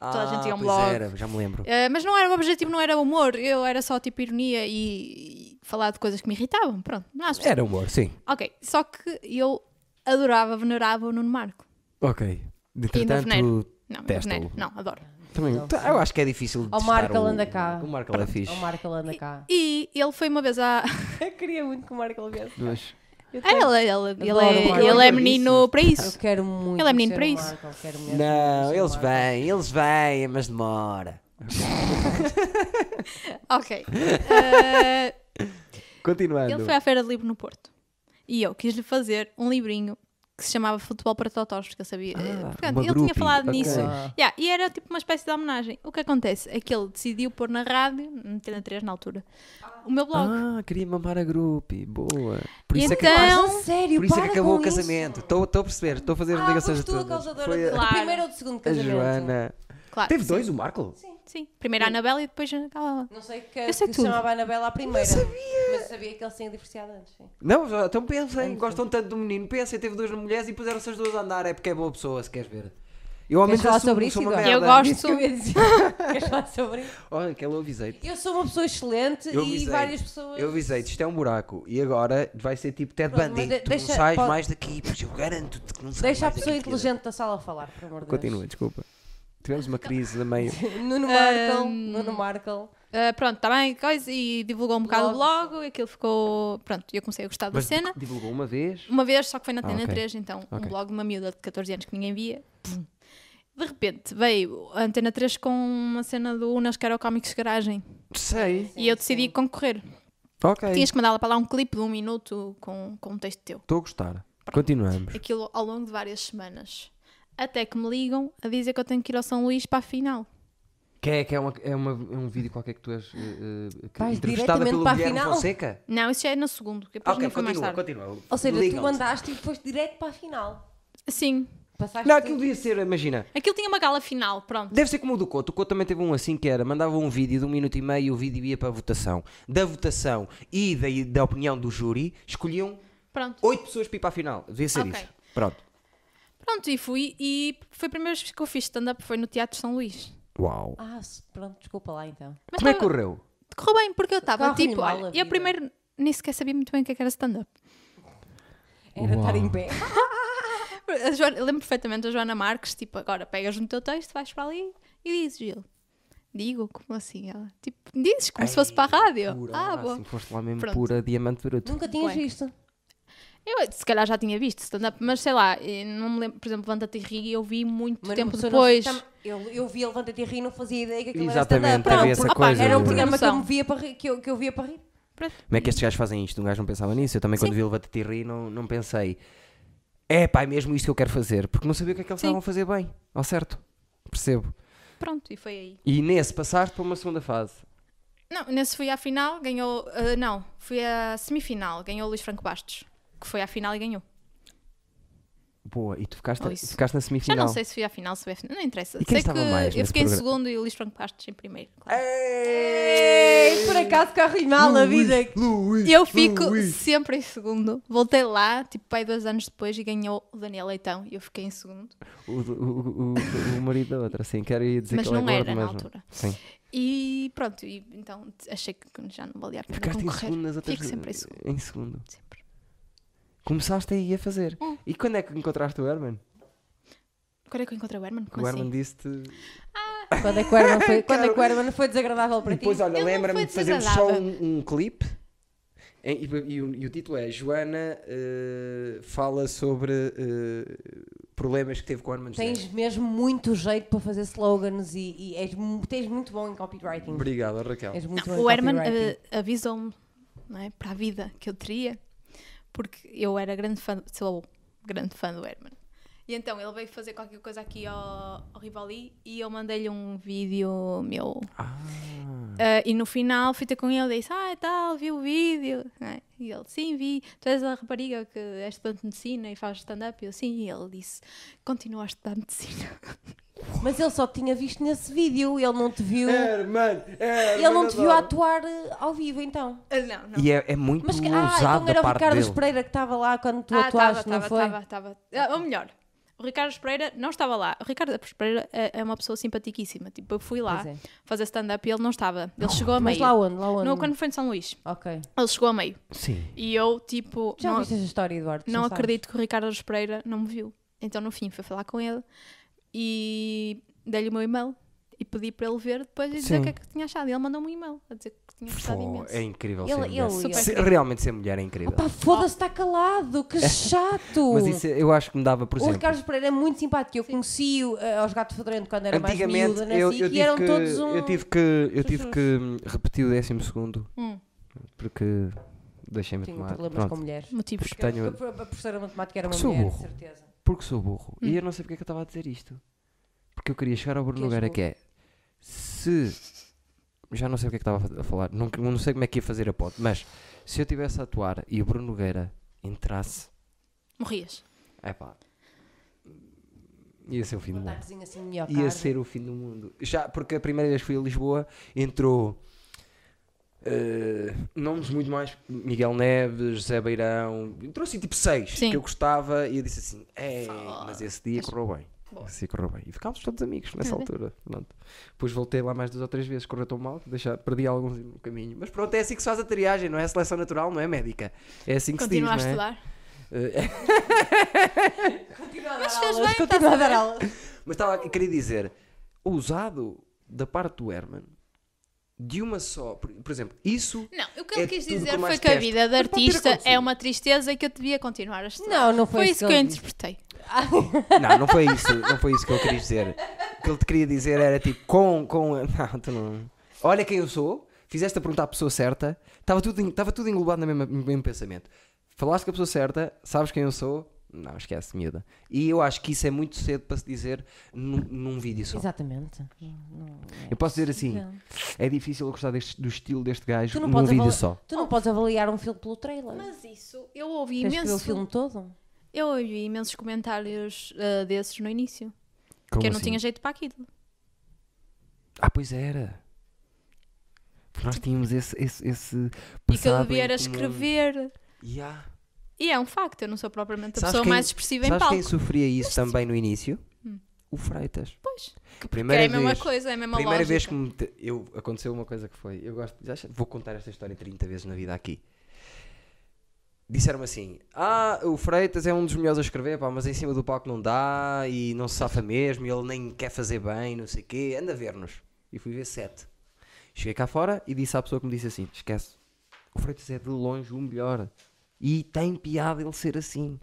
S2: Toda a
S1: ah,
S2: gente tinha um
S1: pois
S2: blog.
S1: era, já me lembro.
S2: Uh, mas não era o objetivo, não era o humor. Eu era só tipo ironia e, e falar de coisas que me irritavam. Pronto. Não há
S1: Era humor, sim.
S2: Ok, só que eu adorava, venerava o Nuno Marco.
S1: Ok.
S2: e não
S1: Entretanto,
S2: Não,
S1: testa-o.
S2: venero. Não, adoro.
S1: também, tá, eu acho que é difícil
S3: Ao
S1: testar
S3: Marco
S1: o-
S3: ele anda cá.
S1: O Marco ele é fixe.
S3: Ao Marco ele anda cá.
S2: E ele foi uma vez à.
S3: Eu queria muito que o Marco ele viesse.
S1: Mas-
S3: Eu
S2: Ah,
S3: quero-
S2: ele, ele, ele,
S3: Adoro o Marco.
S2: é, ele é
S1: Eu
S2: menino para
S3: Eu
S2: isso.
S3: quero muito.
S2: Ele é menino
S3: ser
S2: para
S3: o
S2: isso.
S3: Marco, eu quero mesmo
S1: Não,
S3: ser o
S1: eles
S3: Marco.
S1: vêm, eles vêm, mas demora.
S2: Ok. Eh,
S1: Continuando.
S2: ele foi à Feira de Livro no Porto. E eu quis-lhe fazer um livrinho que se chamava Futebol para Totós, porque eu sabia. eh,
S1: Ah,
S2: Portanto,
S1: uma
S2: ele tinha
S1: groupie,
S2: falado
S1: ok.
S2: nisso.
S3: Ah.
S2: Yeah, e era tipo uma espécie de homenagem. O que acontece é que ele decidiu pôr na rádio, na Antena 3 na altura, o meu blog.
S1: Ah, queria mamar a grupo. Boa. Por
S2: E
S1: isso, é,
S2: então-
S1: que,
S3: Mas a sério,
S1: por isso é que
S3: para
S1: acabou o
S3: com isso.
S1: casamento. Estou a perceber, estou a fazer as
S3: Ah,
S1: ligações
S3: foste tu a
S1: todas.
S3: causadora
S1: Foi
S3: do
S1: a,
S2: Claro.
S3: primeiro ou do segundo
S1: a
S3: casamento? Ah,
S1: Joana.
S2: Claro.
S1: Teve
S2: sim.
S1: dois o Marco?
S2: Sim. Primeiro a Anabela e depois aquela.
S3: Não sei que,
S2: Eu sei
S3: que se
S2: tudo.
S3: chamava Anabela à primeira. Não sabia. Mas eu sabia que ele se tinha divorciado antes. Sim.
S1: Não, já- então pensem, gostam tanto do menino. Pensem, teve duas mulheres e puseram-se as duas a andar. É porque é boa pessoa, se queres ver. Eu ao
S3: Queres
S1: menos
S3: falar
S1: assumo,
S3: sobre isso,
S1: sou uma
S3: Eduardo?
S1: merda.
S2: Eu gosto.
S3: Isso que eu ia dizer. Queres falar sobre isso?
S1: Olha, que eu avisei.
S3: Eu sou uma pessoa excelente
S1: Eu
S3: e
S1: avisei.
S3: várias pessoas.
S1: Eu avisei-te, isto é um buraco. E agora vai ser tipo Ted
S3: Pronto, mas
S1: Bundy.
S3: de-
S1: tu
S3: deixa-
S1: não sais
S3: pode-
S1: mais daqui, porque eu garanto-te que não sais
S3: Deixa a
S1: mais
S3: pessoa
S1: daqui, querida.
S3: inteligente da sala falar, por amor de
S1: Continua, desculpa. Tivemos uma crise a meio.
S3: Deus. Nuno Markle, Nuno Markle.
S2: Ah, pronto, está bem, coisa, e divulgou um bocado
S3: Blog.
S2: logo, aquilo ficou. Pronto, eu comecei a gostar da
S1: Mas
S2: cena.
S1: divulgou uma vez.
S2: Uma vez, só que foi na
S1: Ah,
S2: Tenda
S1: ok.
S2: 3, então
S1: Ok.
S2: um blog de uma miúda de 14 anos que ninguém via. Pum. De repente veio a Antena 3 com uma cena do Unas que era o Comics Garagem.
S1: Sei.
S2: e eu decidi concorrer.
S1: Ok.
S2: Tinhas que mandar para lá um clipe de um minuto com, com um texto teu.
S1: Estou a gostar. Continuamos.
S2: Aquilo ao longo de várias semanas. Até que me ligam a dizer que eu tenho que ir ao São Luís para a final.
S1: Que é, que é, uma, é, uma, é um vídeo qualquer que tu és eh, eh, que-
S3: Vais
S1: entrevistada
S3: diretamente
S1: pelo
S3: para a
S1: Guilherme
S3: final?
S1: Fonseca?
S2: Não, isso já é no segundo, que depois
S1: Ok,
S2: não foi mais
S1: continua,
S2: tarde.
S1: continua.
S3: Ou seja, tu
S1: Ligam-te.
S3: mandaste e foste direto para a final.
S2: Sim.
S3: Passaste
S1: Não, aquilo devia ser, imagina.
S2: Aquilo tinha uma gala final, pronto.
S1: Deve ser como o do Couto. O Couto também teve um assim que era, mandava um vídeo de um minuto e meio e o vídeo ia para a votação. Da votação e da, da opinião do júri, escolhiam
S2: Pronto.
S1: oito pessoas para ir para a final. Devia ser
S2: Ok.
S1: isso. Pronto.
S2: Pronto, e fui. E foi a primeira vez que eu fiz stand-up, foi no Teatro São Luís.
S1: Uau.
S3: Ah, s- pronto, desculpa lá então.
S2: Mas
S1: como é que
S2: tava-
S1: correu?
S2: Correu bem, porque eu estava
S3: Corre-lhe
S2: tipo,
S3: mal
S2: olha,
S3: a
S2: eu
S3: vida.
S2: primeiro nem sequer sabia muito bem o que é que era stand-up.
S3: Era estar em pé.
S2: A Joana- eu lembro perfeitamente a Joana Marques, tipo, agora pegas no teu texto, vais para ali e dizes, Gil. Digo, como assim? Ela, tipo, dizes como se fosse para a rádio.
S1: Pura,
S2: ah, boa.
S1: assim, foste lá mesmo
S2: Pronto.
S1: pura diamante bruto.
S3: Nunca tinhas
S2: Bem.
S3: visto.
S2: Eu se calhar já tinha visto stand-up, mas sei lá, eh, não me lembro, por exemplo, Levanta-te e Ri, eu vi muito
S3: Mas
S2: tempo
S3: uma pessoa
S2: depois.
S3: não- eu, eu via Levanta-te e Ri e não fazia ideia que aquilo
S1: Exatamente,
S3: era stand-up.
S1: havia essa
S3: Pronto,
S1: coisa é?
S3: Era um
S1: de-
S3: programa que eu,
S2: Noção.
S3: me via para rir, que, eu, que eu via para rir.
S2: Pronto.
S1: é Como é que estes gajos fazem isto? Um gajo não pensava nisso. Eu também, quando vi o Levante Tirri, não, não pensei. é pá, é mesmo isto que eu quero fazer, porque não sabia o que é que eles
S2: Sim.
S1: estavam a fazer bem, ao certo. Percebo.
S2: Pronto, e foi aí.
S1: E nesse passaste para uma segunda fase.
S2: Não, nesse fui à final, ganhou. ah, não, fui à semifinal, ganhou o Luís Franco Bastos, que foi à final e ganhou.
S1: Boa, e tu ficaste,
S2: Oh, isso.
S1: ficaste na
S2: Já
S1: semifinal.
S2: não sei se fui à final, se foi à final, não interessa.
S1: E quem
S2: sei que
S1: estava mais
S2: eu
S1: nesse
S2: fiquei em
S1: programa?
S2: segundo e o Luís Franco Bastos em primeiro. claro.
S1: Ei,
S3: por acaso corre mal a vida.
S1: Luís,
S2: E eu fico
S1: Luís.
S2: sempre em segundo. Voltei lá, tipo, pai dois anos depois e ganhou o Daniel Leitão e eu fiquei em segundo.
S1: O, o, o, o- o marido da outra, sim, quero ir dizer
S2: Mas
S1: que ele
S2: não
S1: é
S2: era
S1: gordo,
S2: na
S1: mas não.
S2: altura.
S1: Sim.
S2: E pronto, e, então achei que já não valia a pena
S1: Ficaste em
S2: concorrer.
S1: segundo nas outras.
S2: Fico sempre em segundo.
S1: em segundo.
S2: Sempre.
S1: Começaste aí a fazer.
S2: Hum.
S1: E quando é que encontraste o Herman?
S2: Quando é que eu encontrei o Herman?
S1: Que
S2: Como
S1: o
S2: assim?
S1: Herman disse-te.
S3: Quando é que o Herman foi, quando é que o Herman foi desagradável para ti?
S1: Depois, olha,
S2: Ele não
S1: lembra-me
S2: foi
S1: de fazermos só
S2: desagradável.
S1: um, um clipe. E, e- e o, e o título é Joana eh, fala sobre eh, problemas que teve com o Herman José.
S3: Tens mesmo muito jeito para fazer slogans e, e és, mu- tens muito bom em copywriting.
S1: Obrigado, Raquel.
S3: És muito
S2: Não,
S3: bom em
S2: o Herman
S3: copywriting.
S2: eh, avisou-me não é, para a vida que eu teria, porque eu era grande fã, sou grande fã do Herman. E então ele veio fazer qualquer coisa aqui ao, ao Rivali e eu mandei-lhe um vídeo meu.
S1: Ah,
S2: Eh, e no final fui ter com ele e disse: Ah, e tal, vi o vídeo. não é? E ele: Sim, vi. Tu és a rapariga que é estudante de medicina e faz stand-up. E eu: Sim. E ele disse: Continua a estudar medicina.
S3: Mas ele só te tinha visto nesse vídeo, ele não te viu.
S1: Herman,
S3: Ele não te viu atuar eh, ao vivo, então.
S2: Ah, não, não.
S1: E é, é muito
S3: Mas que, ah,
S1: ousado
S3: então era
S1: da
S3: o
S1: parte
S3: Ricardo
S1: dele.
S3: Espreira que estava lá quando tu
S2: ah,
S3: atuaste,
S2: estava,
S3: não
S2: estava,
S3: foi?
S2: estava, estava. Ah, Ou melhor, o Ricardo Espreira não estava lá. O Ricardo Espreira é é uma pessoa simpaticíssima. Tipo, eu fui lá
S3: Pois é.
S2: fazer stand-up e ele não estava. Ele chegou a
S3: Mas
S2: meio.
S3: lá onde? Lá onde?
S2: não, quando foi em São Luís.
S3: Ok.
S2: Ele chegou a meio.
S1: Sim.
S2: E eu, tipo,
S3: Já
S2: não,
S3: viste essa história, Eduardo?
S2: não
S3: Já sabes.
S2: acredito que o Ricardo Espreira não me viu. Então, no fim, fui falar com ele e dei-lhe o meu e-mail e pedi para ele ver depois e dizer
S1: Sim.
S2: o que é que tinha achado. E ele mandou-me um e-mail a dizer que tinha gostado
S1: Fô,
S2: imenso.
S1: é incrível
S3: Ele-
S1: ser mulher.
S3: ele-
S2: Super
S1: Se-
S2: incrível.
S1: realmente ser mulher é incrível.
S3: Pá, foda-se, está calado, que chato!
S1: Mas isso eu acho que me dava, por
S3: o
S1: exemplo.
S3: Ricardo Pereira é muito simpático. Eu conheci-o eh, aos Gato Fedorento quando era mais
S1: Antigamente
S3: miúda,
S1: eu,
S3: nasci,
S1: eu,
S3: e
S1: tive
S3: eram
S1: que,
S3: todos um...
S1: eu tive que eu tive
S3: Chuchus.
S1: que hum, repetir o décimo segundo
S2: Hum.
S1: porque deixei-me
S3: Tenho
S1: tomar.
S3: problemas com
S1: Pronto,
S3: mulheres.
S2: Motivos.
S1: porque,
S3: Eu-
S1: tenho,
S3: A a professora de matemática era uma
S1: Sou
S3: mulher, de
S1: burro.
S3: certeza.
S1: porque sou burro. E eu não sei porque é que eu estava a dizer isto. Porque eu queria chegar ao Bruno
S3: Que Hum. és
S1: Nogueira
S3: burro.
S1: que é se já não sei o que é que estava a falar, não, não sei como é que ia fazer a ponte, mas se eu tivesse a atuar e o Bruno Nogueira entrasse,
S2: Morrias.
S1: é pá, ia ser o fim do
S3: Um
S1: mundo.
S3: ataquezinho assim, minhocar.
S1: ia ser o fim do mundo. Já, porque a primeira vez que fui a Lisboa entrou eh, nomes muito mais. Miguel Neves, Zé Beirão, entrou assim tipo seis
S2: Sim.
S1: que eu gostava e eu disse assim: é,
S2: Foda.
S1: mas esse dia
S2: Mas-
S1: correu bem.
S2: Boa.
S1: Esse dia correu bem. E ficámos todos amigos nessa
S2: Ah, bem.
S1: altura. Pronto. Depois voltei lá mais duas ou três vezes, correu tão mal que deixa, perdi alguns no caminho. Mas pronto, é assim que se faz a triagem, não é seleção natural, não é médica. É assim que
S2: Continua a
S1: se diz, não é?
S2: estudar.
S1: Eh,
S3: Continua a
S2: Mas
S3: dar
S2: fez
S3: aulas,
S2: bem,
S3: continua a
S2: estás a
S3: dar aulas.
S1: Mas estava eu queria dizer, usado da parte do Herman, de uma só, por, por exemplo, isso
S2: Não, o que ele
S1: É
S2: quis
S1: tudo
S2: dizer
S1: com mais
S2: foi que a
S1: teste.
S2: vida de
S1: Mas pode ter
S2: artista é
S1: acontecido.
S2: uma tristeza e que eu devia continuar a estudar.
S3: Não, não foi
S2: foi
S3: isso
S2: isso
S3: que
S2: que eu
S3: ele
S2: interpretei.
S1: não, não foi isso, não foi isso que eu queria dizer. O que ele te queria dizer era tipo, com, com, não, tu não. Olha quem eu sou, fizeste a pergunta à pessoa certa, estava tudo, en- estava tudo englobado no mesmo, no mesmo pensamento. Falaste com a pessoa certa, sabes quem eu sou, não, esquece, miúda. E eu acho que isso é muito cedo para se dizer num, num vídeo só.
S3: Exatamente. Não- não é
S1: Eu posso dizer assim,
S3: possível.
S1: é difícil eu gostar deste- do estilo deste
S3: Tu
S1: gajo
S3: não,
S1: num
S3: podes
S1: vídeo
S3: avali-
S1: só.
S3: tu não podes avaliar um filme pelo trailer.
S2: Mas isso, eu ouvi
S3: Tens que ver o filme
S2: imenso.
S3: todo.
S2: Eu ouvi imensos comentários ah, desses no início.
S1: Como
S2: que eu não
S1: assim?
S2: tinha jeito para aquilo.
S1: Ah, pois era. Porque nós tínhamos esse, esse, esse
S2: E que eu
S1: passado
S2: devia
S1: em
S2: era
S1: comum.
S2: escrever.
S1: Ya.
S2: E é um facto, eu não sou propriamente a
S1: Sabes
S2: pessoa
S1: quem-
S2: mais expressiva em
S1: Sabes
S2: palco. Hum.
S1: quem sofria isso também no início? O Freitas.
S2: Pois.
S1: Que
S2: Que é
S1: primeira
S2: a mesma
S1: vez,
S2: coisa, é a mesma
S1: primeira
S2: lógica.
S1: vez que me te- eu aconteceu uma coisa que foi, eu gosto, já sei- vou contar esta história 30 vezes na vida aqui. Disseram-me assim: "Ah, o Freitas é um dos melhores a escrever, pá, mas em cima do palco não dá e não se safa mesmo, e ele nem quer fazer bem, não sei o quê, anda a ver-nos". E fui ver sete. Cheguei cá fora e disse à pessoa que me disse assim: esquece, o Freitas é de longe o melhor. E tem piada ele ser assim.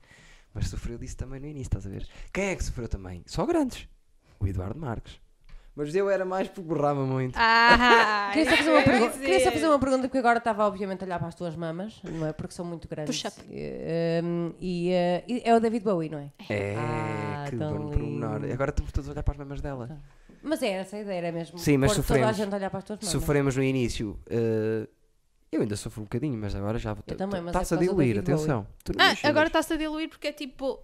S1: Mas sofreu disso também no início, estás a ver? Quem é que sofreu também? Só grandes. O Eduardo Marques. Mas eu era mais porque borrava muito.
S2: Ah,
S3: Queria só, fazer uma
S2: isso eu ia
S3: pergu-
S2: dizer.
S3: queria só fazer uma pergunta, porque agora estava obviamente a olhar para as tuas mamas, não é? Porque são muito grandes.
S2: Push-up.
S3: Eh, um, E, eh, e é o David Bowie, não é?
S1: É,
S3: Ah,
S1: que
S3: tão
S1: dono pormenor.
S3: lindo.
S1: Agora estamos todos a olhar para as mamas dela.
S3: Mas é, era essa a ideia, era mesmo.
S1: Sim, mas
S3: pôr toda a
S1: sofremos.
S3: gente a olhar para as tuas mamas.
S1: Sofremos no início. eh, eu ainda sofro um bocadinho, mas agora já vou.
S3: também, mas é
S1: Estás a
S3: por causa do
S1: diluir,
S3: David Bowie.
S1: atenção. Tu não
S2: Ah,
S1: mexes.
S2: agora está-se a diluir porque é tipo.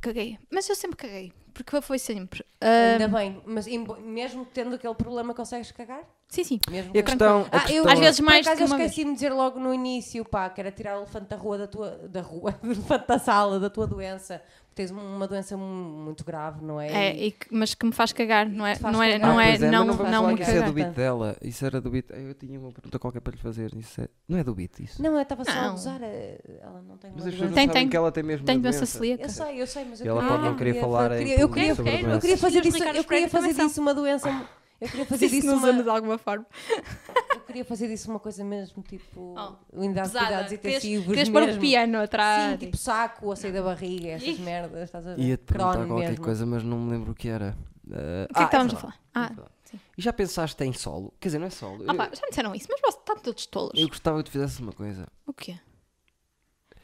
S2: Caguei. Mas eu sempre caguei. Porque foi sempre. Ah,
S3: Ainda bem, mas em bo- mesmo tendo aquele problema, consegues cagar?
S2: sim, sim.
S3: Mesmo
S1: E a
S3: com-
S1: questão. a
S3: Ah, eu-
S1: questão
S2: Às vezes
S3: Por
S2: mais do
S3: acaso
S2: que
S3: eu
S2: uma vez.
S3: esqueci-me de dizer logo no início, pá, que era tirar o elefante da rua da tua da rua, do elefante da sala, da tua doença. Porque tens uma doença mu- muito grave, não é?
S2: É, e que- mas que me faz cagar, não é?
S3: Te faz
S2: Não é,
S3: cagar.
S2: não
S1: Ah,
S2: é,
S1: pois mas
S2: não,
S1: não
S2: não,
S1: vamos
S3: não
S1: falar
S2: me
S1: que isso é do
S2: cagar.
S3: cagar.
S1: beat dela. Isso era do beat. Eu tinha uma pergunta qualquer para lhe fazer. Isso é- Não é do beat isso.
S3: Não, eu estava só a
S2: Não.
S3: gozar. eh, Ela não tem
S1: Mas
S3: uma
S1: as pessoas
S3: doença.
S1: não
S2: Tem,
S1: sabem
S2: tem.
S1: que ela tem mesmo.
S2: Tenho
S1: uma
S2: doença celíaca.
S3: Eu sei, eu sei, mas eu
S1: E ela pode não querer
S3: eu
S1: falar em
S3: queria- eu
S1: público
S3: queria,
S1: sobre
S3: eu
S1: doenças.
S3: queria fazer
S2: E os
S3: disso, eu
S2: Ricardo
S3: queria
S2: Pereira
S3: fazer
S2: também são.
S3: disso uma doença. Eu queria fazer
S2: Se isso
S3: disso
S2: nos
S3: uma,
S2: ama de alguma forma.
S3: eu queria fazer disso uma coisa mesmo tipo
S2: Oh,
S3: unidades de
S2: Pesada.
S3: cuidados
S2: Queres,
S3: intensivos.
S2: queres pôr o
S3: mesmo.
S2: piano
S3: Sim,
S2: atrás.
S3: tipo saco ou sair da barriga, essas merdas, estás a ver?
S1: Ia-te perguntar
S3: Crohn
S1: qualquer
S3: mesmo.
S1: coisa, mas não me lembro o que era. Eh,
S2: o que é que
S1: ah,
S2: estávamos
S1: sei
S2: a
S1: lá.
S2: falar? Ah,
S1: E já pensaste em solo? Quer dizer, não é solo.
S2: ah pá,
S1: Eu-
S2: já me disseram isso, mas vocês estão todos tolos.
S1: eu, gostava que tu fizesse uma coisa.
S2: O quê?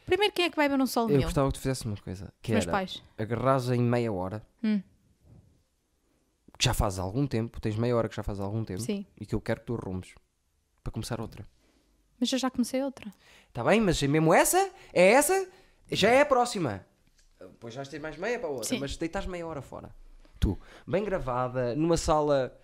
S2: Primeiro, quem é que vai ver um solo
S1: Eu
S2: meu?
S1: gostava que tu fizesse uma coisa. Que
S2: Meus
S1: era
S2: pais.
S1: agarrares em meia hora.
S2: Hum.
S1: Que já faz algum tempo. Tens meia hora que já faz algum tempo.
S2: Sim.
S1: E que eu quero que tu arrumes. Para começar outra.
S2: Mas eu já comecei outra.
S1: Está bem, mas mesmo essa, é essa, já é a próxima. Depois já tens mais meia para a outra,
S2: Sim.
S1: mas deitas meia hora fora. Tu, bem gravada, numa sala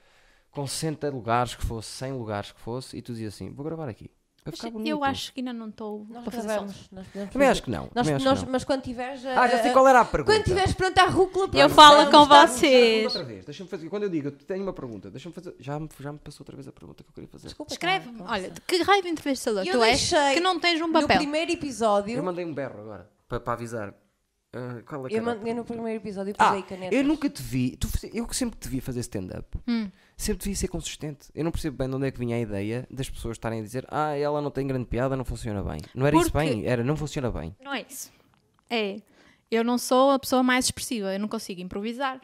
S1: com 60 lugares que fosse, 100 lugares que fosse, e tu dizias assim: vou gravar aqui. Vai
S2: Mas
S1: ficar bonito.
S2: eu acho que ainda não estou
S3: Nós
S2: para fazer solos.
S3: gravamos, nós podemos
S1: Também
S3: fazer.
S1: acho que não.
S3: Nós-
S1: também acho
S3: nós-
S1: que não.
S3: Mas quando tiveres. a-
S1: Ah, já sei
S3: a-
S1: qual era a pergunta.
S3: Quando tiveres pronto à rúcula,
S2: Eu
S3: pronto,
S2: falo
S3: já
S2: com
S3: está.
S2: vocês.
S1: Vocês. Outra vez. Deixa-me fazer. Quando eu digo, eu tenho uma pergunta, deixa-me fazer. Já me, já me passou outra vez a pergunta que eu queria fazer.
S3: Desculpa,
S2: Escreve-me,
S3: tá,
S2: olha, de que raio de entrevistador
S3: Eu
S2: tu és
S3: deixei
S2: que não tens um
S3: No
S2: papel?
S3: primeiro episódio,
S1: Eu
S3: eu,
S1: mandei um berro agora, para, para avisar. Ah, qual é que era
S3: man-
S1: a
S3: eu
S1: pergunta?
S3: no primeiro episódio
S1: Ah,
S3: pusei canetas.
S1: eu nunca te vi. tu fazi- eu que sempre te vi fazer stand-up.
S2: Hum.
S1: Sempre devia ser consistente. Eu não percebo bem de onde é que vinha a ideia das pessoas estarem a dizer ah, ela não tem grande piada, não funciona bem. Não era isso
S2: Porque-
S1: bem? Era, não funciona bem.
S2: Não é isso. É, eu não sou a pessoa mais expressiva, eu não consigo improvisar,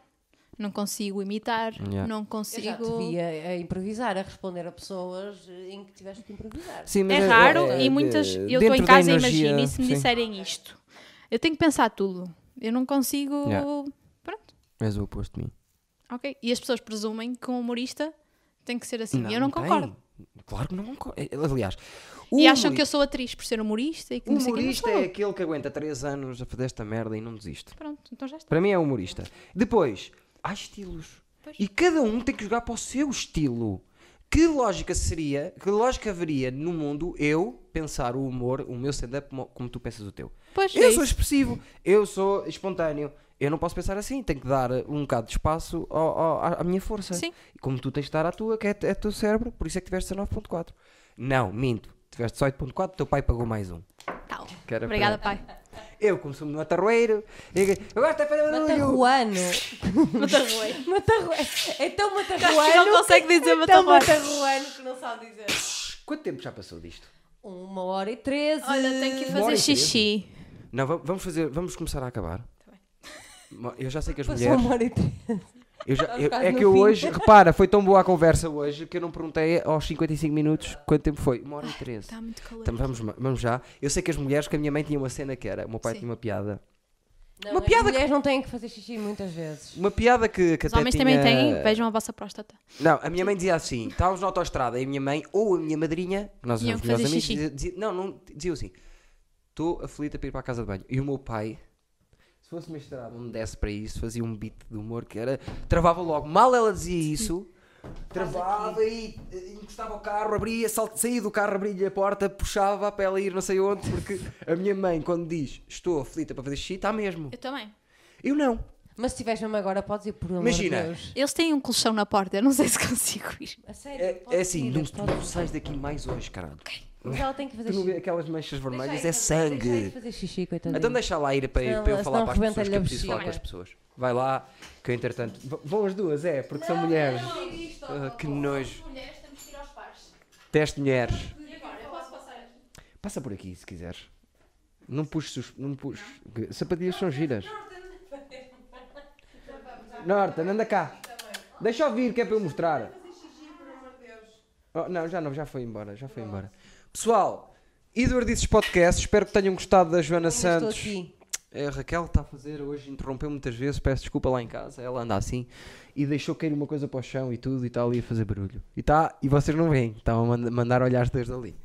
S2: não consigo imitar,
S1: Yeah.
S2: não
S3: Eu já te
S2: consigo. É
S3: vi a, a improvisar, a responder a pessoas eh, em que tiveste de improvisar.
S1: Sim,
S2: É
S1: é-
S2: raro
S1: é-
S2: e
S1: é-
S2: muitas.
S1: é-
S2: Eu estou
S1: dentro
S2: em
S1: da
S2: casa e
S1: energia,
S2: imagino e se me
S1: sim.
S2: disserem isto, eu tenho que pensar tudo. Eu não consigo.
S1: Yeah.
S2: Pronto,
S1: És o oposto de mim.
S2: ok. E as pessoas presumem que um humorista tem que ser assim. e eu não
S1: tem.
S2: concordo.
S1: Claro que não concordo. Aliás,
S2: E acham que eu sou atriz por ser humorista e que
S1: o
S2: não sei o que. não
S1: humorista
S2: sou.
S1: é aquele que aguenta 3 anos a fazer esta merda e não desiste.
S2: Pronto, então já está.
S1: Para mim é humorista. Depois, há estilos. E cada um tem que jogar para o seu estilo. Que lógica seria, que lógica haveria no mundo eu pensar o humor, o meu stand-up, como, como tu pensas o teu?
S2: Pois é
S1: eu
S2: isso.
S1: sou expressivo, eu sou espontâneo. Eu não posso pensar assim, tenho que dar uh, um bocado de espaço ao- ao- à- à minha força.
S2: Sim.
S1: E como tu tens de dar à tua, que é, é teu cérebro, por isso é que tiveste 19.4. Não, minto. Tiveste 18.4, teu pai pagou mais um.
S2: Tal.
S1: Que era
S2: Obrigada,
S1: para-
S2: pai.
S1: Eu, como sou no atarroeiro, eu gosto de fazer barulho.
S3: Matarruano.
S2: Matarroei.
S3: Matarruano. Então
S2: Acho que
S3: Matarruano.
S2: não consegue dizer
S3: Então
S2: Matarruano.
S3: Matarruano que não sabe dizer.
S1: Quanto tempo já passou disto?
S3: Uma hora e treze.
S2: Olha, tenho que ir
S1: Bora,
S2: fazer xixi.
S1: Não, va- vamos fazer, vamos começar a acabar.
S2: Tá
S1: Mo- Eu já sei que as
S3: Passou
S2: um
S1: mulheres.
S3: uma hora e treze.
S1: eu já-
S3: Estás
S1: eu-
S3: quase
S1: é
S3: no
S1: que eu
S3: fim.
S1: hoje, repara, foi tão boa a conversa hoje que eu não perguntei aos 55 minutos quanto tempo foi. Uma hora e 13.
S2: Está Tá muito calor.
S1: Então vamos, ma- vamos já. Eu sei que as mulheres, que a minha mãe tinha uma cena que era, o meu pai
S2: Sim.
S1: tinha uma piada.
S3: Não,
S1: Uma
S3: as
S1: piada que-
S3: mulheres não têm que fazer xixi muitas vezes.
S1: Uma piada que, que
S2: Os
S1: até
S2: homens
S1: tinha...
S2: também têm, vejam a vossa próstata.
S1: Não, a minha mãe dizia assim: estávamos na autoestrada e a minha mãe ou a minha madrinha, que nós
S2: Iam
S1: éramos melhores
S2: fazer
S1: amigos,
S2: xixi.
S1: dizia, dizia- não, não, diziam assim: estou aflita para ir para a casa de banho. E o meu pai, se fosse uma estrada onde desse para isso, fazia um beat de humor que era. travava logo. Mal ela dizia isso, travava e eh, encostava o carro, abria, sal- saía do carro, abria-lhe a porta, puxava para ela ir não sei onde, porque a minha mãe, quando diz estou aflita para fazer xixi, está mesmo.
S2: Eu também.
S1: Eu não.
S3: Mas se tiveres mesmo agora, podes ir por amor
S1: Imagina.
S3: de Deus.
S2: Eles têm um colchão na porta, eu não sei se consigo ir.
S3: A sério,
S1: É, é
S3: podes
S1: assim:
S3: ir,
S1: não,
S3: podes
S1: não sais daqui mais hoje, caralho.
S3: Mas ela tem que fazer
S1: Tu não vê
S3: xixi.
S1: aquelas manchas
S3: Deixa
S1: vermelhas?
S3: aí
S1: É
S3: fazer- deixa aí
S1: sangue.
S3: fazer xixi, coitadinho.
S1: Então deixa lá ir para,
S3: Senão-
S1: para eu falar
S3: senão
S1: para as pessoas que
S3: arrebenta-lhe
S1: eu
S3: a
S1: preciso falar com as
S3: bexiga.
S1: pessoas. Vai lá, que eu entretanto. v- Vão as duas, é, porque são mulheres. Ah, que nojo.
S2: Mulheres, temos que ir aos pares.
S1: Teste mulheres.
S2: E agora, eu posso passar aqui?
S1: Passa por aqui se quiseres. Não puxes. os- Não puxes. que- Sapatilhas são giras. Norton, anda cá. Deixa eu vir, que é para eu mostrar. Oh, não, já não, já foi embora, já foi embora. Pessoal, Eduardices Podcast, espero que tenham gostado da Joana
S3: Ainda
S1: Santos.
S3: Estou aqui.
S1: A Raquel está a fazer hoje, interrompeu muitas vezes, peço desculpa lá em casa, ela anda assim e deixou cair uma coisa para o chão e tudo e está ali a fazer barulho. E está, e vocês não veem, estava a mand- mandar olhar desde ali.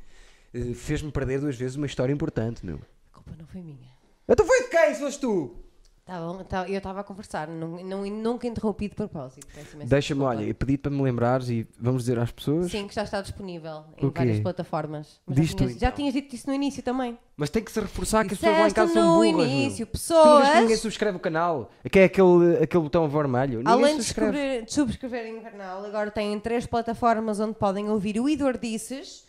S1: Eh, Fez-me perder duas vezes uma história importante, meu.
S3: A culpa não foi minha.
S1: Então foi de quem, se foste tu?
S3: Tá bom, tá- eu estava a conversar, não, não, nunca interrompi de propósito. peço imensa
S1: Deixa-me,
S3: desculpa.
S1: olha, eu pedi para me lembrares e vamos dizer às pessoas,
S3: Sim, que já está disponível
S1: O
S3: em
S1: quê?
S3: várias plataformas. Mas
S1: Diz
S3: já,
S1: tu,
S3: tinhas, já
S1: então.
S3: tinhas dito isso no início também.
S1: mas tem que se reforçar que as pessoas lá em
S3: Disseste
S1: casa são
S3: no
S1: burras, meu.
S3: início,
S1: Tu não vês que ninguém
S3: pessoas.
S1: subscreve o canal, que é aquele, aquele botão vermelho. Ninguém
S3: Além de,
S1: subscreve.
S3: descobrir, de subscrever Invernal, agora têm três plataformas onde podem ouvir o Eduardices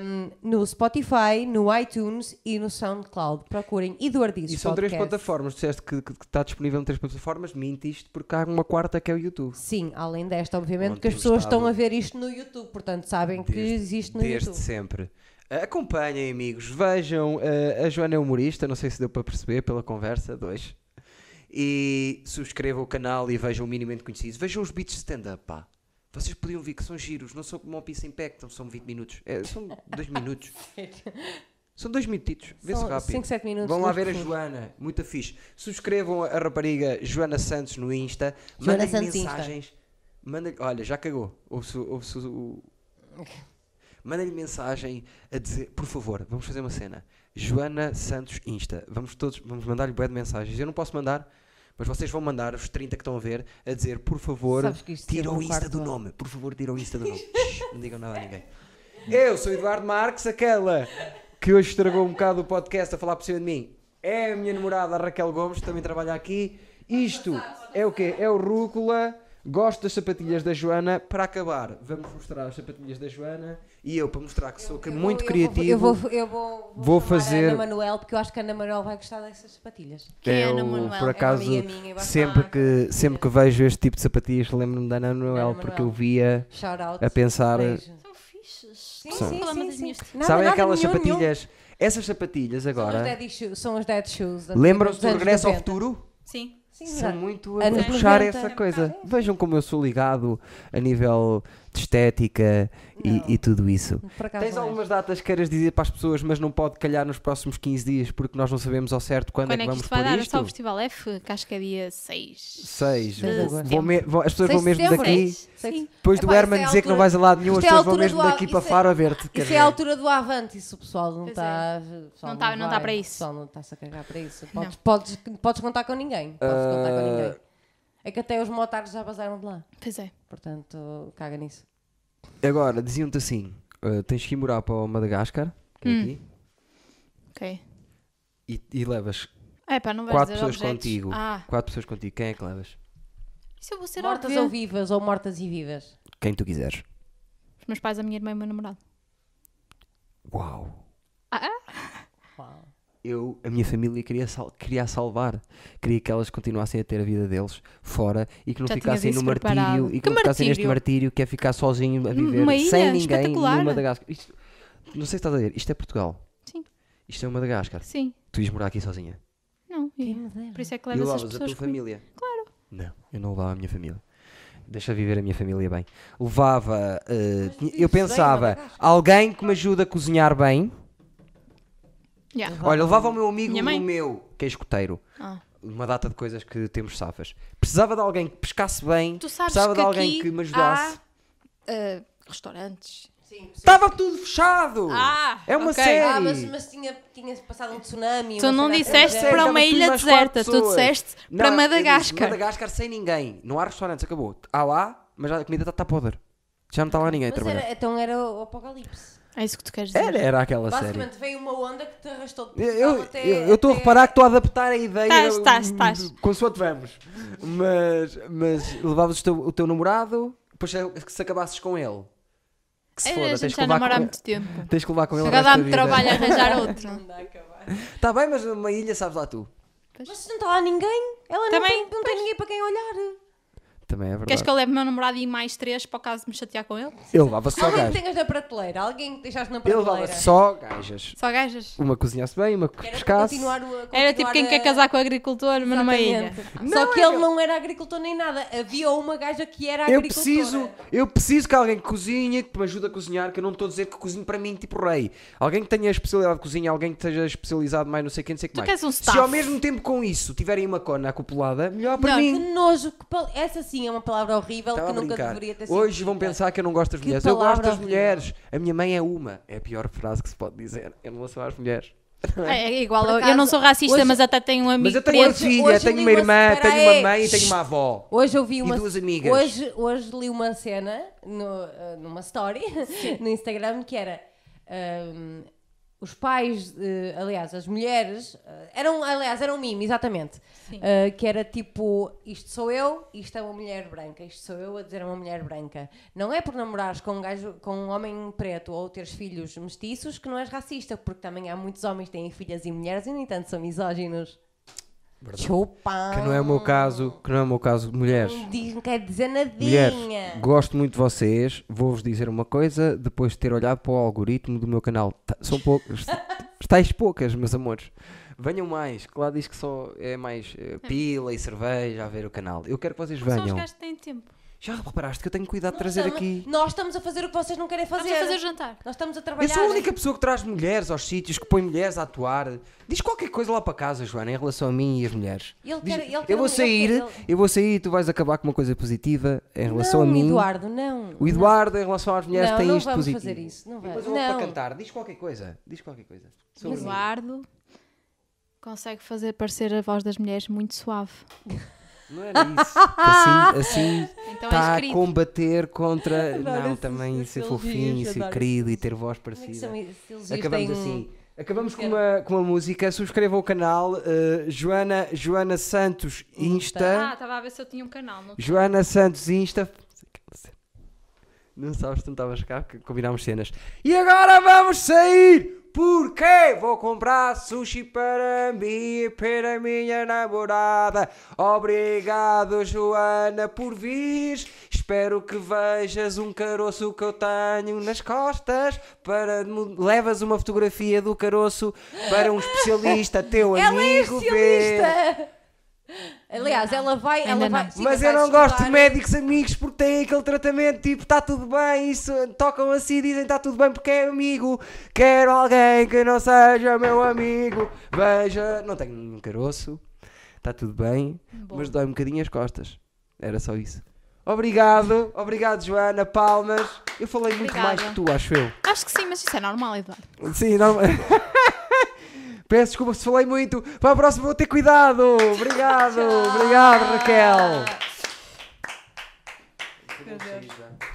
S3: hum, no Spotify, no iTunes e no SoundCloud. Procurem Eduardices
S1: E são três
S3: Podcast.
S1: plataformas. Disseste que, que- que está disponível em três plataformas, mentiste, porque há uma quarta que é o YouTube.
S3: Sim, além desta, obviamente,
S1: Onde
S3: que as
S1: tem
S3: pessoas
S1: estado.
S3: estão a ver isto no YouTube, portanto sabem que
S1: Desde-
S3: existe no
S1: Desde
S3: YouTube.
S1: sempre. Acompanhem, amigos. Vejam, eh, a Joana é humorista, não sei se deu para perceber pela conversa, dois. E subscrevam o canal e vejam o minimamente conhecido. Vejam os beats de stand-up, pá. Vocês podiam ver que são giros, não são como o Pizza Impact, não são 20 minutos. É, são 2 minutos. São dois minutitos, vê-se
S3: São
S1: rápido.
S3: cinco, sete minutos,
S1: Vão lá
S3: muito
S1: ver a
S3: profundo.
S1: Joana, muito fixe. Subscrevam a rapariga Joana Santos no Insta.
S3: Joana
S1: Mandem
S3: Santos Insta.
S1: mensagens. Manda olha, já cagou. Ouve-se ouve-se o. Manda-lhe mensagem a dizer, por favor, vamos fazer uma cena. Joana Santos Insta. Vamos todos, vamos mandar-lhe bué de mensagens. Eu não posso mandar, mas vocês vão mandar os 30 que estão a ver a dizer, por favor,
S3: Sabes que isto
S1: tira
S3: teve
S1: o
S3: um
S1: Insta
S3: quarto
S1: do
S3: ano.
S1: nome. Por favor, tira o Insta do nome. Shhh, não digam nada a ninguém. Eu sou Eduardo Marques, aquela que hoje estragou um bocado o podcast a falar por cima de mim. É a minha namorada a Raquel Gomes, que também trabalha aqui. Isto é o quê? É o Rúcula. Gosto das sapatilhas da Joana. Para acabar, vamos mostrar as sapatilhas da Joana. E eu, para mostrar que sou que
S3: Eu
S1: é muito
S3: vou-
S1: criativo.
S3: Eu vou, eu vou, eu vou,
S1: Vou
S3: chamar
S1: fazer-
S3: A Ana Manuel, porque eu acho que a Ana Manuel vai gostar dessas sapatilhas.
S2: Que é Ana Manuel, é
S1: por
S2: uma
S1: acaso,
S3: amiga minha, eu gosto
S1: sempre,
S3: lá.
S1: que, sempre que vejo este tipo de sapatilhas, lembro-me da Ana Manuel,
S3: Manuel.
S1: porque eu via
S3: Shout out.
S1: a pensar.
S3: Beijo.
S2: São fixes.
S3: Sim,
S2: Qual é o
S3: sim,
S2: problema
S3: sim,
S2: das
S3: sim.
S2: minhas-
S3: Nada,
S1: sabem
S3: nada,
S1: aquelas
S3: nenhum, nenhum.
S1: sapatilhas? Essas sapatilhas
S3: São os
S1: agora.
S3: daddy shoes. São os dead shoes. da-
S1: Lembram-se
S3: dos
S1: do
S3: anos
S1: regresso ao
S3: 90.
S1: futuro?
S2: Sim.
S3: Sim,
S1: São
S3: exato.
S1: muito a
S3: Anos
S1: puxar
S3: 90.
S1: essa coisa. Vejam como eu sou ligado a nível de estética
S3: Não.
S1: e, e tudo isso.
S3: Por acaso
S1: Tens
S3: não é.
S1: algumas datas que queiras dizer para as pessoas, mas não pode calhar nos próximos 15 dias, porque nós não sabemos ao certo quando,
S2: Quando é que
S1: vamos
S2: isto vai
S1: pôr
S2: dar? É só o
S1: isto.
S2: Festival F, que acho que é dia 6.
S1: 6.
S3: Seis de setembro.
S1: as pessoas
S3: Seis
S1: vão
S3: de
S1: mesmo
S3: setembro.
S1: daqui.
S3: Seis. Sim.
S1: Depois do
S3: Epá,
S1: Herman
S3: isso é a
S1: dizer que não
S3: altura-
S1: vais a lado nenhum, as
S3: isto é a
S1: pessoas vão
S3: altura
S1: mesmo
S3: do-
S1: daqui para
S3: isso é-
S1: Faro a ver-te.
S3: Isso é
S1: caralho.
S3: a altura do avante, isso o pessoal não
S2: Pois é.
S3: está.
S2: Não tá- não tá para isso.
S3: O pessoal não está-se a cagar para isso.
S2: Não.
S3: Podes, podes, podes contar com ninguém. Podes contar
S1: Ah.
S3: com ninguém. É que até os motards já basaram de lá.
S2: Pois é.
S3: Portanto, caga nisso.
S1: Agora, diziam-te assim: ah, tens que ir morar para o Madagascar, que é
S2: Hum.
S1: aqui,
S2: Ok.
S1: e, e levas
S2: É pá, não vais
S1: quatro
S2: dizer
S1: pessoas
S2: objetos.
S1: contigo.
S2: Ah,
S1: Quatro pessoas contigo. Quem é que levas?
S2: isso eu vou ser
S3: mortas
S2: óbvia.
S3: ou vivas, ou mortas e vivas.
S1: Quem tu quiseres.
S2: Os meus pais, a minha irmã e o meu namorado.
S1: Uau!
S2: Ah, ah,
S3: Uau.
S1: Eu, a minha família queria, sal- queria salvar, queria que elas continuassem a ter a vida deles fora e que não
S2: Já tinhas
S1: ficassem no
S2: isso
S1: martírio
S2: preparado.
S1: e que,
S2: Que
S1: não ficassem neste martírio que é ficar sozinho a viver
S2: Numa ilha
S1: sem ninguém
S2: espetacular.
S1: no Madagascar. Isto- não sei se estás a ver, isto é Portugal.
S2: Sim.
S1: Isto é o Madagascar.
S2: sim.
S1: Tu ias morar aqui sozinha.
S2: Não,
S3: Quem
S2: ia.
S3: me dera.
S2: Por isso é que
S1: e
S2: levas as
S1: levavas a
S2: pessoas
S1: tua
S2: comigo.
S1: família? Claro. Não, eu não levava a minha família. Deixa viver a minha família bem. Levava. eh,
S3: Mas
S1: tinha-
S3: vives bem
S1: eu
S3: no
S1: pensava,
S3: Madagascar.
S1: alguém que me ajude a cozinhar bem.
S2: Yeah.
S1: Olha, levava o meu amigo
S2: Minha
S1: o
S2: mãe.
S1: meu, que é escoteiro.
S2: Ah.
S1: Uma data de coisas que temos safas. Precisava de alguém que pescasse bem.
S2: Tu sabes
S1: precisava
S2: que
S1: de alguém
S2: aqui
S1: que me ajudasse.
S2: há, ah, restaurantes.
S3: Sim, sim.
S1: Estava tudo fechado!
S2: Ah,
S1: é uma
S2: ok.
S1: série!
S3: Ah, mas, mas tinha, tinha passado um tsunami.
S2: Tu
S3: uma
S2: não
S3: cena assim.
S2: disseste
S1: Sério,
S2: para uma
S1: estava tudo
S2: ilha
S1: nas quatro
S2: deserta, tu
S1: pessoas.
S2: disseste
S1: Não,
S2: para
S1: eu disse,
S2: Madagascar.
S1: Madagascar sem ninguém. Não há restaurantes, acabou. Há lá, mas já a comida está a podre. Já não está lá ninguém a
S3: Mas
S1: trabalhar.
S3: era, então era o apocalipse.
S2: É isso que tu queres dizer.
S1: Era, era aquela série.
S3: Basicamente veio uma onda que te arrastou de
S1: Eu
S3: Portugal até-
S1: eu- eu estou a
S3: até-
S1: reparar que estou a adaptar a ideia.
S2: Estás, estás,
S1: hum,
S2: estás.
S1: Consoante vamos. Mas, mas levavas o teu, o teu namorado, depois se, se acabasses com ele. Que se
S2: É,
S1: foda,
S2: a
S1: tens
S2: gente
S1: que,
S2: já
S1: levar
S2: namora há
S1: com,
S2: muito tempo.
S1: tens que levar com ele.
S2: Agora dá-me trabalho a arranjar outro.
S3: Não dá a acabar.
S1: Está Tá bem, mas numa ilha sabes lá tu.
S3: é Mas se não está lá ninguém, ela
S2: Também,
S3: não, tem, não tem ninguém para quem olhar.
S1: Também é
S2: Queres
S1: verdade.
S2: que eu leve o meu namorado e mais três para o caso de me chatear com ele?
S1: Ele levava só
S3: Alguém que
S1: gajas.
S3: tenhas na prateleira, alguém que deixaste na
S1: Ele
S3: prateleira.
S1: levava só gajas.
S2: Só gajas?
S1: Uma cozinhasse bem, uma que
S3: Era para
S1: pescasse.
S3: continuar o- continuar
S2: Era tipo quem
S3: a-
S2: quer casar com o agricultor, mas numa ilha.
S3: Exatamente. Só que ele não era agricultor nem nada. Havia uma gaja que era
S1: Eu
S3: agricultora. é?
S1: preciso, eu preciso que alguém que cozinhe, que me ajude a cozinhar, que eu não estou a dizer que cozinho para mim, tipo rei. Alguém que tenha especialidade de cozinha, alguém que esteja especializado mais não sei quem, não sei que
S2: Tu
S1: mais.
S2: queres um
S1: Se
S2: staff.
S1: ao mesmo tempo com isso tiverem uma cona acoplada, melhor para
S2: Não,
S3: Que
S1: mim.
S3: nojo. que pal- Essa sim é uma palavra horrível
S1: Estava
S3: que
S1: a
S3: nunca
S1: brincar.
S3: deveria ter sido.
S1: Hoje vão
S3: dita.
S1: pensar que eu não gosto das
S3: Que
S1: mulheres. Eu gosto
S3: palavra
S1: das
S3: horrível.
S1: mulheres. A minha mãe é uma. É a pior frase que se pode dizer em relação às mulheres.
S2: É, é igual,
S3: Por
S2: eu- eu
S3: acaso,
S2: não sou racista,
S3: hoje-
S2: mas até tenho um amigo
S1: Mas eu tenho uma
S2: preto.
S3: hoje-
S1: filha,
S3: hoje
S1: tenho uma
S3: li uma-
S1: irmã,
S3: espera
S1: tenho
S3: aí.
S1: uma mãe e tenho uma avó.
S3: Hoje eu vi uma.
S1: duas amigas.
S3: Hoje, hoje li uma cena no, eh, numa story no Instagram que era. ahm, os pais, eh, aliás, as mulheres, eh, eram, aliás, era um mimo, exatamente.
S2: Sim.
S3: Eh, que era tipo, isto sou eu, isto é uma mulher branca, isto sou eu a dizer a uma mulher branca. Não é por namorares com um, gajo, com um homem preto ou teres filhos mestiços que não és racista, porque também há muitos homens que têm filhas e mulheres e, no entanto, são misóginos. Chupa!
S1: Que não é o meu caso, que não é o meu caso, mulheres.
S3: Diz, não quer dizer nadinha.
S1: Mulheres, gosto muito de vocês. Vou-vos dizer uma coisa depois de ter olhado para o algoritmo do meu canal. Tá- São poucas. Estáis poucas, meus amores. Venham mais, que lá diz que só é mais eh, pila e cerveja a ver o canal. Eu quero que vocês
S2: São os
S1: venham.
S2: gajos que têm tempo.
S1: Já reparaste que eu tenho cuidado de
S3: Nós
S1: trazer
S3: estamos-
S1: aqui.
S3: Nós estamos a fazer o que vocês não querem fazer.
S2: Vamos a fazer jantar.
S3: Nós estamos a
S1: Eu
S3: trabalhar.
S1: sou a única pessoa que traz mulheres aos sítios, que põe mulheres a atuar. Diz qualquer coisa lá para casa, Joana, em relação a mim e as mulheres.
S3: Ele
S1: Diz,
S3: quer- ele quer
S1: eu vou
S3: um- ele
S1: sair,
S3: quer- ele-
S1: eu vou sair e tu vais acabar com uma coisa positiva em relação
S3: não,
S1: a mim.
S3: Eduardo, não.
S1: O Eduardo, em relação às mulheres,
S3: não,
S1: tem
S3: não
S1: isto
S3: vamos
S1: positivo.
S3: fazer isso, não
S1: E
S3: vamos.
S1: Depois eu vou para
S3: Não.
S1: cantar. Diz qualquer coisa. Diz qualquer coisa. Sobre mim.
S2: Eduardo consegue fazer parecer a voz das mulheres muito suave.
S1: Não era isso.
S3: é
S1: Assim, assim
S2: Então
S1: está
S2: é
S1: a
S2: escrito.
S1: combater contra.
S3: Adoro
S1: não,
S3: esses-
S1: também
S3: esses
S1: ser
S3: elogios,
S1: fofinho, e ser
S3: é adoro
S1: querido e
S3: esses-
S1: ter voz
S3: Como é que
S1: parecida.
S3: são esses elogios?
S1: Acabamos
S3: Têm- um
S1: assim. Acabamos com uma, com uma música. Subscreva o canal. eh, Joana, Joana Santos
S3: Ah,
S1: Insta.
S2: estava a ver se eu tinha um canal. Não...
S1: Joana Santos Insta. Não sabes, tu não estavas cá, que combinámos cenas. E agora vamos sair! Porque vou comprar sushi para mim e para a minha namorada. Obrigado, Joana, por vir. Espero que vejas um caroço que eu tenho nas costas. Para mo- levas uma fotografia do caroço para um especialista, teu
S3: Ela é
S1: amigo. ver.
S3: especialista! Aliás, ela vai. Ela
S2: Ainda
S3: vai
S2: não.
S3: sim,
S1: Mas
S3: vai
S1: eu não gosto de
S3: estudar.
S1: médicos amigos porque têm aquele tratamento tipo, está tudo bem, isso, tocam assim e dizem está tudo bem porque é amigo. Quero alguém que não seja meu amigo. Veja, não tenho nenhum caroço, está tudo bem,
S2: Boa.
S1: mas dói um bocadinho as costas. Era só isso. Obrigado, obrigado Joana, palmas. Eu falei muito
S2: Obrigada.
S1: mais que tu, acho eu.
S2: Acho que sim, mas isso é normal, Eduardo.
S1: Sim, normal. Peço desculpa se falei muito. Para a próxima vou ter cuidado. Obrigado, obrigado Raquel.
S3: Meu Deus.